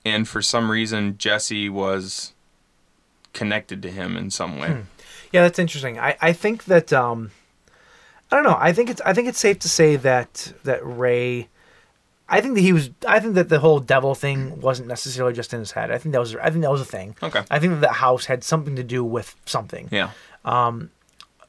G: and for some reason Jesse was connected to him in some way.
E: Yeah, that's interesting. I, I think that um, I don't know. I think it's I think it's safe to say that that Ray, I think that he was. I think that the whole devil thing wasn't necessarily just in his head. I think that was. I think that was a thing.
G: Okay.
E: I think that the house had something to do with something.
G: Yeah.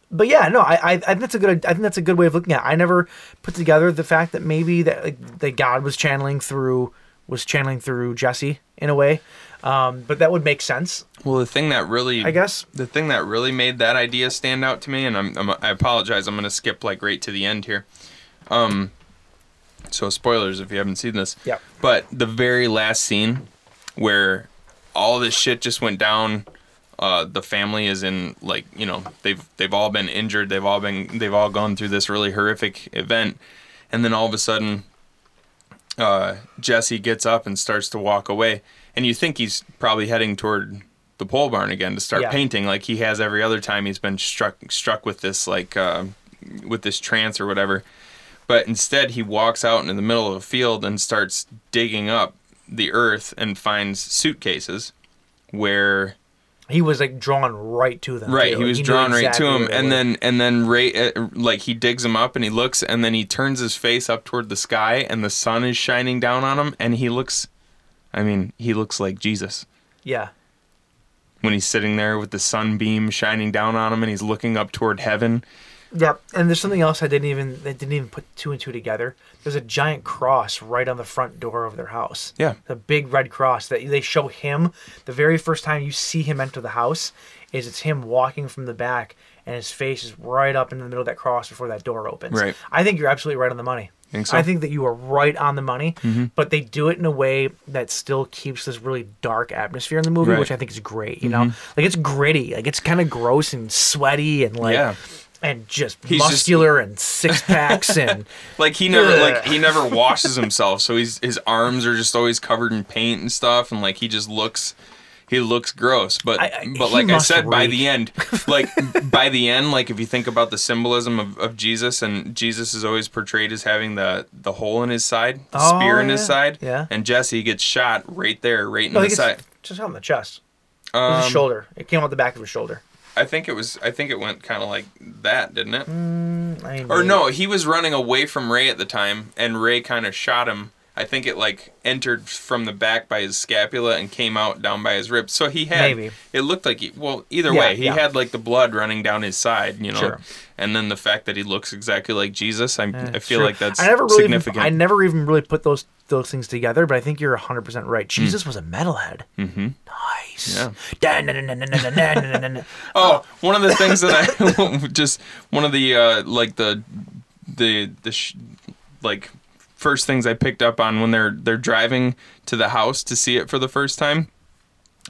E: But yeah, no, I, I I think that's a good I think that's a good way of looking at. it. I never put together the fact that maybe that like, that God was channeling through was channeling through Jesse in a way. Um, but that would make sense.
G: Well, the thing that really
E: I guess.
G: the thing that really made that idea stand out to me, and I'm, I'm I apologize, I'm gonna skip like right to the end here. Um, so spoilers if you haven't seen this.
E: Yep.
G: But the very last scene where all this shit just went down. Uh, the family is in like you know they've they've all been injured. They've all been they've all gone through this really horrific event, and then all of a sudden uh, Jesse gets up and starts to walk away, and you think he's probably heading toward the pole barn again to start
E: Yeah.
G: painting, like he has every other time he's been struck struck with this like uh, with this trance or whatever. But instead, he walks out into the middle of a field and starts digging up the earth and finds suitcases where
E: He was like drawn right to them.
G: Right,
E: too.
G: he
E: Like,
G: was
E: knew
G: drawn right to
E: exactly
G: him,
E: where they
G: and
E: were.
G: then and then Ray uh, like he digs him up and he looks, and then he turns his face up toward the sky, and the sun is shining down on him, and he looks, I mean, he looks like Jesus
E: yeah.
G: when he's sitting there with the sunbeam shining down on him, and he's looking up toward heaven.
E: Yep, and there's something else I didn't even I didn't even put two and two together. There's a giant cross right on the front door of their house.
G: Yeah.
E: the big red cross that they show him the very first time you see him enter the house is it's him walking from the back, and his face is right up in the middle of that cross before that door opens.
G: Right.
E: I think you're absolutely right on the money.
G: Think so?
E: I think that you are right on the money,
G: Mm-hmm.
E: but they do it in a way that still keeps this really dark atmosphere in the movie,
G: Right. Mm-hmm.
E: which I think is great. You know, like it's gritty, like it's kind of gross and sweaty, and like
G: Yeah.
E: and just
G: He's just-
E: muscular and six packs and
G: Like he never
E: Ugh.
G: like he never washes himself, so he's his arms are just always covered in paint and stuff, and like he just looks he looks gross. But
E: I- I-
G: but
E: he
G: like I
E: must
G: said, by
E: reek.
G: the end, like by the end, like if you think about the symbolism of, of Jesus, and Jesus is always portrayed as having the the hole in his side, the
E: Oh,
G: spear in his
E: yeah,
G: side,
E: yeah.
G: and Jesse gets shot right there, right in
E: no,
G: the
E: he gets-
G: side.
E: just on the chest. Um, his shoulder. It came out the back of his shoulder.
G: I think it was I think it went kind of like that, didn't it?
E: I
G: Or
E: mean,
G: no, he was running away from Ray at the time, and Ray kind of shot him. I think it like entered from the back by his scapula and came out down by his ribs. So he had.
E: Maybe.
G: It looked like he. Well, either
E: Yeah,
G: way, he
E: yeah.
G: had like the blood running down his side, you know.
E: Sure.
G: And then the fact that he looks exactly like Jesus, I, I feel
E: True.
G: like that's
E: I never really even-
G: significant.
E: I never even really put those those things together, but I think you're 100 percent
G: Mm.
E: right. Jesus was a metalhead. Mm-hmm. Nice. Yeah.
G: Oh, one of the things that I just one of the uh, like the the the sh- like first things I picked up on when they're they're driving to the house to see it for the first time.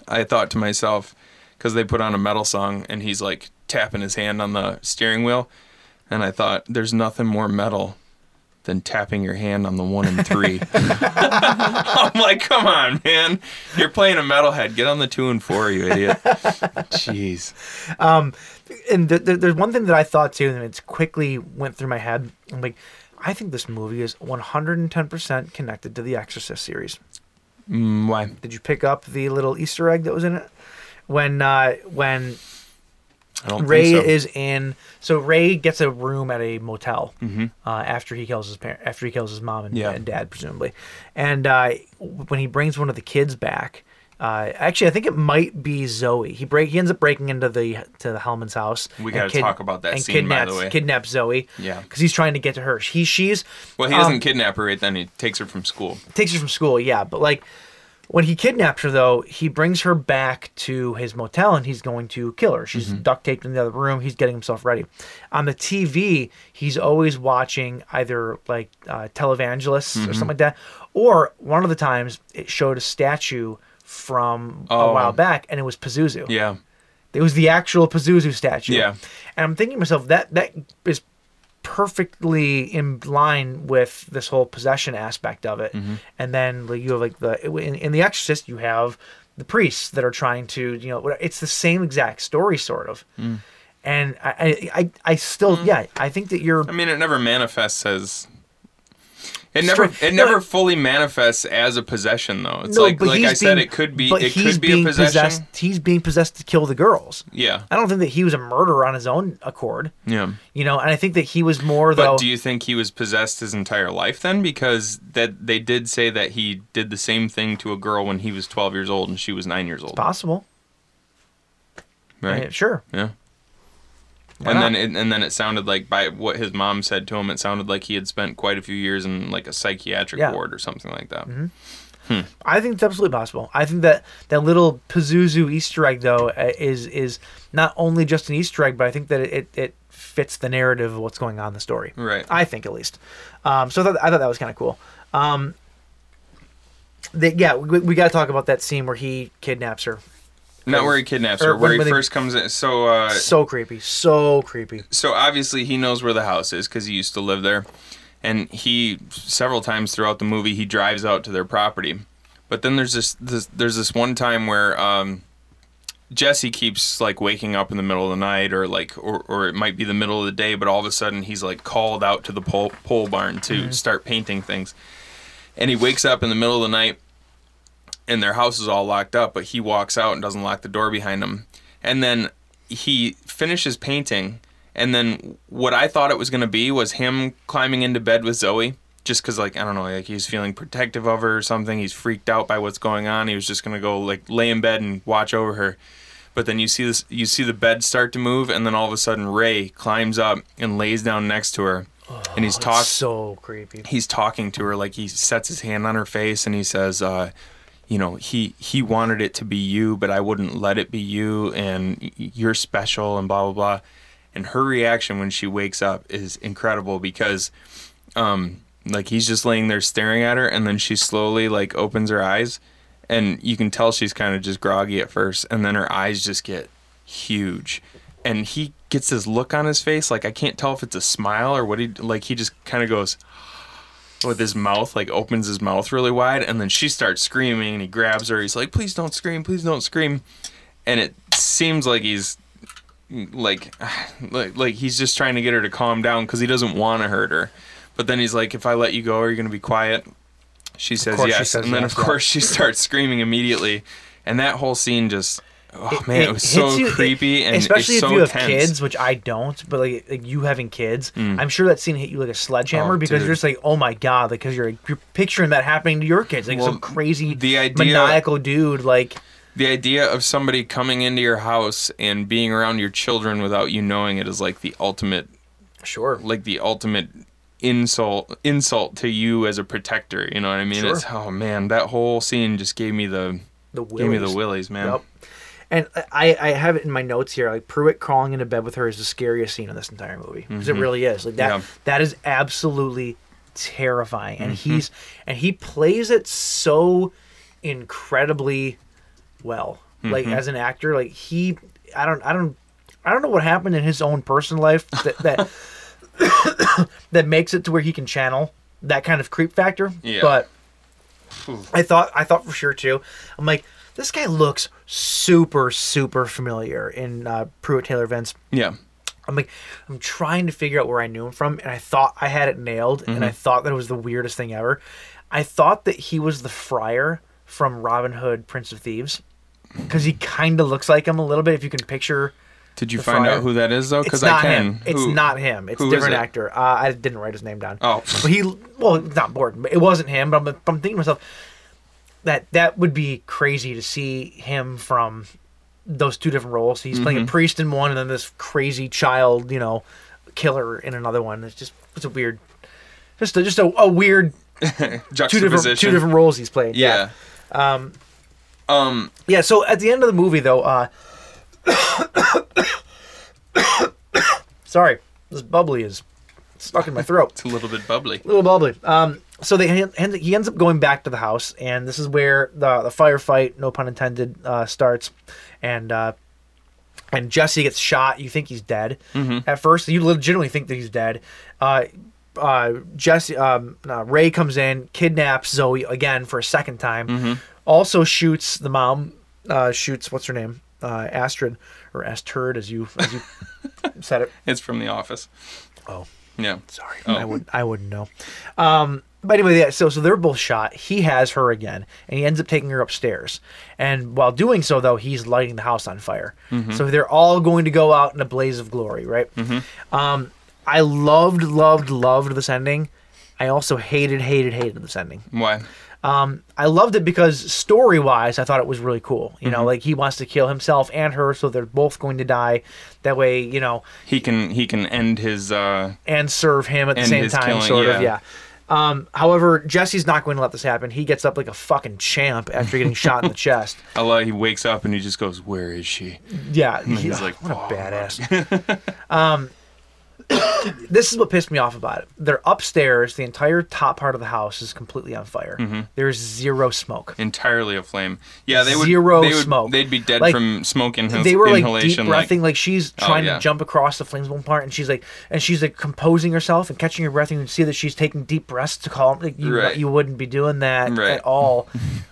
G: I thought to myself because they put on a metal song and he's like tapping his hand on the steering wheel, and I thought there's nothing more metal than tapping your hand on the one and three. I'm like, come on, man. You're playing a metalhead. Get on the two and four, you idiot. Jeez.
E: and th- th- there's one thing that I thought too, and it's quickly went through my head. I'm like, I think this movie is 110% connected to the Exorcist series.
G: Mm, Why?
E: Did you pick up the little Easter egg that was in it? When uh, when
G: I don't
E: Ray
G: think so.
E: is in, so Ray gets a room at a motel uh, after he kills his parent, after he kills his mom and,
G: Mm-hmm. Yeah.
E: and dad presumably, and uh, when he brings one of the kids back, uh, actually I think it might be Zoe. He break he ends up breaking into the to the Hellman's house.
G: We
E: and
G: gotta talk about that
E: and
G: scene, by the
E: kidnaps,
G: way.
E: Kidnaps Zoe.
G: Yeah.
E: because he's trying to get to her. He she's
G: Well, he
E: um,
G: doesn't kidnap her right then. He takes her from school.
E: takes her from school, yeah. But like when he kidnaps her though, he brings her back to his motel and he's going to kill her. She's duct taped in the other room. He's getting himself ready. On the TV, he's always watching either like uh, televangelists or something like that, or one of the times it showed a statue from a
G: Oh.
E: while back and it was Pazuzu.
G: Yeah.
E: It was the actual Pazuzu statue.
G: Yeah.
E: And I'm thinking to myself, that that is perfectly in line with this whole possession aspect of it.
G: Mm-hmm.
E: And then like, you have like the in, in The Exorcist, you have the priests that are trying to you know what- it's the same exact story sort of.
G: Mm.
E: And I I, I, I still yeah I think that you're
G: I mean, it never manifests as. It never, it never
E: No.
G: fully manifests as a possession, though. It's like, like I said, it could be,
E: but
G: it
E: he's
G: could be a
E: being
G: possession.
E: Possessed, he's being possessed to kill the girls.
G: Yeah,
E: I don't think that he was a murderer on his own accord.
G: yeah.
E: You know, and I think that he was more
G: But
E: though.
G: do you think he was possessed his entire life then? Because that they did say that he did the same thing to a girl when he was 12 years old and she was nine years old,
E: possible.
G: right?
E: Yeah, sure.
G: Yeah. And then it, and then it sounded like by what his mom said to him, it sounded like he had spent quite a few years in like a psychiatric
E: Yeah.
G: ward or something like that.
E: I think it's absolutely possible. I think that that little Pazuzu Easter egg though uh, is is not only just an Easter egg, but I think that it, it, it fits the narrative of what's going on in the story.
G: Right.
E: I think at least. Um, so I thought, I thought that was kind of cool. Um, that yeah, we, we got to talk about that scene where he kidnaps her.
G: Not where he kidnaps her,
E: Or
G: where
E: when-
G: he
E: when they-
G: first comes in. So uh,
E: So creepy. So creepy.
G: so obviously he knows where the house is because he used to live there and he several times throughout the movie he drives out to their property but then there's this, this there's this one time where um, jesse keeps like waking up in the middle of the night or like or, or it might be the middle of the day but all of a sudden he's like called out to the pole, pole barn to start painting things and he wakes up in the middle of the night and their house is all locked up, but he walks out and doesn't lock the door behind him. And then he finishes painting, and then what I thought it was going to be was him climbing into bed with Zoe, just because, like, I don't know, like he's feeling protective of her or something. He's freaked out by what's going on. He was just going to go, like, lay in bed and watch over her. But then you see this, you see the bed start to move, and then all of a sudden Ray climbs up and lays down next to her, and he's talking
E: So creepy.
G: he's talking to her like he sets his hand on her face and he says uh you know he he wanted it to be you but i wouldn't let it be you and y- you're special and blah blah blah and her reaction when she wakes up is incredible because um like he's just laying there staring at her and then she slowly like opens her eyes and you can tell she's kind of just groggy at first and then her eyes just get huge and he gets this look on his face like i can't tell if it's a smile or what he like he just kind of goes with his mouth like opens his mouth really wide and then she starts screaming and he grabs her he's like please don't scream please don't scream and it seems like he's like like, like he's just trying to get her to calm down because he doesn't want to hurt her but then he's like if i let you go are you going to be quiet she says
E: course she
G: yes
E: says
G: and then
E: yes,
G: of
E: yeah.
G: course she starts screaming immediately and that whole scene just oh man it, was
E: hits
G: so
E: you- it-
G: creepy and
E: especially
G: it's so
E: if you have
G: tense.
E: kids, which I don't. But like, like you having kids, I'm sure that scene hit you like a sledgehammer
G: Mm. Oh,
E: because
G: dude.
E: you're just like, oh my god, because you're you're picturing that happening to your kids, like
G: Well,
E: some crazy
G: the idea-
E: maniacal dude, like
G: the idea of somebody coming into your house and being around your children without you knowing it is like the ultimate
E: sure,
G: like the ultimate insult insult to you as a protector you know what i mean
E: Sure.
G: it's oh man that whole scene just gave me the
E: the
G: gave me
E: willies.
G: the willies man
E: Yep. And I, I have it in my notes here. Like Pruitt crawling into bed with her is the scariest scene in this entire movie because it really is. Like that.
G: Mm-hmm. Yeah.
E: That is absolutely terrifying. And
G: Mm-hmm.
E: he's and he plays it so incredibly well. Like as an actor, like he, I don't, I don't, I don't know what happened in his own personal life that that that makes it to where he can channel that kind of creep factor.
G: Yeah.
E: But I thought I thought for sure too. I'm like, this guy looks super super familiar in uh, Pruitt Taylor Vince.
G: Yeah.
E: I'm like, I'm trying to figure out where I knew him from, and I thought I had it nailed, and I thought that it was the weirdest thing ever. I thought that he was the friar from Robin Hood, Prince of Thieves, because he kind of looks like him a little bit. If you can picture,
G: Did you
E: The
G: find
E: friar.
G: out who that is though?
E: it's
G: Because Oh, I
E: not
G: can.
E: him. It's
G: Who-
E: not him. It's
G: who
E: a
G: is
E: different
G: it?
E: actor. Uh, I didn't write his name down.
G: Oh.
E: but he well, not Borden, but it wasn't him. But I'm, I'm thinking to myself that that would be crazy to see him from those two different roles. He's playing a
G: Mm-hmm.
E: priest in one, and then this crazy child, you know, killer in another one. It's just it's a weird, just a, just a, a weird two different two
G: Juxtaposition.
E: different roles he's played.
G: Yeah.
E: yeah. So at the end of the movie, though, uh, sorry, this bubbly is stuck in my throat.
G: It's a little bit bubbly.
E: little bubbly. Um, so they hand, hand- he ends up going back to the house, and this is where the the firefight, no pun intended, uh, starts, and uh, and Jesse gets shot. You think he's dead at first. You legitimately think that he's dead. Uh, uh, Jesse um, uh, Ray comes in, kidnaps Zoe again for a second time. Also shoots the mom. Uh, shoots what's her name? Uh, Astrid or Astrid, as you as you said it.
G: It's from The Office.
E: Oh.
G: Yeah.
E: Sorry,
G: Oh.
E: I would I wouldn't know. Um, but anyway, yeah, so so they're both shot. He has her again, and he ends up taking her upstairs. And while doing so, though, he's lighting the house on fire. So they're all going to go out in a blaze of glory, right? Um, I loved, loved, loved this ending. I also hated, hated, hated this ending.
G: Why?
E: Um, I loved it because story wise, I thought it was really cool. You know, like he wants to kill himself and her, so they're both going to die. That way, you know,
G: He can he can end his uh
E: and serve him at the
G: And
E: same
G: his
E: time,
G: killing,
E: sort of.
G: yeah.
E: Yeah. Um, however, Jesse's not going to let this happen. He gets up like a fucking champ after getting shot in the chest.
G: I love he wakes up and he just goes, Where is she?
E: Yeah, he-
G: he's like,
E: what a
G: "Fuck."
E: badass. um, this is what pissed me off about it. They're upstairs. The entire top part of the house is completely on fire.
G: Mm-hmm.
E: There's zero smoke.
G: Entirely aflame. Yeah, they would
E: Zero
G: they would,
E: smoke.
G: They'd be dead
E: Like,
G: from smoke inhal-
E: they were like deep
G: inhalation. Oh,
E: breathing, like, she's trying
G: yeah.
E: to jump across the flames one part, and she's like, and she's like composing herself and catching her breath, and you can see that she's taking deep breaths to calm. Like you,
G: Right.
E: you wouldn't be doing that
G: Right.
E: at all.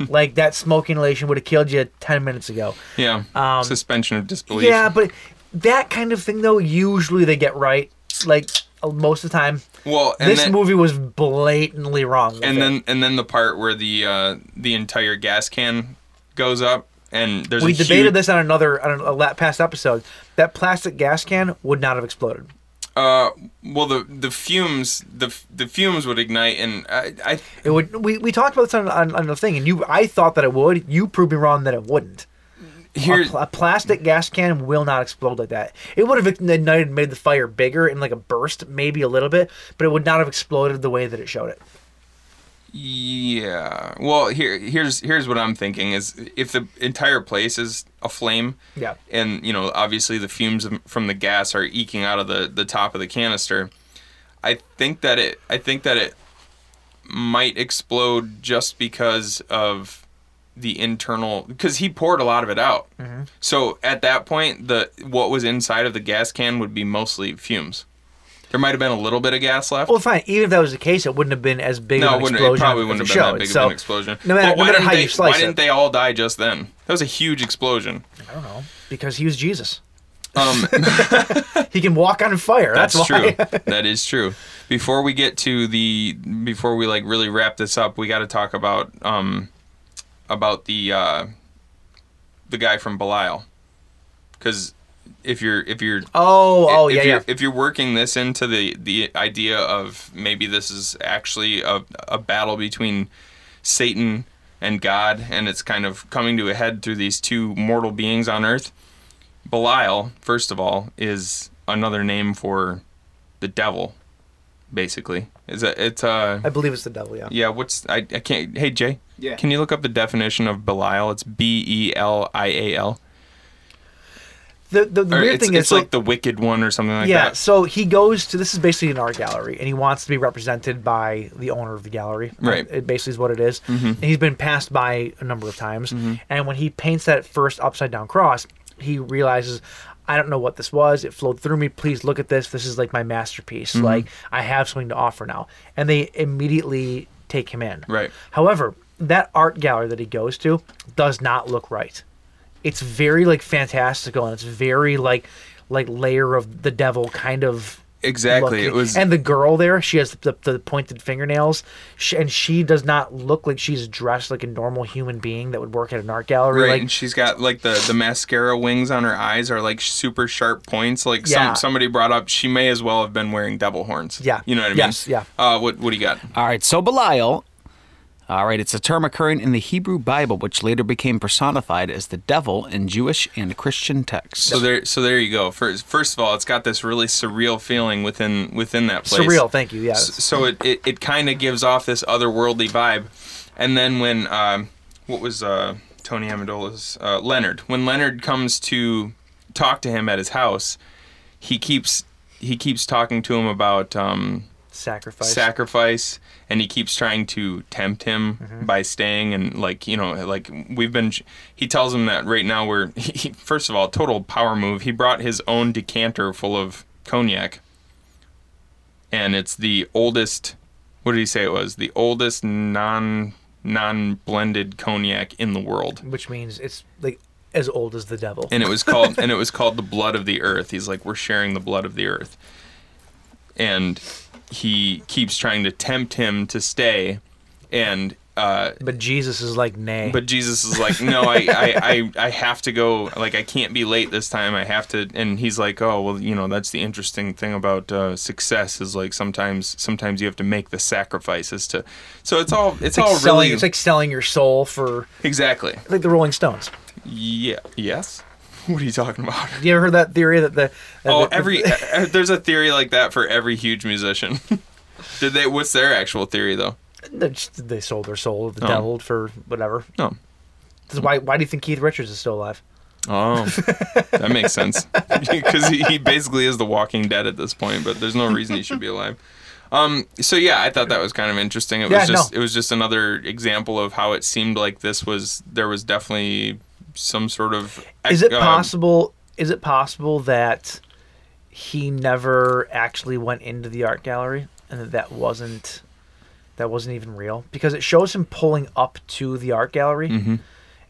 E: like that smoke inhalation would have killed you ten minutes ago.
G: yeah.
E: um,
G: Suspension of disbelief.
E: Yeah, but that kind of thing though, usually they get right. Like uh, most of the time,
G: Well and
E: this
G: then,
E: movie was blatantly wrong. with
G: and
E: it.
G: then and then the part where the uh the entire gas can goes up and there's
E: we
G: a
E: debated
G: huge,
E: this on another on a la- past episode. That plastic gas can would not have exploded.
G: uh well the the fumes the f- the fumes would ignite and I I
E: It would. We, we talked about this on, on, on the thing, and you. I thought that it would. You proved me wrong that it wouldn't.
G: here
E: a, pl- a plastic gas can will not explode like that. It would have ignited, made the fire bigger in like a burst, maybe a little bit, but it would not have exploded the way that it showed it.
G: Yeah. Well, here here's here's what I'm thinking is if the entire place is aflame.
E: Yeah.
G: And you know, obviously the fumes of- from the gas are eking out of the the top of the canister. I think that it I think that it might explode just because of the internal because he poured a lot of it out. So at that point, the what was inside of the gas can would be mostly fumes. There might have been a little bit of gas left.
E: Well, fine. Even if that was the case, it wouldn't have been as big
G: No,
E: of
G: it
E: an
G: wouldn't,
E: explosion.
G: it probably
E: as
G: wouldn't
E: it
G: have been that
E: showed.
G: big
E: so,
G: of an explosion.
E: No matter,
G: But
E: no
G: why
E: matter
G: didn't
E: how
G: they,
E: you slice
G: Why
E: it,
G: didn't they all die just then? That was a huge explosion.
E: I don't know because he was Jesus.
G: Um,
E: He can walk on fire. That's,
G: that's
E: why.
G: true. That is true. Before we get to the, before we like really wrap this up, we got to talk about um, about the uh, the guy from Belial, because if you're if you're
E: Oh, oh
G: if
E: yeah,
G: you're,
E: yeah.
G: If you're working this into the the idea of maybe this is actually a, a battle between Satan and God, and it's kind of coming to a head through these two mortal beings on Earth. Belial, first of all, is another name for the devil, basically. Is it? It's uh.
E: I believe it's the devil. Yeah.
G: Yeah, what's I, I can't. Hey Jay,
H: Yeah.
G: Can you look up the definition of Belial? It's B E L I A L.
E: The the, the
G: Or
E: weird
G: it's,
E: thing
G: it's
E: is
G: like
E: so-
G: the wicked one or something like
E: yeah,
G: that.
E: so he goes to this is basically an art gallery, and he wants to be represented by the owner of the gallery. Uh,
G: Right. Mm-hmm.
E: It basically is what it is. And he's been passed by a number of times, and when he paints that first upside down cross, he realizes I don't know what this was. It flowed through me. Please look at this. This is like my masterpiece.
G: Mm-hmm.
E: Like I have something to offer now. And they immediately take him in.
G: Right.
E: However, that art gallery that he goes to does not look right. It's very like fantastical and it's very like like layer of the devil kind of
G: Exactly,
E: look.
G: it was-
E: and the girl there she has the, the pointed fingernails she, and she does not look like she's dressed like a normal human being that would work at an art gallery
G: Right,
E: like
G: and she's got like the, the mascara wings on her eyes are like super sharp points. Like
E: Yeah.
G: some somebody brought up, she may as well have been wearing devil horns.
E: Yeah.
G: you know what I mean.
E: Yes, yeah.
G: Uh, what what do you got?
H: All right, so Belial. All right, it's a term occurring in the Hebrew Bible, which later became personified as the devil in Jewish and Christian texts.
G: So there so there you go. First first of all, it's got this really surreal feeling within within that place.
E: surreal thank you yeah
G: S- so it, it, it kind of gives off this otherworldly vibe. And then when, um, what was uh, Tony Amendola's? Uh, Leonard. When Leonard comes to talk to him at his house, he keeps he keeps talking to him about um,
E: sacrifice
G: sacrifice and he keeps trying to tempt him by staying and like you know like we've been he tells him that right now we're he, first of all total power move he brought his own decanter full of cognac and it's the oldest what did he say it was the oldest non non blended cognac in the world
E: which means it's like as old as the devil
G: and it was called and it was called the blood of the earth he's like we're sharing the blood of the earth and he keeps trying to tempt him to stay and uh
E: but jesus is like nay
G: but jesus is like no I, I i i have to go like i can't be late this time i have to and he's like oh well you know that's the interesting thing about uh success is like sometimes sometimes you have to make the sacrifices to so it's all it's, all
E: like selling,
G: really
E: it's like selling your soul for
G: exactly
E: like the rolling stones
G: yeah yes what are you talking about
E: you ever heard that theory that the that
G: Oh,
E: the-
G: every uh, there's a theory like that for every huge musician. Did they? What's their actual theory though?
E: They just- they sold their soul
G: Oh.
E: to the devil for whatever.
G: No.
E: This is why why do you think Keith Richards is still alive?
G: Oh, that makes sense because he, he basically is the Walking Dead at this point. But there's no reason he should be alive. Um. So yeah, I thought that was kind of interesting. It was
E: Yeah,
G: just
E: no.
G: it was just another example of how it seemed like this was there was definitely some sort of
E: Is it
G: uh,
E: possible? Is it possible that he never actually went into the art gallery and that that wasn't that wasn't even real? Because it shows him pulling up to the art gallery.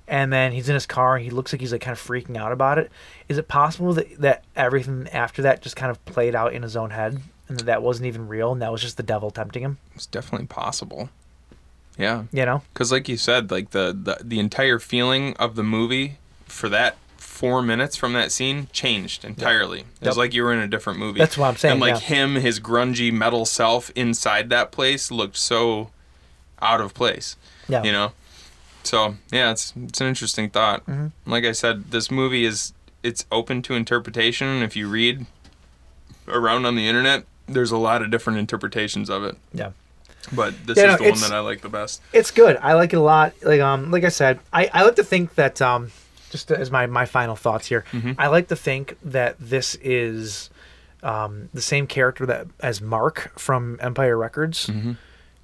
E: And then he's in his car and he looks like he's like kind of freaking out about it. Is it possible that, that everything after that just kind of played out in his own head and that that wasn't even real and that was just the devil tempting him?
G: It's definitely possible. Yeah.
E: You know?
G: Because, like you said, like the, the the entire feeling of the movie for that four minutes from that scene changed entirely. It was
E: Yep.
G: like you were in a different movie.
E: That's what I'm saying,
G: And like
E: yeah.
G: him, his grungy metal self inside that place looked so out of place.
E: Yeah.
G: You know. So yeah, it's it's an interesting thought.
E: Mm-hmm.
G: Like I said, this movie is it's open to interpretation. If you read around on the internet, there's a lot of different interpretations of it.
E: Yeah.
G: But this
E: Yeah, no,
G: is the one
E: it's-
G: that I like the best.
E: it's good. I like it a lot. Like um, like I said, I, I like to think that um, just as my my final thoughts here,
G: Mm-hmm.
E: I like to think that this is um the same character that as Mark from Empire Records.
G: Mm-hmm.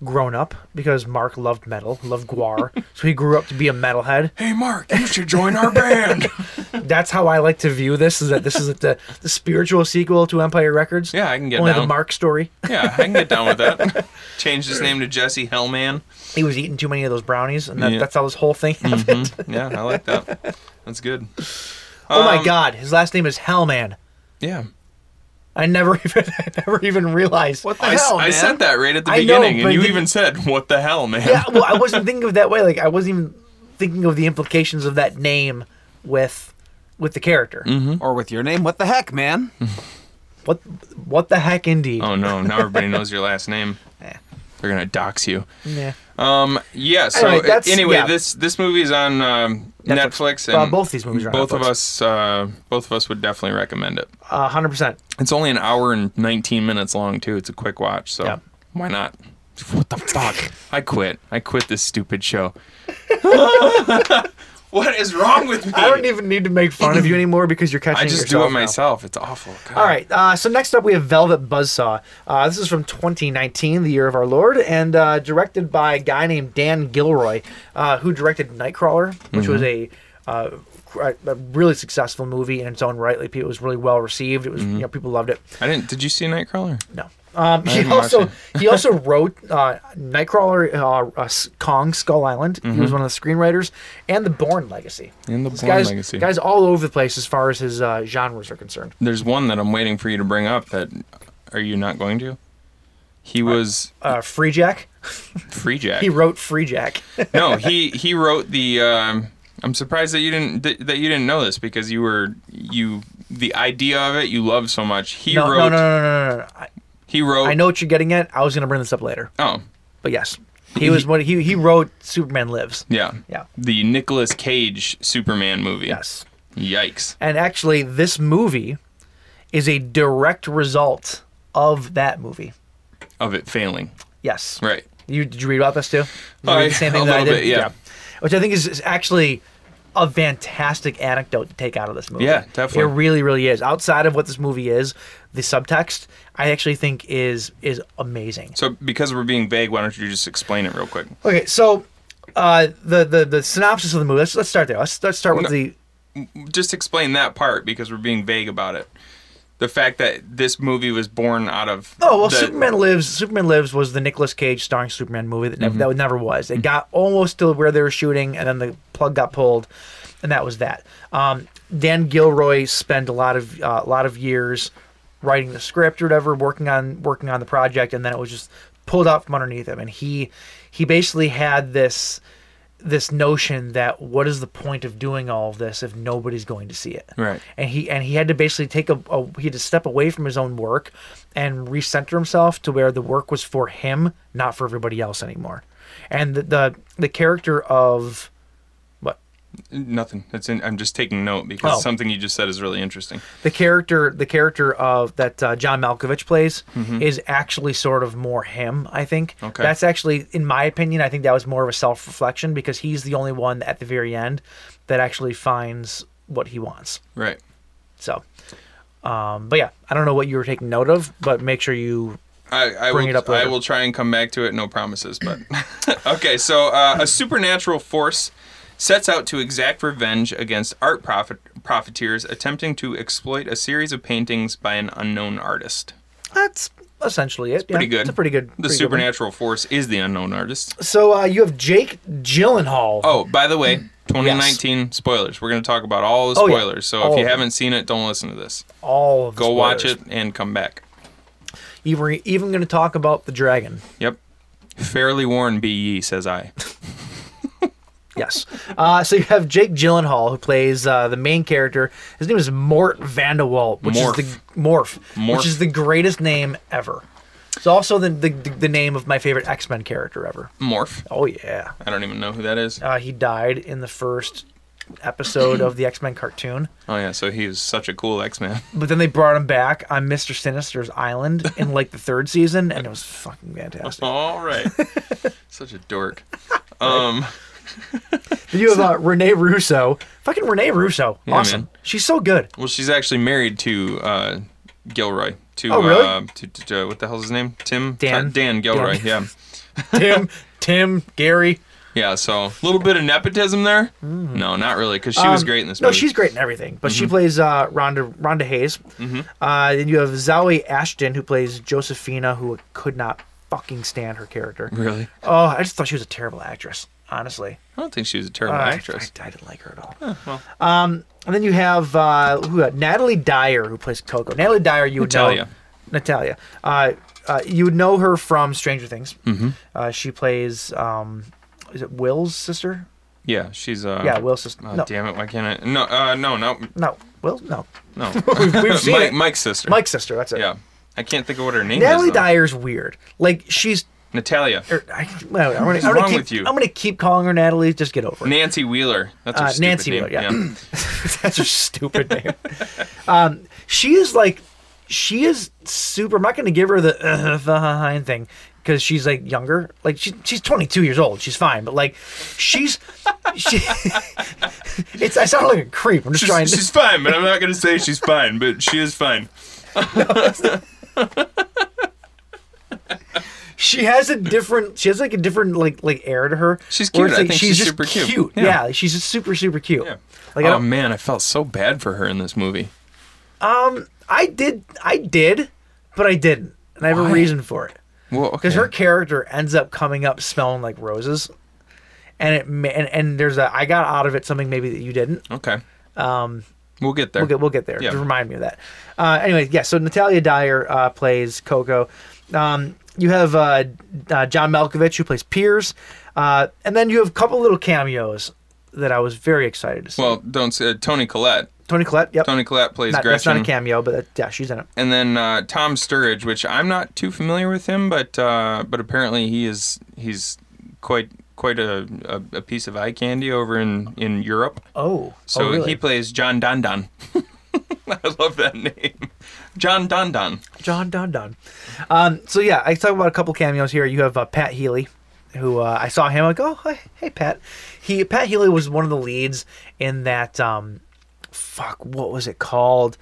E: Grown up because Mark loved metal, loved Guar, so he grew up to be a metalhead.
G: Hey, Mark, you should join our band.
E: That's how I like to view this: is that this is the, the spiritual sequel to Empire Records.
G: Yeah, I can get
E: only the
G: down.
E: Mark story.
G: yeah, I can get down with that. Changed his name to Jesse Hellman.
E: He was eating too many of those brownies, and that,
G: Yeah.
E: that's how this whole thing happened.
G: Yeah, I like that. That's good.
E: Oh
G: Um,
E: my God, his last name is Hellman.
G: Yeah.
E: I never even I never even realized. What
G: I, s- I said that right at the
E: I know,
G: beginning,
E: but
G: and you
E: did-
G: even said, What the hell, man?
E: Yeah, well, I wasn't thinking of it that way. Like I wasn't even thinking of the implications of that name with with the character.
G: Mm-hmm.
H: Or with your name, what the heck, man?
E: What what the heck, indeed?
G: Oh no, now everybody knows your last name. They're going to dox you.
E: Yeah.
G: Um, yeah, so
E: Anyway, that's-
G: anyway,
E: yeah.
G: this this movie is on um,
E: Netflix.
G: Netflix.
E: Well,
G: and
E: both these movies are on
G: both of
E: Netflix.
G: us uh, both of us would definitely recommend it.
E: A hundred percent.
G: It's only an hour and 19 minutes long, too. It's a quick watch, so
E: Yeah.
G: why not? What the fuck? I quit. I quit this stupid show. what is wrong with me?
E: I don't even need to make fun of you anymore because you're catching.
G: I just do
E: yourself
G: it
E: now.
G: myself. It's awful. God.
E: All right. Uh, so next up, we have Velvet Buzzsaw. Uh, this is from 2019, the year of our Lord, and
G: Mm-hmm.
E: uh, directed by a guy named Dan Gilroy, uh, who directed Nightcrawler, which was a Uh, a a really successful movie in its own right. Like it was really well received. It was
G: Mm-hmm.
E: you know people loved it.
G: I didn't. Did you see Nightcrawler?
E: No. Um, he
G: didn't watch
E: also
G: it.
E: he also wrote uh, Nightcrawler, uh, uh, S- Kong, Skull Island. He was one of the screenwriters, and The Bourne Legacy.
G: Mm-hmm. And The
E: This
G: Bourne
E: guy's,
G: Legacy.
E: Guys all over the place as far as his uh, genres are concerned.
G: There's one that I'm waiting for you to bring up. That are you not going to? He was
E: Uh, Free Jack.
G: Free Jack.
E: He wrote Free Jack.
G: no, he he wrote the. Um, I'm surprised that you didn't that that you didn't know this because you were you the idea of it you loved so much. He
E: no,
G: wrote.
E: no, no, no, no, no, no. I,
G: He wrote.
E: I know what you're getting at. I was going to bring this up later,
G: Oh,
E: but yes, he was what he he wrote Superman Lives.
G: yeah.
E: Yeah.
G: The Nicolas Cage Superman movie.
E: Yes.
G: Yikes.
E: And actually, this movie is a direct result of that movie.
G: Of it failing.
E: Yes.
G: Right.
E: You did you read about this too? Did you
G: I-
E: read the same thing
G: a
E: that I
G: little
E: did.
G: bit, yeah.
E: Which I think is, is actually a fantastic anecdote to take out of this movie.
G: Yeah, definitely.
E: It really, really is. Outside of what this movie is, the subtext I actually think is is amazing.
G: So because we're being vague, why don't you just explain it real quick?
E: Okay, so uh, the the the synopsis of the movie. Let's let's start there. Let's let's start with the
G: Just explain that part because we're being vague about it. The fact that this movie was born out of
E: Oh well,
G: the-
E: Superman Lives. Superman Lives was the Nicolas Cage starring Superman movie that never, that never was. It got almost to where they were shooting, and then the plug got pulled, and that was that. Um, Dan Gilroy spent a lot of uh, a lot of years writing the script or whatever, working on working on the project, and then it was just pulled out from underneath him. And he he basically had this this notion that what is the point of doing all of this if nobody's going to see it
G: Right.
E: and he and he had to basically take a, a he had to step away from his own work and recenter himself to where the work was for him not for everybody else anymore and the the, the character of what
G: Nothing. That's in, I'm just taking note because
E: Oh.
G: something you just said is really interesting.
E: the character the character of that uh, John Malkovich plays is actually sort of more him. I think
G: Mm-hmm. Okay.
E: that's actually, in my opinion, I think that was more of a self reflection because he's the only one at the very end that actually finds what he wants.
G: Right.
E: So, um, but yeah, I don't know what you were taking note of, but make sure you
G: I, I
E: Bring
G: will,
E: it up later.
G: I will try and come back to it. No promises, but okay. So uh, a supernatural force sets out to exact revenge against art profit, profiteers attempting to exploit a series of paintings by an unknown artist.
E: that's essentially it. It's
G: Pretty good.
E: It's a pretty good.
G: The
E: pretty good one.
G: supernatural force is the unknown artist.
E: so uh, you have Jake Gyllenhaal.
G: Oh, by the way, 2019 spoilers. We're going to talk about all the
E: Oh, yeah.
G: spoilers. So
E: All
G: if you
E: of them.
G: haven't seen it, don't listen to this.
E: all of the
G: Go watch it
E: spoilers.
G: and come back.
E: You were even going to talk about the dragon.
G: Yep. Fairly warned be ye, says I.
E: Yes. Uh, so you have Jake Gyllenhaal, who plays uh, the main character. His name is Mort Vandewalt, which
G: Morph.
E: is the Morph,
G: Morph.
E: which is the greatest name ever. It's also the the, the name of my favorite X Men character ever.
G: Morph.
E: Oh yeah.
G: I don't even know who that is.
E: Uh, he died in the first episode of the X Men cartoon,
G: Oh yeah, so he was such a cool X Man.
E: but then they brought him back on Mister Sinister's island in like the third season, and it was fucking fantastic.
G: All right, such a dork.
E: You have uh, Renee Russo, fucking Renee Russo,
G: Yeah,
E: awesome.
G: man.
E: She's so good.
G: Well, she's actually married to uh, Gilroy. To,
E: Oh, really?
G: uh, to, to, to- what the hell's his name? Tim.
E: Dan.
G: Uh, Dan Gilroy.
E: Dan.
G: Yeah.
E: Tim, Tim, Gary.
G: Yeah. So a little bit of nepotism there. No, not really, because she was
E: Mm. Um,
G: great in this
E: No,
G: movie.
E: she's great in everything, but
G: Mm-hmm.
E: she plays uh, Rhonda Rhonda Hayes. Uh, then you have Zoe Ashton who plays Josephina, who could not fucking stand her character.
G: really.
E: Oh, I just thought she was a terrible actress, honestly.
G: I don't think she was a terrible
E: I-
G: actress.
E: I, I didn't like her at all. um, and then you have uh, who, uh, Natalie Dyer, who plays Coco. Natalie Dyer, you would know.
G: Natalia.
E: Natalia. Uh, uh, you would know her from Stranger Things.
G: Mm-hmm.
E: Uh, she plays, um, is it Will's sister?
G: yeah, she's. Uh,
E: Yeah, Will's sister.
G: Oh,
E: no,
G: Damn it! Why can't I? No, uh, no, no,
E: no, Will, no.
G: no.
E: We've seen
G: Mike,
E: it.
G: Mike's sister.
E: Mike's sister. That's it.
G: Yeah, I can't think of what her name
E: Natalie
G: is. though.
E: Dyer's weird. Like she's.
G: Natalia.
E: er, I, well, I'm gonna, I'm gonna
G: wrong
E: keep,
G: with you?
E: I'm gonna keep calling her Natalie. Just get over it.
G: Nancy Wheeler. That's her
E: Uh,
G: stupid
E: Nancy
G: name.
E: Wheeler, yeah. That's her stupid name. Um, she is like, she is super. I'm not going to give her the uh, fine thing because she's like younger. Like she, she's 22 years old. She's fine, but like she's she. it's I sound like a creep. I'm just trying.
G: She's, she's fine, but I'm not gonna say she's fine, but she is fine.
E: she has a different she has like a different like like air to her.
G: She's
E: where
G: cute.
E: it's
G: I
E: like
G: think she's
E: just
G: super cute.
E: Yeah.
G: Yeah.
E: like, she's just super super cute.
G: Yeah.
E: Like I,
G: oh
E: don't,
G: man, I felt so bad for her in this movie.
E: I did I did, but I didn't, and I have a reason for it.
G: Well, okay.
E: because her character ends up coming up smelling like roses, and it ma- and, and there's a I got out of it something maybe that you didn't.
G: okay. Um, we'll get there.
E: We'll get we'll get there.
G: Yeah.
E: Just remind me of that. Uh, anyway, yeah. So Natalia Dyer uh, plays Coco. Um, you have uh, uh, John Malkovich who plays Piers, uh, and then you have a couple little cameos that I was very excited to see.
G: well, don't say Tony Collette.
E: Tony Collette. Yep.
G: Tony Collette plays
E: Not, that's
G: Gretchen.
E: not a cameo, but that, yeah, she's in it.
G: and then uh, Tom Sturridge, which I'm not too familiar with him, but uh, but apparently he is he's quite quite a, a, a piece of eye candy over in, in Europe.
E: Oh,
G: So
E: oh, really?
G: he plays John Dondon. I love that name, John Dondon.
E: John Don Don. Um, so yeah, I talk about a couple cameos here. You have uh, Pat Healy, who uh, I saw him. I go, oh, hey, hey, Pat. He Pat Healy was one of the leads in that. Um, fuck, what was it called?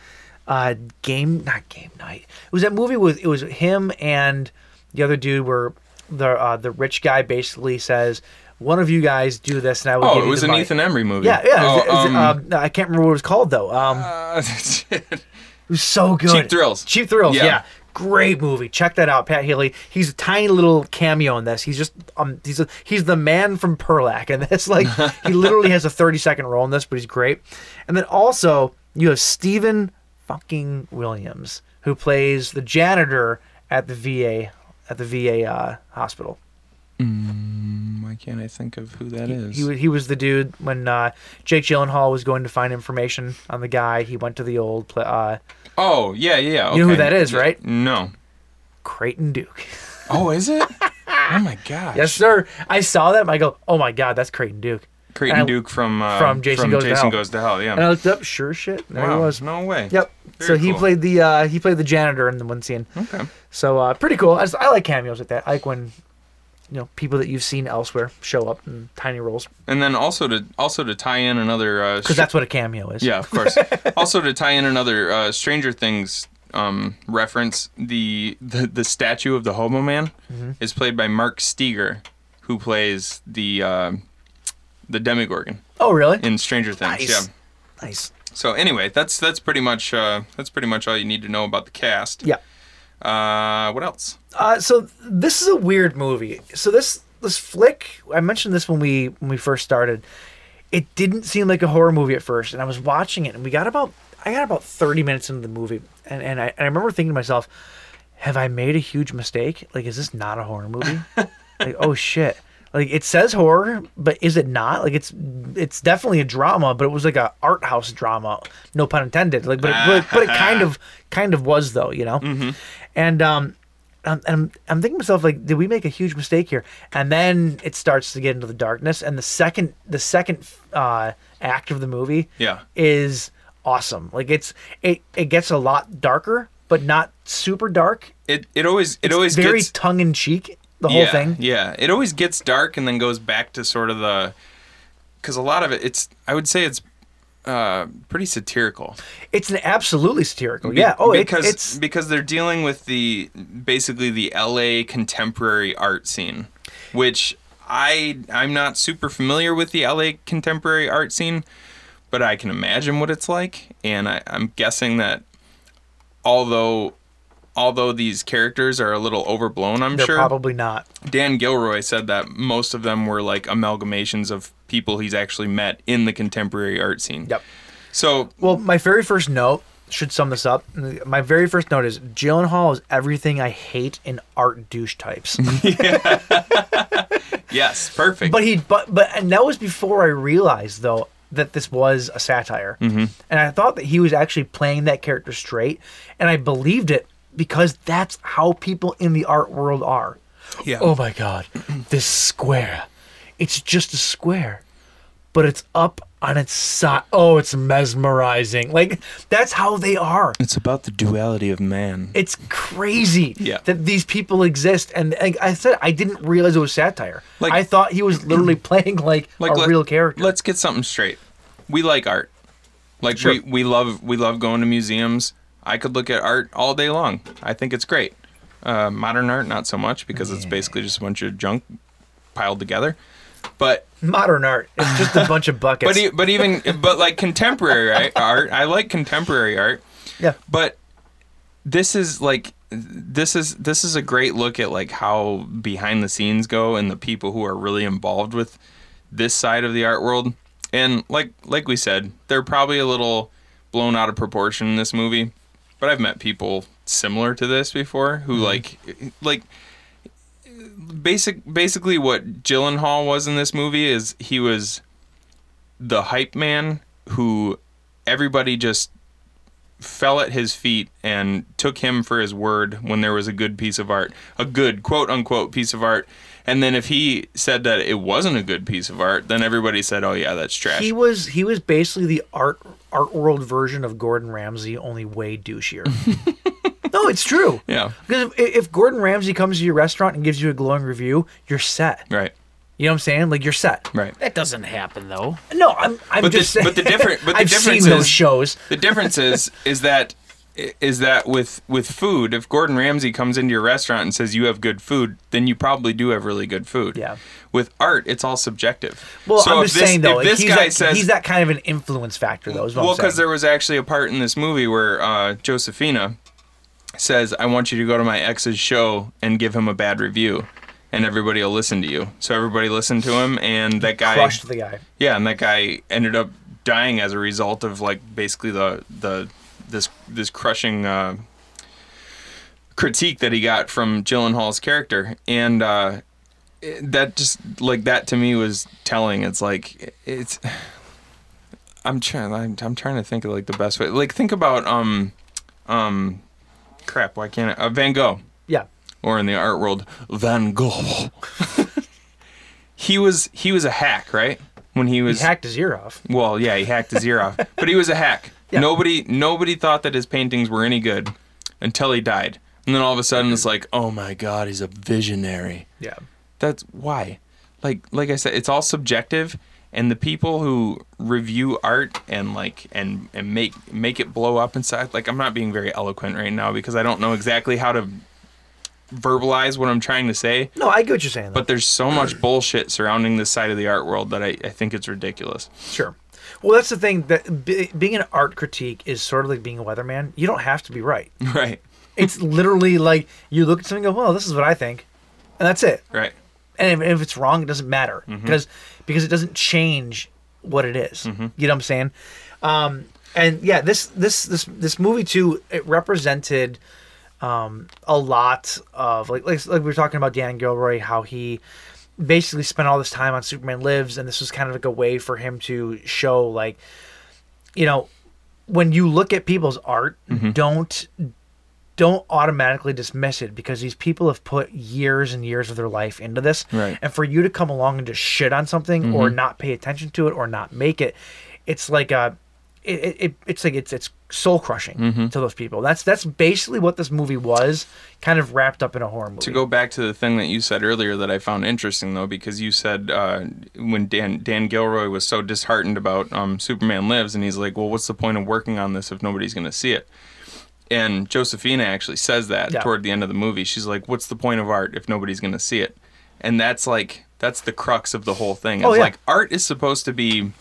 E: Uh, game, not game night. It was that movie with it was him and the other dude where the uh, the rich guy basically says, one of you guys do this, and I will. give
G: Oh, it
E: you
G: was
E: the
G: an
E: money."
G: Ethan Embry movie.
E: Yeah, yeah. it was-
G: Oh,
E: it was,
G: um,
E: um, I can't remember what it was called though. Um,
G: uh,
E: it was so good.
G: Cheap Thrills.
E: Cheap Thrills. Yeah.
G: Yeah.
E: Great movie. Check that out, Pat Healy. He's a tiny little cameo in this. He's just um he's a, he's the man from Perlac in this. Like he literally has a 30 second role in this, but he's great. And then also you have Stephen fucking Williams who plays the janitor at the VA at the VA uh, hospital.
G: why can't I think of who that is?
E: He was, he was the dude when uh, Jake Gyllenhaal was going to find information on the guy. He went to the old pla uh,
G: oh yeah yeah. yeah, Okay.
E: You know who that is, right?
G: No.
E: Creighton Duke.
G: Oh, is it? oh my gosh.
E: Yes, sir. I saw that. And I go, oh my god, that's Creighton Duke.
G: Creighton
E: And I-
G: Duke from uh,
E: from Jason Goes to Hell.
G: to Hell. Yeah.
E: And I looked up. Sure, shit. There
G: Wow,
E: he was.
G: No way.
E: Yep. so
G: Very
E: he
G: cool.
E: played the uh, he played the janitor in the one scene.
G: Okay.
E: So uh, pretty cool. I, just, I like cameos like that. I like when you know people that you've seen elsewhere show up in tiny roles
G: And then also to also to tie in another uh,
E: because that's what a cameo is.
G: yeah, of course. also to tie in another uh, Stranger Things um, reference, the, the the statue of the Hobo Man
E: Mm-hmm.
G: is played by Mark Steger, who plays the uh, the Demigorgon
E: Oh, really?
G: in Stranger Things.
E: Nice.
G: Yeah.
E: Nice.
G: So anyway, that's that's pretty much uh, that's pretty much all you need to know about the cast.
E: Yeah.
G: Uh, what else?
E: Uh, so this is a weird movie. So this this flick, I mentioned this when we when we first started. It didn't seem like a horror movie at first, and I was watching it, and we got about I got about thirty minutes into the movie, and and I, and I remember thinking to myself, "Have I made a huge mistake? Like, is this not a horror movie? like, oh shit." Like it says horror, but is it not? Like it's it's definitely a drama, but it was like a art house drama, no pun intended. Like, but it, but, it- but it kind of kind of was though, you know. And um, I'm, and I'm, I'm thinking to myself like, did we make a huge mistake here? And then it starts to get into the darkness, and the second the second uh, act of the movie
G: Yeah.
E: is awesome. Like it's it it gets a lot darker, but not super dark.
G: It it always it always
E: very
G: gets
E: tongue in cheek. The whole
G: yeah,
E: thing.
G: Yeah, it always gets dark and then goes back to sort of the because a lot of it, it's I would say it's uh, pretty satirical.
E: It's an absolutely satirical.
G: Be-
E: yeah. Oh, it-
G: because
E: it's
G: because they're dealing with the basically the L.A. contemporary art scene, which I I'm not super familiar with the L.A. contemporary art scene, but I can imagine what it's like, and I, I'm guessing that although although these characters are a little overblown, I'm
E: they're
G: sure
E: probably not.
G: Dan Gilroy said that most of them were like amalgamations of people he's actually met in the contemporary art scene.
E: Yep.
G: So
E: Well, my very first note should sum this up. My very first note is Gyllenhaal is everything I hate in art douche types.
G: yes, perfect.
E: But he, but but, and that was before I realized though that this was a satire,
G: Mm-hmm.
E: and I thought that he was actually playing that character straight, and I believed it because that's how people in the art world are.
G: Yeah.
E: Oh my God, this square, it's just a square, but it's up on its side. Oh, it's mesmerizing. Like that's how they are
G: it's about the duality of man.
E: it's crazy
G: Yeah.
E: that these people exist. And like I said, I didn't realize it was satire.
G: Like-
E: I thought he was literally playing like,
G: Like
E: a
G: let-
E: real character.
G: Let's get something straight. We like art. Like we, we love we love going to museums. I could look at art all day long. I think it's great. Uh, modern art, not so much because it's basically just a bunch of junk piled together. But
E: Modern art. It's just a bunch of buckets.
G: but e- but even but like contemporary right, art, I like contemporary art.
E: yeah.
G: But this is like this is this is a great look at like how behind the scenes go and the people who are really involved with this side of the art world. And like like we said, they're probably a little blown out of proportion in this movie. But I've met people similar to this before who like like basic basically what Gyllenhaal was in this movie is he was the hype man who everybody just fell at his feet and took him for his word when there was a good piece of art, a good quote unquote piece of art. And then if he said that it wasn't a good piece of art, then everybody said, "Oh yeah, that's trash."
E: He was he was basically the art art world version of Gordon Ramsay, only way douchier. no, it's true.
G: Yeah.
E: Because if, if Gordon Ramsay comes to your restaurant and gives you a glowing review, you're set.
G: right,
E: You know what I'm saying? Like you're set.
G: right.
H: That doesn't happen though.
E: No, I'm. I'm
G: But the-
E: just saying.
G: but the different- but the
E: I've
G: difference
E: seen those
G: is-
E: shows.
G: The difference is is that is that with with food, if Gordon Ramsay comes into your restaurant and says you have good food, then you probably do have really good food.
E: Yeah.
G: With art, it's all subjective.
E: Well,
G: So
E: I'm
G: if
E: just
G: this-
E: saying though,
G: if
E: like,
G: this
E: he's,
G: guy
E: that,
G: says
E: he's that kind of an influence factor though. Is what
G: well,
E: I'm
G: because there
E: saying.
G: was actually a part in this movie where uh, Josephina says, "I want you to go to my ex's show and give him a bad review, and everybody will listen to you." So everybody listened to him, and that guy
E: crushed the guy.
G: yeah, and that guy ended up dying as a result of like basically the the this this crushing uh, critique that he got from Gyllenhaal's character, and uh, it- that just like that to me was telling. It's like it's. I'm trying. I'm, I'm trying to think of like the best way. Like think about um, um, crap. Why can't I? Uh, Van Gogh
E: Yeah.
G: or in the art world, Van Gogh. he was he was a hack, right? When he
E: He
G: was
E: hacked his ear off.
G: well, yeah, he hacked his ear off, but he was a hack. Nobody nobody thought that his paintings were any good until he died, and then all of a sudden it's like, oh my god, he's a visionary.
E: Yeah.
G: That's why. Like like I said, it's all subjective and the people who review art and like and and make make it blow up inside like I'm not being very eloquent right now because I don't know exactly how to verbalize what I'm trying to say,
E: No, I get what you're saying. Though.
G: but there's so much bullshit surrounding this side of the art world that I, I think it's ridiculous.
E: Sure. Well, that's the thing that be, being an art critique is sort of like being a weatherman. You don't have to be right.
G: Right.
E: It's literally like you look at something and go, "Well, this is what I think," and that's it.
G: Right.
E: And if, if it's wrong, it doesn't matter because because it doesn't change what it is. You know what I'm saying? Um, and yeah, this this this this movie too. It represented um, a lot of like like, like we were talking about Dan Gilroy, how he basically spent all this time on Superman Lives, and this was kind of like a way for him to show like, you know, when you look at people's art, don't don't automatically dismiss it because these people have put years and years of their life into this,
G: Right.
E: and for you to come along and just shit on something or not pay attention to it or not make it, it's like a it, it- it it's like it's it's soul crushing to those people. That's that's basically what this movie was, kind of wrapped up in a horror movie.
G: To go back to the thing that you said earlier that I found interesting though, because you said uh, when Dan Dan Gilroy was so disheartened about um, Superman Lives, and he's like, "Well, what's the point of working on this if nobody's going to see it?" And Josephina actually says that
E: Yeah.
G: toward the end of the movie. She's like, "What's the point of art if nobody's going to see it?" And that's like that's the crux of the whole thing. It's
E: Oh, yeah.
G: like art is supposed to be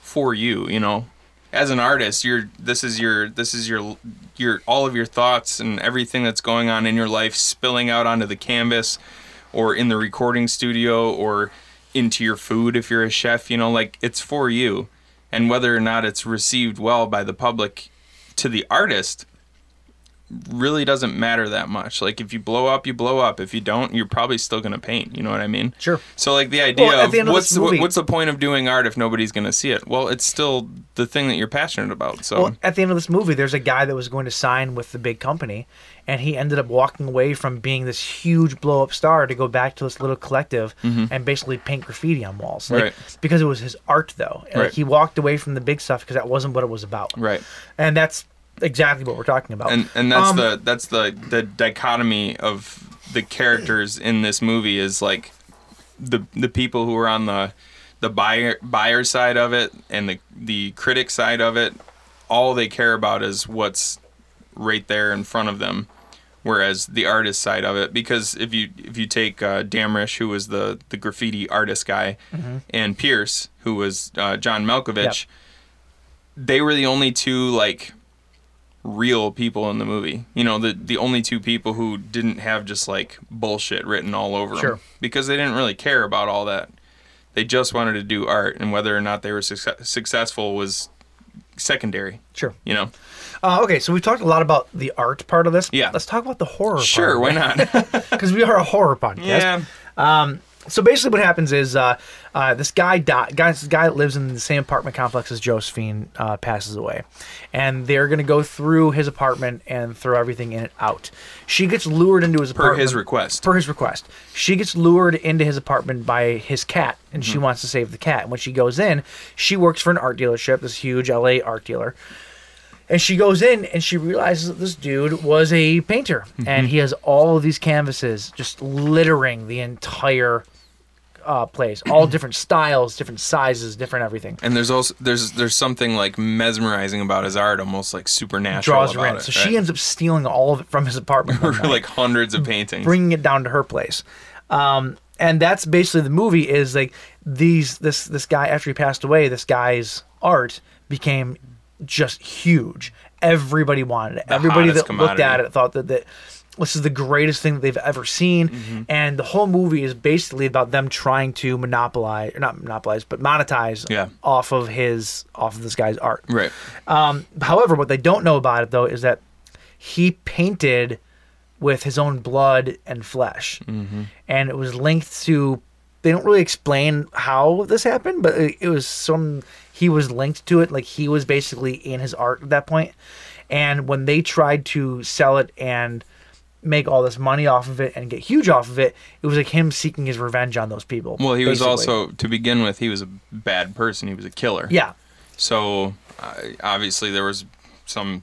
G: for you, you know. As an artist, you're this is your this is your your all of your thoughts and everything that's going on in your life spilling out onto the canvas or in the recording studio or into your food if you're a chef, you know, like it's for you. And whether or not it's received well by the public to the artist really doesn't matter that much. Like if you blow up, you blow up. If you don't, you're probably still going to paint, you know what I mean?
E: Sure.
G: So like the idea
E: Well, at
G: of,
E: the end of
G: what's
E: this
G: the-
E: movie-
G: what's the point of doing art if nobody's going to see it? Well, it's still the thing that you're passionate about. So
E: Well, at the end of this movie, there's a guy that was going to sign with the big company, and he ended up walking away from being this huge blow up star to go back to this little collective and basically paint graffiti on walls. Like,
G: Mm-hmm. Right.
E: Because it was his art, though. And,
G: Right.
E: Like, he walked away from the big stuff because that wasn't what it was about.
G: Right.
E: And that's exactly what we're talking about.
G: and and that's
E: Um,
G: the that's the the dichotomy of the characters in this movie is like the the people who are on the the buyer buyer side of it and the the critic side of it all they care about is what's right there in front of them whereas the artist side of it because if you if you take uh, Damrish who was the the graffiti artist guy
E: Mm-hmm.
G: and Pierce who was uh, John Malkovich they were the only two like real people in the movie you know the the only two people who didn't have just like bullshit written all over
E: Sure.
G: them because they didn't really care about all that they just wanted to do art and whether or not they were success- successful was secondary
E: Sure.
G: you know
E: Uh, okay, so we've talked a lot about the art part of this.
G: Yeah.
E: Let's talk about the horror
G: sure why not
E: Because we are a horror podcast.
G: yeah
E: So basically, what happens is uh, uh, this guy die, guy this guy that lives in the same apartment complex as Josephine uh, passes away, and they're gonna go through his apartment and throw everything in it out. She gets lured into his apartment
G: his request.
E: Per his request, she gets lured into his apartment by his cat, and
G: Mm-hmm.
E: she wants to save the cat. And when she goes in, she works for an art dealership, this huge LA art dealer. And she goes in and she realizes that this dude was a painter
G: Mm-hmm.
E: and he has all of these canvases just littering the entire uh, place, all different styles, different sizes, different everything.
G: And there's also there's there's something like mesmerizing about his art, almost like supernatural.
E: Draws
G: about
E: her in.
G: It,
E: So she ends up stealing all of it from his apartment, one night,
G: like hundreds of paintings.
E: bringing it down to her place. Um, and that's basically the movie is like these this this guy after he passed away, this guy's art became just huge. Everybody wanted it. Everybody
G: hottest
E: that looked at
G: commodity.
E: it thought that that this is the greatest thing that they've ever seen
G: Mm-hmm.
E: and the whole movie is basically about them trying to monopolize or not monopolize but monetize
G: Yeah.
E: off of his off of this guy's art
G: right.
E: um, however what they don't know about it though is that he painted with his own blood and flesh
G: Mm-hmm.
E: and it was linked to they don't really explain how this happened but it, it was some he was linked to it like he was basically in his art at that point and when they tried to sell it and make all this money off of it and get huge off of it it was like him seeking his revenge on those people
G: Well, he was
E: basically.
G: also to begin with, he was a bad person. He was a killer.
E: yeah
G: So uh, obviously there was some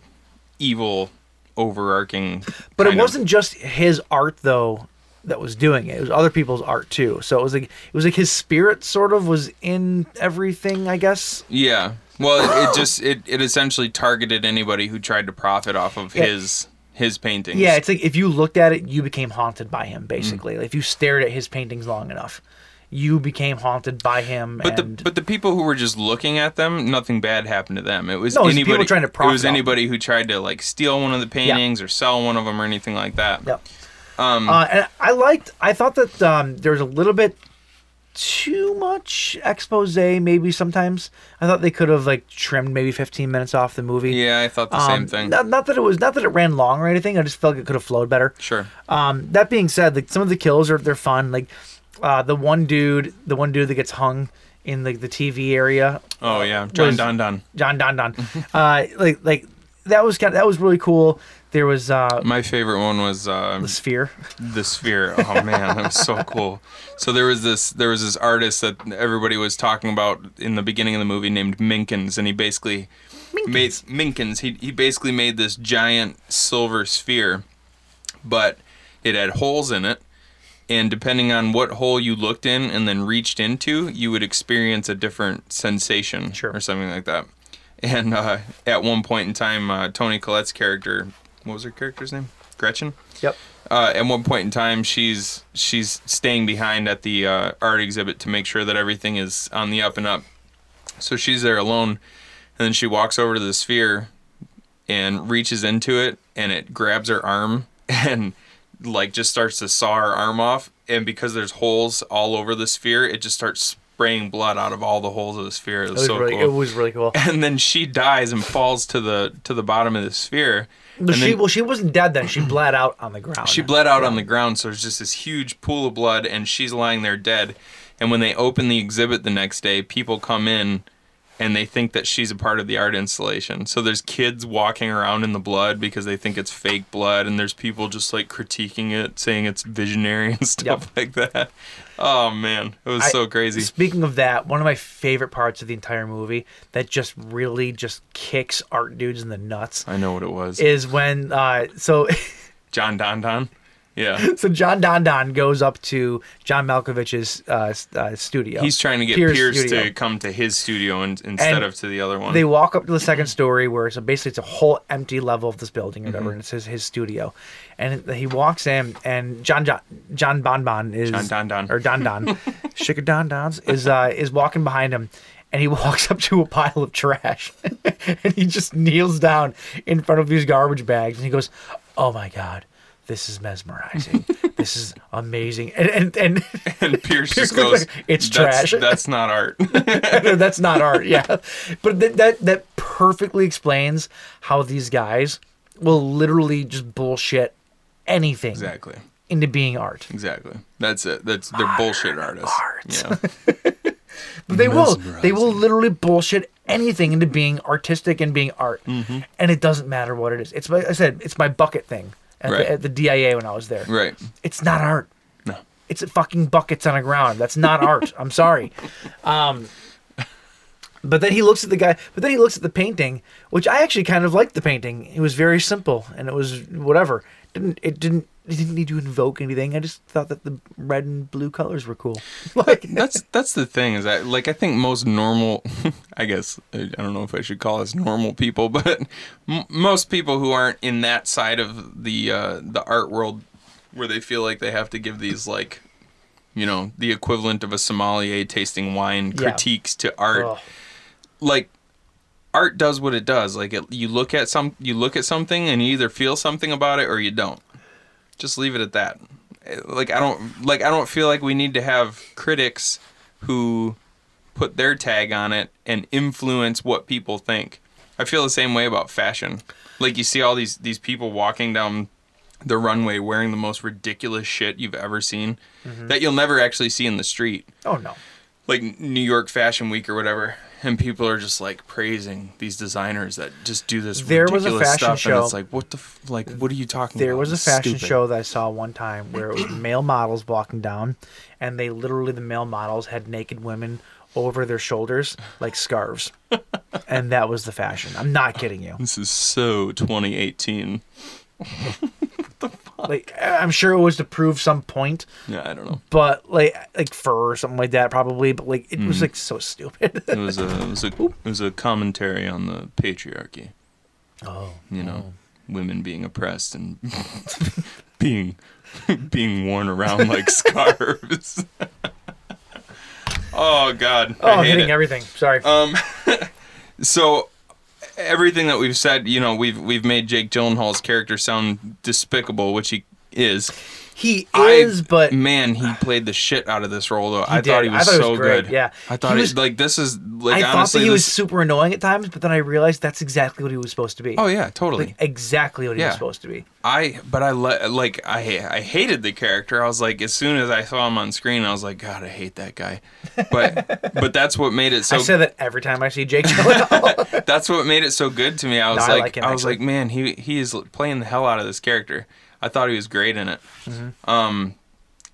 G: evil overarching.
E: But it
G: kind of-
E: wasn't just his art though that was doing it. It was other people's art too. So it was like it was like his spirit sort of was in everything, I guess.
G: yeah. Well, it, it just it, it essentially targeted anybody who tried to profit off of his his paintings.
E: Yeah, it's like if you looked at it, you became haunted by him
G: Mm.
E: basically. Like, if you stared at his paintings long enough, you became haunted by him
G: But
E: and
G: the but the people who were just looking at them, nothing bad happened to them. It was
E: No, it was people
G: anybody
E: trying to profit
G: It was
E: off
G: anybody who tried to like steal one of the paintings or sell one of them or anything like that.
E: Yep.
G: um
E: uh, and I liked. I thought that um, there was a little bit too much expose. Maybe sometimes I thought they could have like trimmed maybe 15 minutes off the movie.
G: Yeah, I thought the same
E: Um,
G: thing.
E: Not, not that it was not that it ran long or anything. I just felt like it could have flowed better.
G: Sure.
E: Um, that being said, like some of the kills are they're fun. Like uh, the one dude, the one dude that gets hung in like the TV area,
G: Oh yeah, John
E: was-
G: Don Don.
E: John Don Don. uh, like like that was kind of, that was really cool. There was uh,
G: My favorite one was uh,
E: the sphere.
G: the sphere. Oh man, that was so cool. So there was this there was this artist that everybody was talking about in the beginning of the movie named Minkins, and he basically made Minkins. He he basically made this giant silver sphere, but it had holes in it. And depending on what hole you looked in and then reached into, you would experience a different sensation
E: Sure.
G: or something like that. And uh, at one point in time, uh, Tony Collette's character, what was her character's name? Gretchen
E: Yep.
G: uh, at one point in time she's she's staying behind at the uh, art exhibit to make sure that everything is on the up and up so she's there alone and then she walks over to the sphere and reaches into it and it grabs her arm and like just starts to saw her arm off and because there's holes all over the sphere it just starts spraying blood out of all the holes of the sphere it
E: It
G: was,
E: was
G: so
E: really
G: cool
E: it was really cool.
G: and then she dies and falls to the to the bottom of the sphere
E: But
G: And
E: she
G: then-
E: well she wasn't dead then. She bled out on the ground.
G: she bled out on the ground, so there's just this huge pool of blood, and she's lying there dead. And when they open the exhibit the next day, people come in and they think that she's a part of the art installation. So there's kids walking around in the blood because they think it's fake blood, and there's people just like critiquing it, saying it's visionary and stuff like that. Oh man, it was
E: I-
G: so crazy.
E: Speaking of that, one of my favorite parts of the entire movie that just really just kicks art dudes in the nuts
G: I know what it was.
E: is when uh so
G: John Don Don. Yeah.
E: So John Don Don goes up to John Malkovich's uh, s- uh, studio.
G: He's trying to get
E: Pierce
G: Pierce,
E: studio.
G: to come to his studio in, instead
E: And
G: of to the other one.
E: They walk up to the second story where it's basically it's a whole empty level of this building or whatever,
G: Mm-hmm.
E: and it's his, his studio. And he walks in, and John John John Bon Bon is
G: John Don Don.
E: or Don Don, Sugar Don Don's is uh, is walking behind him, and he walks up to a pile of trash, and he just kneels down in front of these garbage bags, and he goes, "Oh my god." This is mesmerizing. this is amazing. And and, and
G: and Pierce,
E: Pierce
G: just goes,
E: goes, "It's
G: "That's-
E: trash."
G: That's not art.
E: No, that's not art. Yeah, but that, that that perfectly explains how these guys will literally just bullshit anything
G: exactly.
E: into being art.
G: Exactly. That's it. That's they're bullshit artists. Yeah.
E: But they will. They will literally bullshit anything into being artistic and being art,
G: Mm-hmm.
E: and it doesn't matter what it is. It's my, I said it's my bucket thing at,
G: Right.
E: the, at the DIA when I was there.
G: Right.
E: It's not art. No. It's fucking buckets on the ground. That's not art. I'm sorry. Um, but then he looks at the guy. But then he looks at the painting, which I actually kind of liked. The painting. It was very simple, and it was whatever. Didn't it? Didn't it didn't need to invoke anything. I just thought that the red and blue colors were cool. Like
G: That's that's the thing is that like I think most normal, I guess I don't know if I should call us normal people, but m- most people who aren't in that side of the uh, the art world where they feel like they have to give these like, you know, the equivalent of a sommelier tasting wine
E: Yeah.
G: critiques to art.
E: Ugh.
G: like art does what it does like it, you look at some you look at something and you either feel something about it or you don't just leave it at that Eh, like i don't like i don't feel like we need to have critics who put their tag on it and influence what people think i feel the same way about fashion like you see all these these people walking down the runway wearing the most ridiculous shit you've ever seen
E: Mm-hmm.
G: that you'll never actually see in the street
E: oh no.
G: like New York Fashion Week or whatever, and people are just like praising these designers that just do this
E: There was
G: ridiculous
E: a fashion
G: stuff, and
E: show-
G: it's like, what the, f- like, what are you talking
E: There
G: about?
E: was a
G: It's
E: fashion
G: stupid.
E: show that I saw one time where it was male models walking down, and they literally the male models had naked women over their shoulders like scarves, and that was the fashion. I'm not kidding you.
G: This is so 2018.
E: Like I- I'm sure it was to prove some point,
G: Yeah, I don't know.
E: but like like fur or something like that probably. But like it
G: Mm-hmm.
E: was like so stupid.
G: It was a, it was a, it was a commentary on the patriarchy. Oh, you know, women being oppressed and being being worn around like scarves. oh God!
E: oh,
G: I
E: I'm
G: hate
E: hitting
G: it. Um,
E: everything. Sorry.
G: so everything that we've said, you know, we've we've made Jake Gyllenhaal's character sound despicable, which he is.
E: he
G: I-
E: is, but
G: man, he played the shit out of this role though. I
E: did.
G: thought he
E: I
G: was
E: thought it was
G: so
E: great,
G: good.
E: yeah.
G: I thought
E: He
G: he
E: was-
G: like this is
E: I
G: like
E: thought that
G: honestly
E: he was
G: this-
E: super annoying at times. But then I realized that's exactly what he was supposed to be.
G: Oh yeah, totally.
E: Like exactly what he
G: Yeah.
E: was supposed to be.
G: I but I le- like I ha- I hated the character. I was like as soon as I saw him on screen, I was like god, I hate that guy. But but that's what made it so
E: I say that every time I see Jake Gyllenhaal.
G: that's what made it so good to me. I was
E: I
G: like,
E: like him,
G: I was
E: actually.
G: like, man, he he is playing the hell out of this character. I thought he was great in it. Um,
E: Mm-hmm.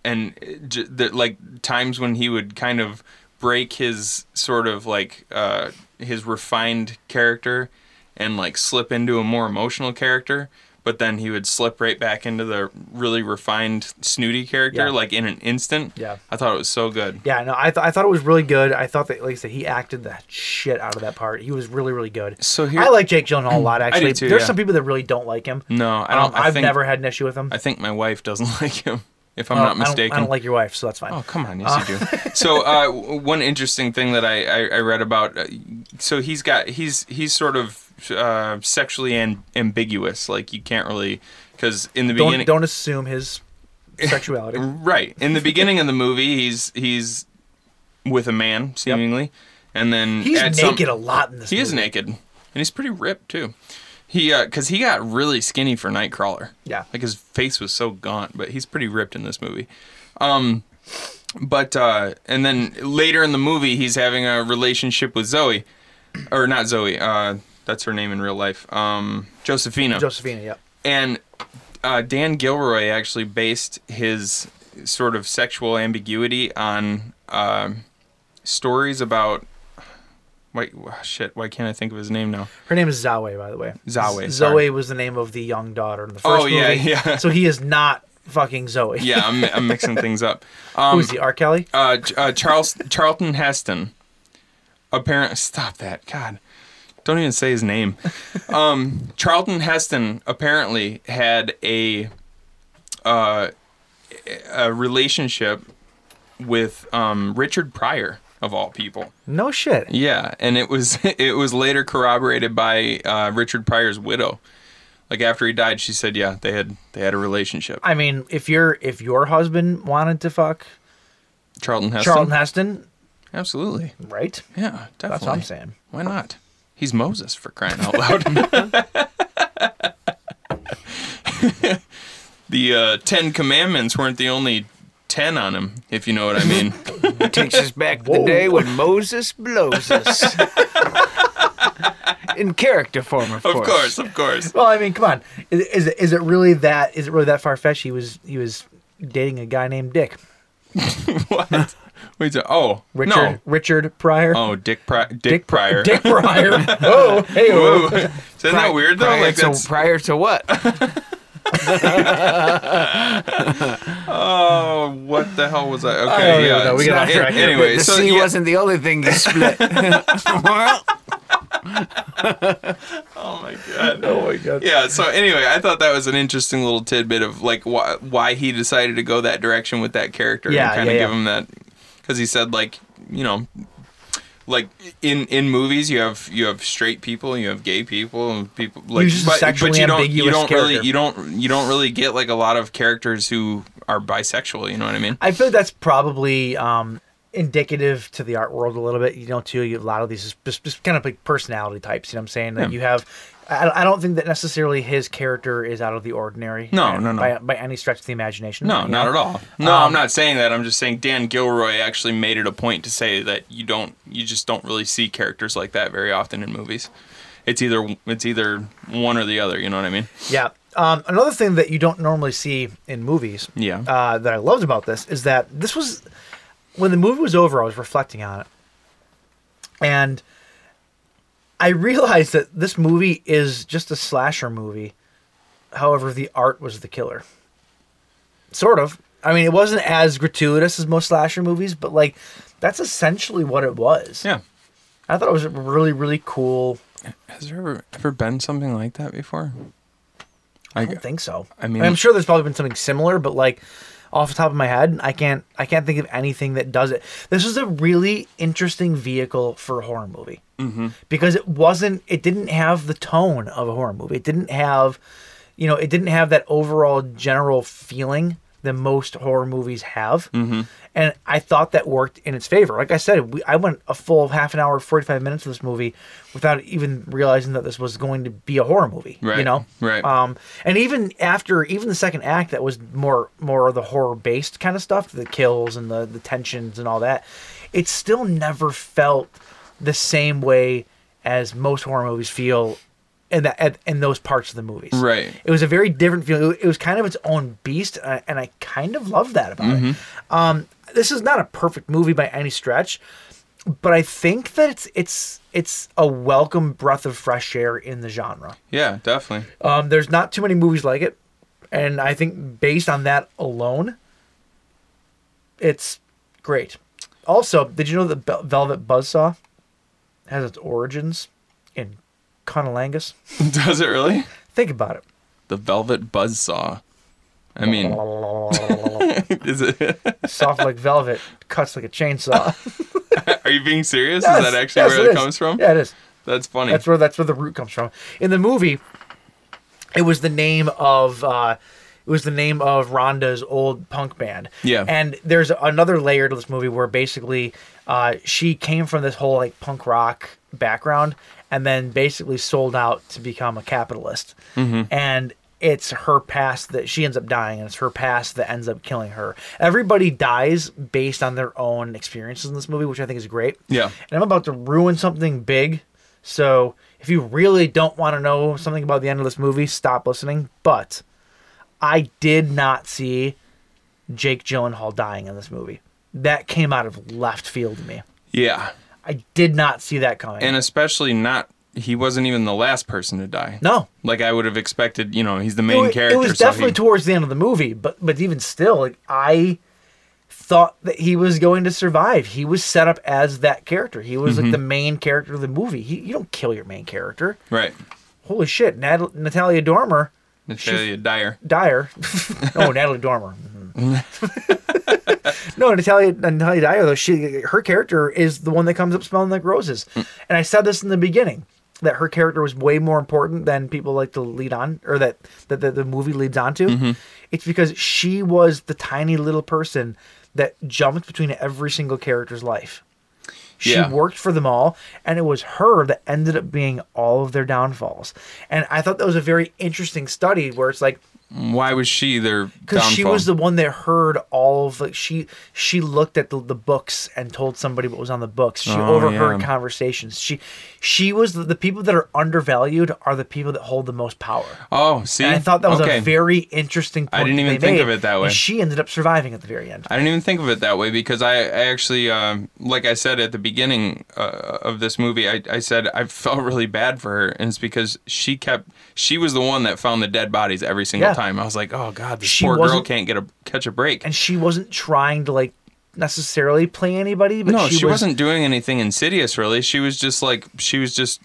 G: and it j- the, like times when he would kind of break his sort of like uh, his refined character and like slip into a more emotional character. But then he would slip right back into the really refined, snooty character,
E: Yeah.
G: like in an instant.
E: Yeah.
G: I thought it was so good.
E: yeah, no, I, th- I thought it was really good. I thought that, like I said, he acted the shit out of that part. He was really, really good.
G: So here-
E: I like Jake Gyllenhaal a lot. Actually,
G: too,
E: there's
G: yeah.
E: some people that really don't like him.
G: No, I don't.
E: um,
G: I
E: I've
G: think,
E: never had an issue with him.
G: I think my wife doesn't like him, if I'm
E: Well,
G: not
E: I don't-
G: mistaken.
E: I don't, like your wife, so that's fine.
G: Oh, come on. Yes, you do. so, uh, w- one interesting thing that I, I, I read about uh, so he's got, he's, he's sort of uh, sexually am- ambiguous. Like, you can't really, because in the
E: don't
G: beginning.
E: don't assume his sexuality.
G: Right. In the beginning of the movie, he's, he's with a man, seemingly. And then
E: He's
G: at
E: naked
G: some-
E: a lot in this.
G: He is
E: movie.
G: naked. And he's pretty ripped, too. He, uh 'cause cause he got really skinny for Nightcrawler.
E: Yeah.
G: Like his face was so gaunt, but he's pretty ripped in this movie. Um, but uh, and then later in the movie, he's having a relationship with Zoe, or not Zoe. Uh, that's her name in real life. Um, Josephina.
E: Josephina, yeah.
G: and uh, Dan Gilroy actually based his sort of sexual ambiguity on um stories about. Wait, wh- shit! Why can't I think of his name now?
E: Her name is Zawe, by the way.
G: Zawe,
E: Z- Zoe
G: sorry.
E: was the name of the young daughter in the
G: Oh,
E: first movie.
G: yeah, yeah.
E: So he is not fucking Zoe.
G: Yeah, I'm, I'm mixing things up. Um,
E: Who's he? R. Kelly?
G: uh, Ch- uh, Charles Charlton Heston. Apparently, stop that. God, don't even say his name. Um, Charlton Heston apparently had a uh, a relationship with um, Richard Pryor of all people.
E: No shit.
G: Yeah, and it was it was later corroborated by uh, Richard Pryor's widow. Like after he died, she said, "Yeah, they had they had a relationship."
E: I mean, if your if your husband wanted to fuck
G: Charlton Heston.
E: Charlton Heston,
G: Absolutely.
E: right?
G: Yeah, definitely.
E: That's what I'm saying.
G: Why not? He's Moses for crying out loud. the uh, Ten Commandments weren't the only ten on him, if you know what I mean.
H: takes us back to the day when Moses blows us. In character form, of
G: of
H: course.
G: course, of course.
E: Well, I mean, come on. Is, is it is it really that is it really that far fetched? He was he was dating a guy named Dick
G: What? Wait, so- oh,
E: Richard
G: no.
E: Richard Pryor.
G: Oh, Dick, Pri- Dick, Pryor.
E: Dick Pryor. oh, hey.
G: Whoa. Isn't that weird though?
H: Prior,
G: Like
H: to,
G: that's,
H: prior to what?
G: oh, what the hell was that? Okay,
E: don't
G: yeah.
E: know. Oh, We
G: it's
E: got
G: not-
E: off track here.
G: Anyway,
H: the
G: so
H: sea
G: yeah.
H: wasn't the only thing you split.
G: Oh my god.
E: Oh my god.
G: yeah so anyway i thought that was an interesting little tidbit of like why, why he decided to go that direction with that character
E: Yeah,
G: and kind of
E: yeah, yeah.
G: give him that because he said like you know like in in movies you have you have straight people you have gay people and people like
E: just a sexually
G: you don't
E: ambiguous
G: you don't
E: character.
G: really you don't you don't really get like a lot of characters who are bisexual you know what i mean
E: I feel like that's probably um, indicative to the art world a little bit. You know, too. You, a lot of these is just, just kind of like personality types. You know what I'm saying? Like you have. I, I don't think that necessarily his character is out of the ordinary.
G: No,
E: uh,
G: no, no.
E: By, by any stretch of the imagination.
G: no
E: you
G: not
E: know?
G: at all no i'm not saying that i'm just saying dan gilroy actually made it a point to say that you don't you just don't really see characters like that very often in movies it's either it's either one or the other you know what i mean
E: Yeah. Um, another thing that you don't normally see in movies.
G: Yeah.
E: Uh, that I loved about this is that this was when the movie was over. I was reflecting on it, and I realized that this movie is just a slasher movie. However, the art was the killer. Sort of. I mean, it wasn't as gratuitous as most slasher movies, but like that's essentially what it was.
G: yeah
E: I thought it was a really, really cool.
G: has there ever ever been something like that before i,
E: I don't think so.
G: I mean-
E: I'm sure there's probably been something similar, but like off the top of my head, I can't I can't think of anything that does it. This was a really interesting vehicle for a horror movie
G: Mm-hmm.
E: because it wasn't it didn't have the tone of a horror movie. It didn't have you know it didn't have that overall general feeling that most horror movies have.
G: Mm-hmm.
E: And I thought that worked in its favor. Like I said, we, I went a full half an hour, 45 minutes of this movie without even realizing that this was going to be a horror movie, you
G: Right,
E: know?
G: right.
E: Um, and even after, even the second act, that was more more of the horror based kind of stuff, the kills and the the tensions and all that. It still never felt the same way as most horror movies feel in that at, in those parts of the movies.
G: Right.
E: It was a very different feeling. It was kind of its own beast, and I- and I kind of love that about it. Um, this is not a perfect movie by any stretch, but I think that it's it's it's a welcome breath of fresh air in the genre.
G: yeah definitely
E: Um, there's not too many movies like it, and I think based on that alone, it's great. Also, did you know that Bel- Velvet Buzzsaw has its origins in Conalangus?
G: does it really
E: Think about it.
G: the velvet buzzsaw i mean is it
E: Soft like velvet, cuts like a chainsaw.
G: are you being serious is that actually
E: Yes,
G: where it,
E: is.
G: comes from
E: Yeah, it is.
G: that's funny
E: That's where that's where the root comes from. In the movie, it was the name of uh, it was the name of Rhonda's old punk band.
G: Yeah.
E: And there's another layer to this movie where basically uh, she came from this whole like punk rock background and then basically sold out to become a capitalist. And it's her past that she ends up dying and it's her past that ends up killing her. Everybody dies based on their own experiences in this movie, which I think is great.
G: Yeah.
E: And I'm about to ruin something big. So if you really don't want to know something about the end of this movie, stop listening. But I did not see Jake Gyllenhaal dying in this movie. That came out of left field to me.
G: yeah
E: I did not see that coming.
G: and especially not he wasn't even the last person to die.
E: No.
G: Like I would have expected, you know, he's the
E: It
G: main
E: wa-
G: character.
E: It was
G: so
E: definitely
G: he-
E: towards the end of the movie, but but even still, like I thought that he was going to survive. He was set up as that character. He was
G: Mm-hmm.
E: like the main character of the movie. He, you don't kill your main character.
G: right.
E: Holy shit, Nat- Natalia Dormer,
G: Natalia Dyer.
E: Dyer. oh, Natalie Dormer. Mhm. no, Natalia Natalia Dyer though she her character is the one that comes up smelling like roses, and I said this in the beginning that her character was way more important than people like to lead on or that that, that the movie leads on to. It's because she was the tiny little person that jumped between every single character's life. She
G: Yeah.
E: worked for them all, and it was her that ended up being all of their downfalls. And I thought that was a very interesting study where it's like
G: Why was she their
E: because
G: downfall?
E: she was the one that heard all of the she she looked at the, the books and told somebody what was on the books she overheard
G: Oh, yeah.
E: conversations she she was the, the people that are undervalued are the people that hold the most power
G: oh, see,
E: and i thought that was
G: okay.
E: a very interesting point
G: I didn't
E: that
G: even
E: they
G: think of
E: made,
G: it that way.
E: and she ended up surviving at the very end
G: I didn't even think of it that way because I, I actually, um, like I said at the beginning uh, of this movie, I, I said I felt really bad for her, and it's because she kept, she was the one that found the dead bodies every single
E: Yeah.
G: time. I was like, oh god, this
E: She
G: poor girl
E: wasn't-
G: can't get a catch a break.
E: and she wasn't trying to like necessarily play anybody but
G: no,
E: she,
G: she,
E: was,
G: was, not doing anything insidious really. She was just like, she was just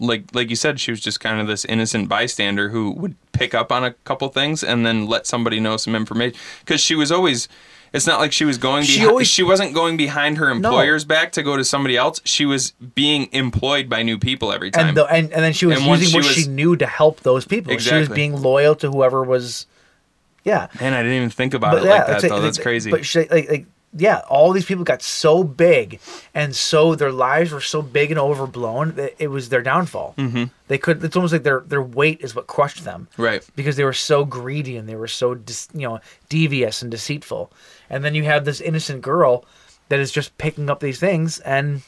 G: like, like you said, she was just kind of this innocent bystander who would pick up on a couple things and then let somebody know some information because she was always. It's not like she was going.
E: She
G: behi-
E: always-
G: she wasn't going behind her employer's back to go to somebody else. She was being employed by new people every time.
E: and, the, and and then she was
G: And once
E: using what
G: she was-
E: she knew to help those people she was
G: Exactly.
E: being loyal to whoever was yeah
G: Man, I didn't even think about it like that
E: that's it.
G: though. That's
E: Like,
G: crazy.
E: But she, like, like, yeah, all these people got so big, and so their lives were so big and overblown that it was their downfall. Mm-hmm. They could. It's almost like their their weight is what crushed them,
G: Right.
E: Because they were so greedy and they were so dis, you know devious and deceitful. And then you have this innocent girl that is just picking up these things, and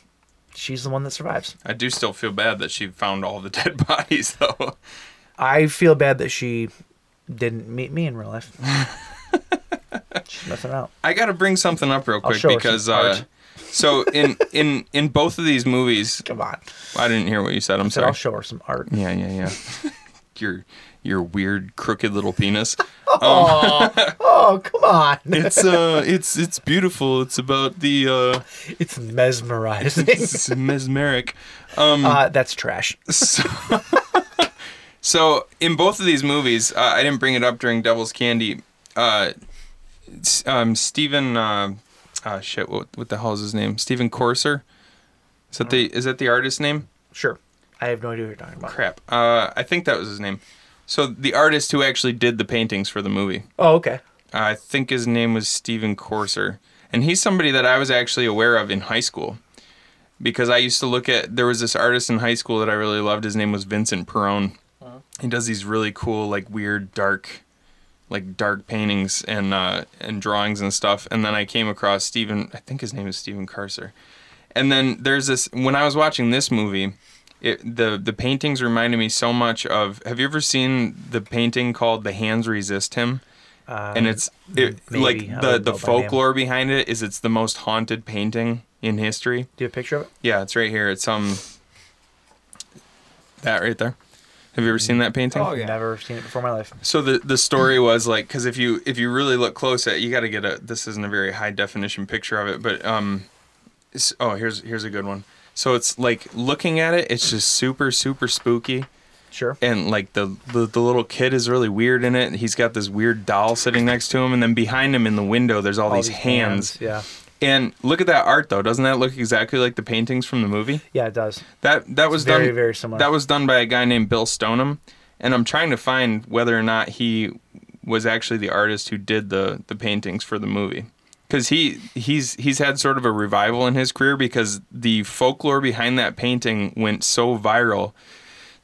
E: she's the one that survives.
G: I do still feel bad that she found all the dead bodies though.
E: I feel bad that she didn't meet me in real life. She's messing out.
G: I got to bring something up real quick
E: show her some
G: because
E: art.
G: uh, so in in in both of these movies,
E: Come on.
G: I didn't hear what you said. I'm
E: So I'll
G: sorry.
E: show her some art.
G: Yeah, yeah, yeah. your your weird crooked little penis.
E: Oh, come on.
G: It's uh, it's it's beautiful. It's about the uh,
E: It's mesmerizing.
G: it's mesmeric.
E: uh, that's trash.
G: So in both of these movies, uh, I didn't bring it up during Devil's Candy. Uh, s- um, Stephen, uh, ah, shit, what what the hell is his name? Stephen Corser. Is that the is that the artist's name?
E: Sure. I have no idea what you're talking about.
G: crap. Uh, I think that was his name. So the artist who actually did the paintings for the movie,
E: Oh, okay.
G: I think his name was Stephen Corser, and he's somebody that I was actually aware of in high school, because I used to look at. There was this artist in high school that I really loved. His name was Vincent Perrone.
E: Uh-huh.
G: He does these really cool, like weird, dark, like dark paintings and uh, and drawings and stuff. And then I came across Stephen. I think his name is Stephen Corser. And then there's this when I was watching this movie, it, the the paintings reminded me so much of have you ever seen the painting called The Hands Resist Him? and it's it,
E: Uh, maybe. I
G: like the
E: wouldn't
G: the
E: know by name.
G: folklore behind it is it's the most haunted painting in history.
E: Do you have a picture of it?
G: Yeah, it's right here. It's um that right there. Have you ever seen that painting?
E: Oh, yeah. Never seen it before in my life.
G: So the the story was like because if you if you really look close at you got to get a this isn't a very high definition picture of it but um s- oh here's here's a good one so it's like looking at it it's just super super spooky
E: Sure.
G: and like the, the the little kid is really weird in it he's got this weird doll sitting next to him and then behind him in the window there's all,
E: All
G: these,
E: these
G: hands.
E: Yeah.
G: and look at that art though doesn't that look exactly like the paintings from the movie
E: Yeah, it does.
G: that that was
E: very,
G: done
E: very similar.
G: That was done by a guy named Bill Stoneham, and I'm trying to find whether or not he was actually the artist who did the the paintings for the movie. Because he he's he's had sort of a revival in his career because the folklore behind that painting went so viral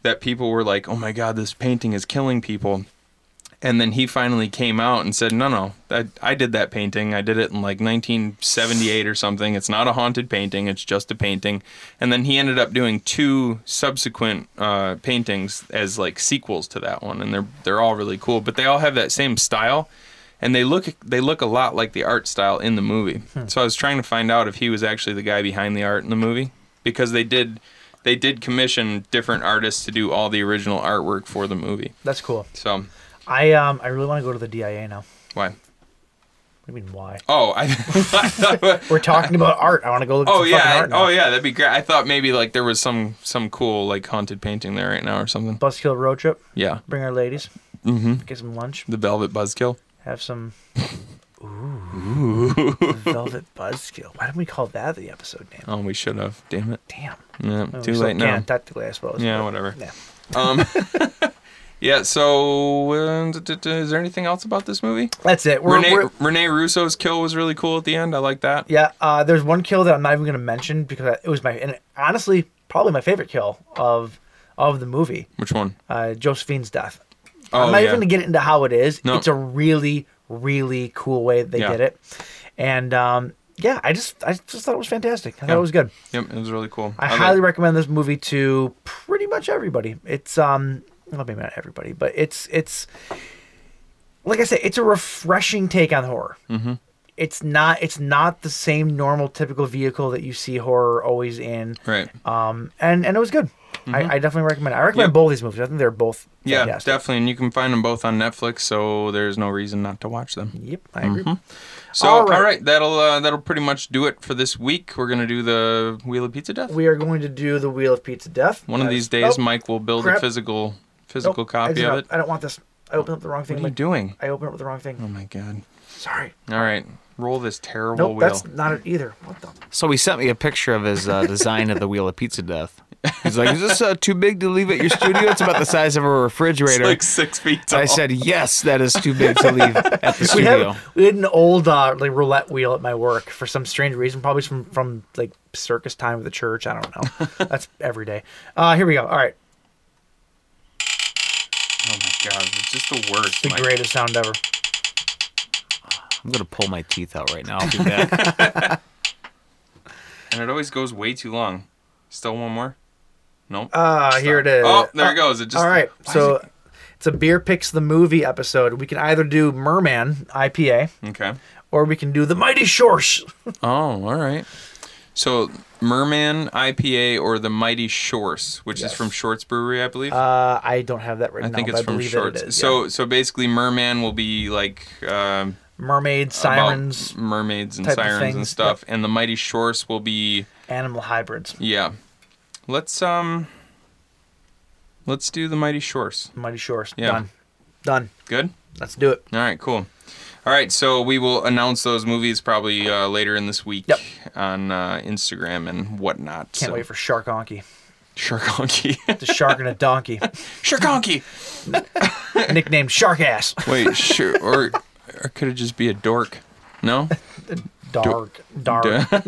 G: that people were like, "Oh my God, this painting is killing people." And then he finally came out and said, "No, no, I, I did that painting. I did it in like 1978 or something. It's not a haunted painting. It's just a painting." And then he ended up doing two subsequent uh, paintings as like sequels to that one, and they're they're all really cool. But they all have that same style, and they look they look a lot like the art style in the movie. So I was trying to find out if he was actually the guy behind the art in the movie because they did they did commission different artists to do all the original artwork for the movie.
E: That's cool.
G: So
E: I um I really want to go to the DIA now.
G: why?
E: What do you mean why?
G: Oh, I, I thought.
E: We're talking about art. I want to go look at
G: Oh
E: some fucking
G: yeah,
E: art. Now.
G: oh yeah, that'd be great. I thought maybe like there was some some cool like haunted painting there right now or something.
E: Buskill road trip.
G: Yeah,
E: Bring our ladies.
G: Mm-hmm.
E: Get some lunch.
G: the Velvet Buzzkill.
E: Have some. Ooh. Velvet Buzzkill. Why didn't we call that the episode name?
G: Oh, we should have. Damn it.
E: Damn.
G: Yeah,
E: Oh,
G: too
E: we still
G: late now.
E: can, Technically, I suppose.
G: Yeah,
E: but-
G: whatever.
E: Yeah.
G: Yeah. So, uh, d- d- d- is there anything else about this movie?
E: That's it. We're,
G: Renee,
E: we're,
G: Renee Russo's kill was really cool at the end. I like that.
E: yeah. Uh, there's one kill that I'm not even gonna mention because I- it was my and honestly probably my favorite kill of of the movie.
G: Which one?
E: Uh, Josephine's death.
G: Oh,
E: I'm not
G: yeah.
E: even gonna get into how it is.
G: No.
E: It's a really really cool way that they
G: Yeah.
E: did it, and um, yeah, I just I just thought it was fantastic. I thought it was good.
G: Yep, it was really cool.
E: I
G: like-
E: highly recommend this movie to pretty much everybody. It's um, well, maybe not everybody, but it's it's like I said, it's a refreshing take on horror. Mm-hmm. It's not it's not the same normal typical vehicle that you see horror always in.
G: Right. Mm-hmm.
E: Um, and and it was good. I, I definitely recommend. It. I recommend both these movies. I think they're both.
G: yeah,
E: fantastic.
G: definitely. And you can find them both on Netflix, so there's no reason not to watch them.
E: Yep, I agree.
G: Mm-hmm. So,
E: All right.
G: all right, that'll uh, that'll pretty much do it for this week. We're gonna do the Wheel of Pizza Death.
E: We are going to do the Wheel of Pizza Death.
G: one of
E: That
G: these
E: is-
G: days,
E: Oh,
G: Mike will build a
E: crap.
G: physical
E: nope,
G: physical copy
E: exit
G: of
E: out.
G: it.
E: I don't want this. I opened up the wrong thing.
G: What are you
E: Mike.
G: doing?
E: I opened up the wrong
G: Oh
E: thing.
G: my god!
E: Sorry.
G: All right, roll this terrible
E: Nope,
G: wheel.
E: that's not it either. What the?
H: So he sent me a picture of his uh, design of the wheel of pizza death. He's like, "Is this uh, too big to leave at your studio? It's about the size of a refrigerator."
G: like six feet tall.
H: I said, "Yes, that is too big to leave at the
E: we
H: studio."
E: had we had an old uh, like roulette wheel at my work for some strange reason, probably from from like circus time with the church. I don't know. That's every day. Uh, here we go. All right,
G: Oh my god, it's just the worst.
E: the
G: Mike.
E: greatest sound ever.
H: I'm gonna pull my teeth out right now. I'll be back.
G: And it always goes way too long. Still one more? Nope.
E: Uh, here it is.
G: Oh, there
E: Uh,
G: it goes. It just
E: all right,
G: Why is
E: so it's a beer picks the movie episode. We can either do Merman IPA
G: it- okay.
E: or we can do the Mighty Shorsh.
G: Oh, all right. So Merman IPA or the Mighty Shorts, which is from Shorts Brewery, I believe.
E: Uh, I don't have that
G: I
E: written.
G: think
E: down,
G: it's
E: but I
G: from
E: believe
G: Shorts.
E: That it is, yeah.
G: So so basically, Merman will be like um,
E: mermaids,
G: about
E: sirens,
G: mermaids and
E: type of
G: sirens and
E: things.
G: stuff, and the Mighty Shorts will be
E: animal hybrids.
G: yeah. Let's um. Let's do the Mighty Shorts.
E: Mighty Shorsh.
G: Yeah.
E: Done. Done.
G: Good.
E: Let's do it.
G: All right, cool. All right, so we will announce those movies probably uh, later in this week
E: Yep.
G: on uh, Instagram and whatnot.
E: Can't wait for Shark Onky.
G: Shark Honky.
E: It's a shark and a donkey,
G: Shark Honky!
E: nicknamed Shark Ass.
G: Wait, sure. Or, or could it just be a dork? No?
E: Dark, dark.
G: uh,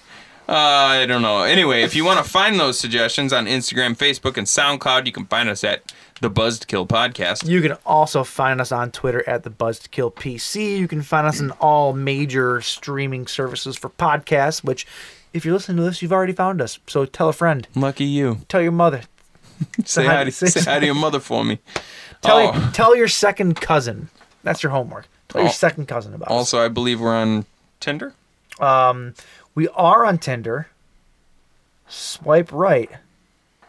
G: I don't know. Anyway, if you want to find those suggestions on Instagram, Facebook, and SoundCloud, you can find us at The Buzzed Kill Podcast.
E: You can also find us on Twitter at the Buzzkill PC. You can find us on all major streaming services for podcasts. Which, if you're listening to this, you've already found us. So tell a friend,
G: Lucky you.
E: tell your mother,
G: Say
E: hi-
G: hi, to,
E: say-
G: say hi to your mother for me.
E: tell
G: Oh.
E: your, tell your second cousin. That's your homework. Tell
G: Al-
E: your second cousin about us.
G: Also, I believe we're on Tinder.
E: We are on Tinder. Swipe right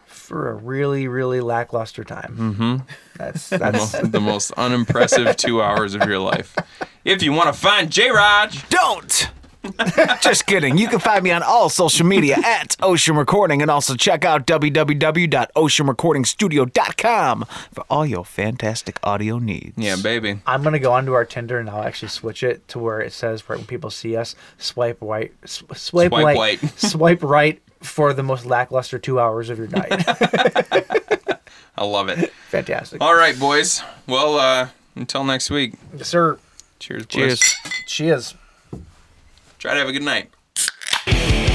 E: for a really, really lackluster time. Mm-hmm. That's that's
G: the most unimpressive two hours of your life. If you want to find J Raj,
H: Don't. Just kidding. You can find me on all social media at Ocean Recording and also check out www.oceanrecordingstudio.com for all your fantastic audio needs.
G: yeah, baby,
E: I'm gonna go onto our Tinder and I'll actually switch it to where it says right when people see us, swipe right, sw- swipe,
G: Swipe
E: right,
G: right.
E: swipe right for the most lackluster two hours of your night.
G: I love it.
E: Fantastic,
G: All right, boys. Well, uh, until next week.
E: sir.
G: Cheers. Boys.
H: Cheers.
E: Cheers.
G: Try to have a good night.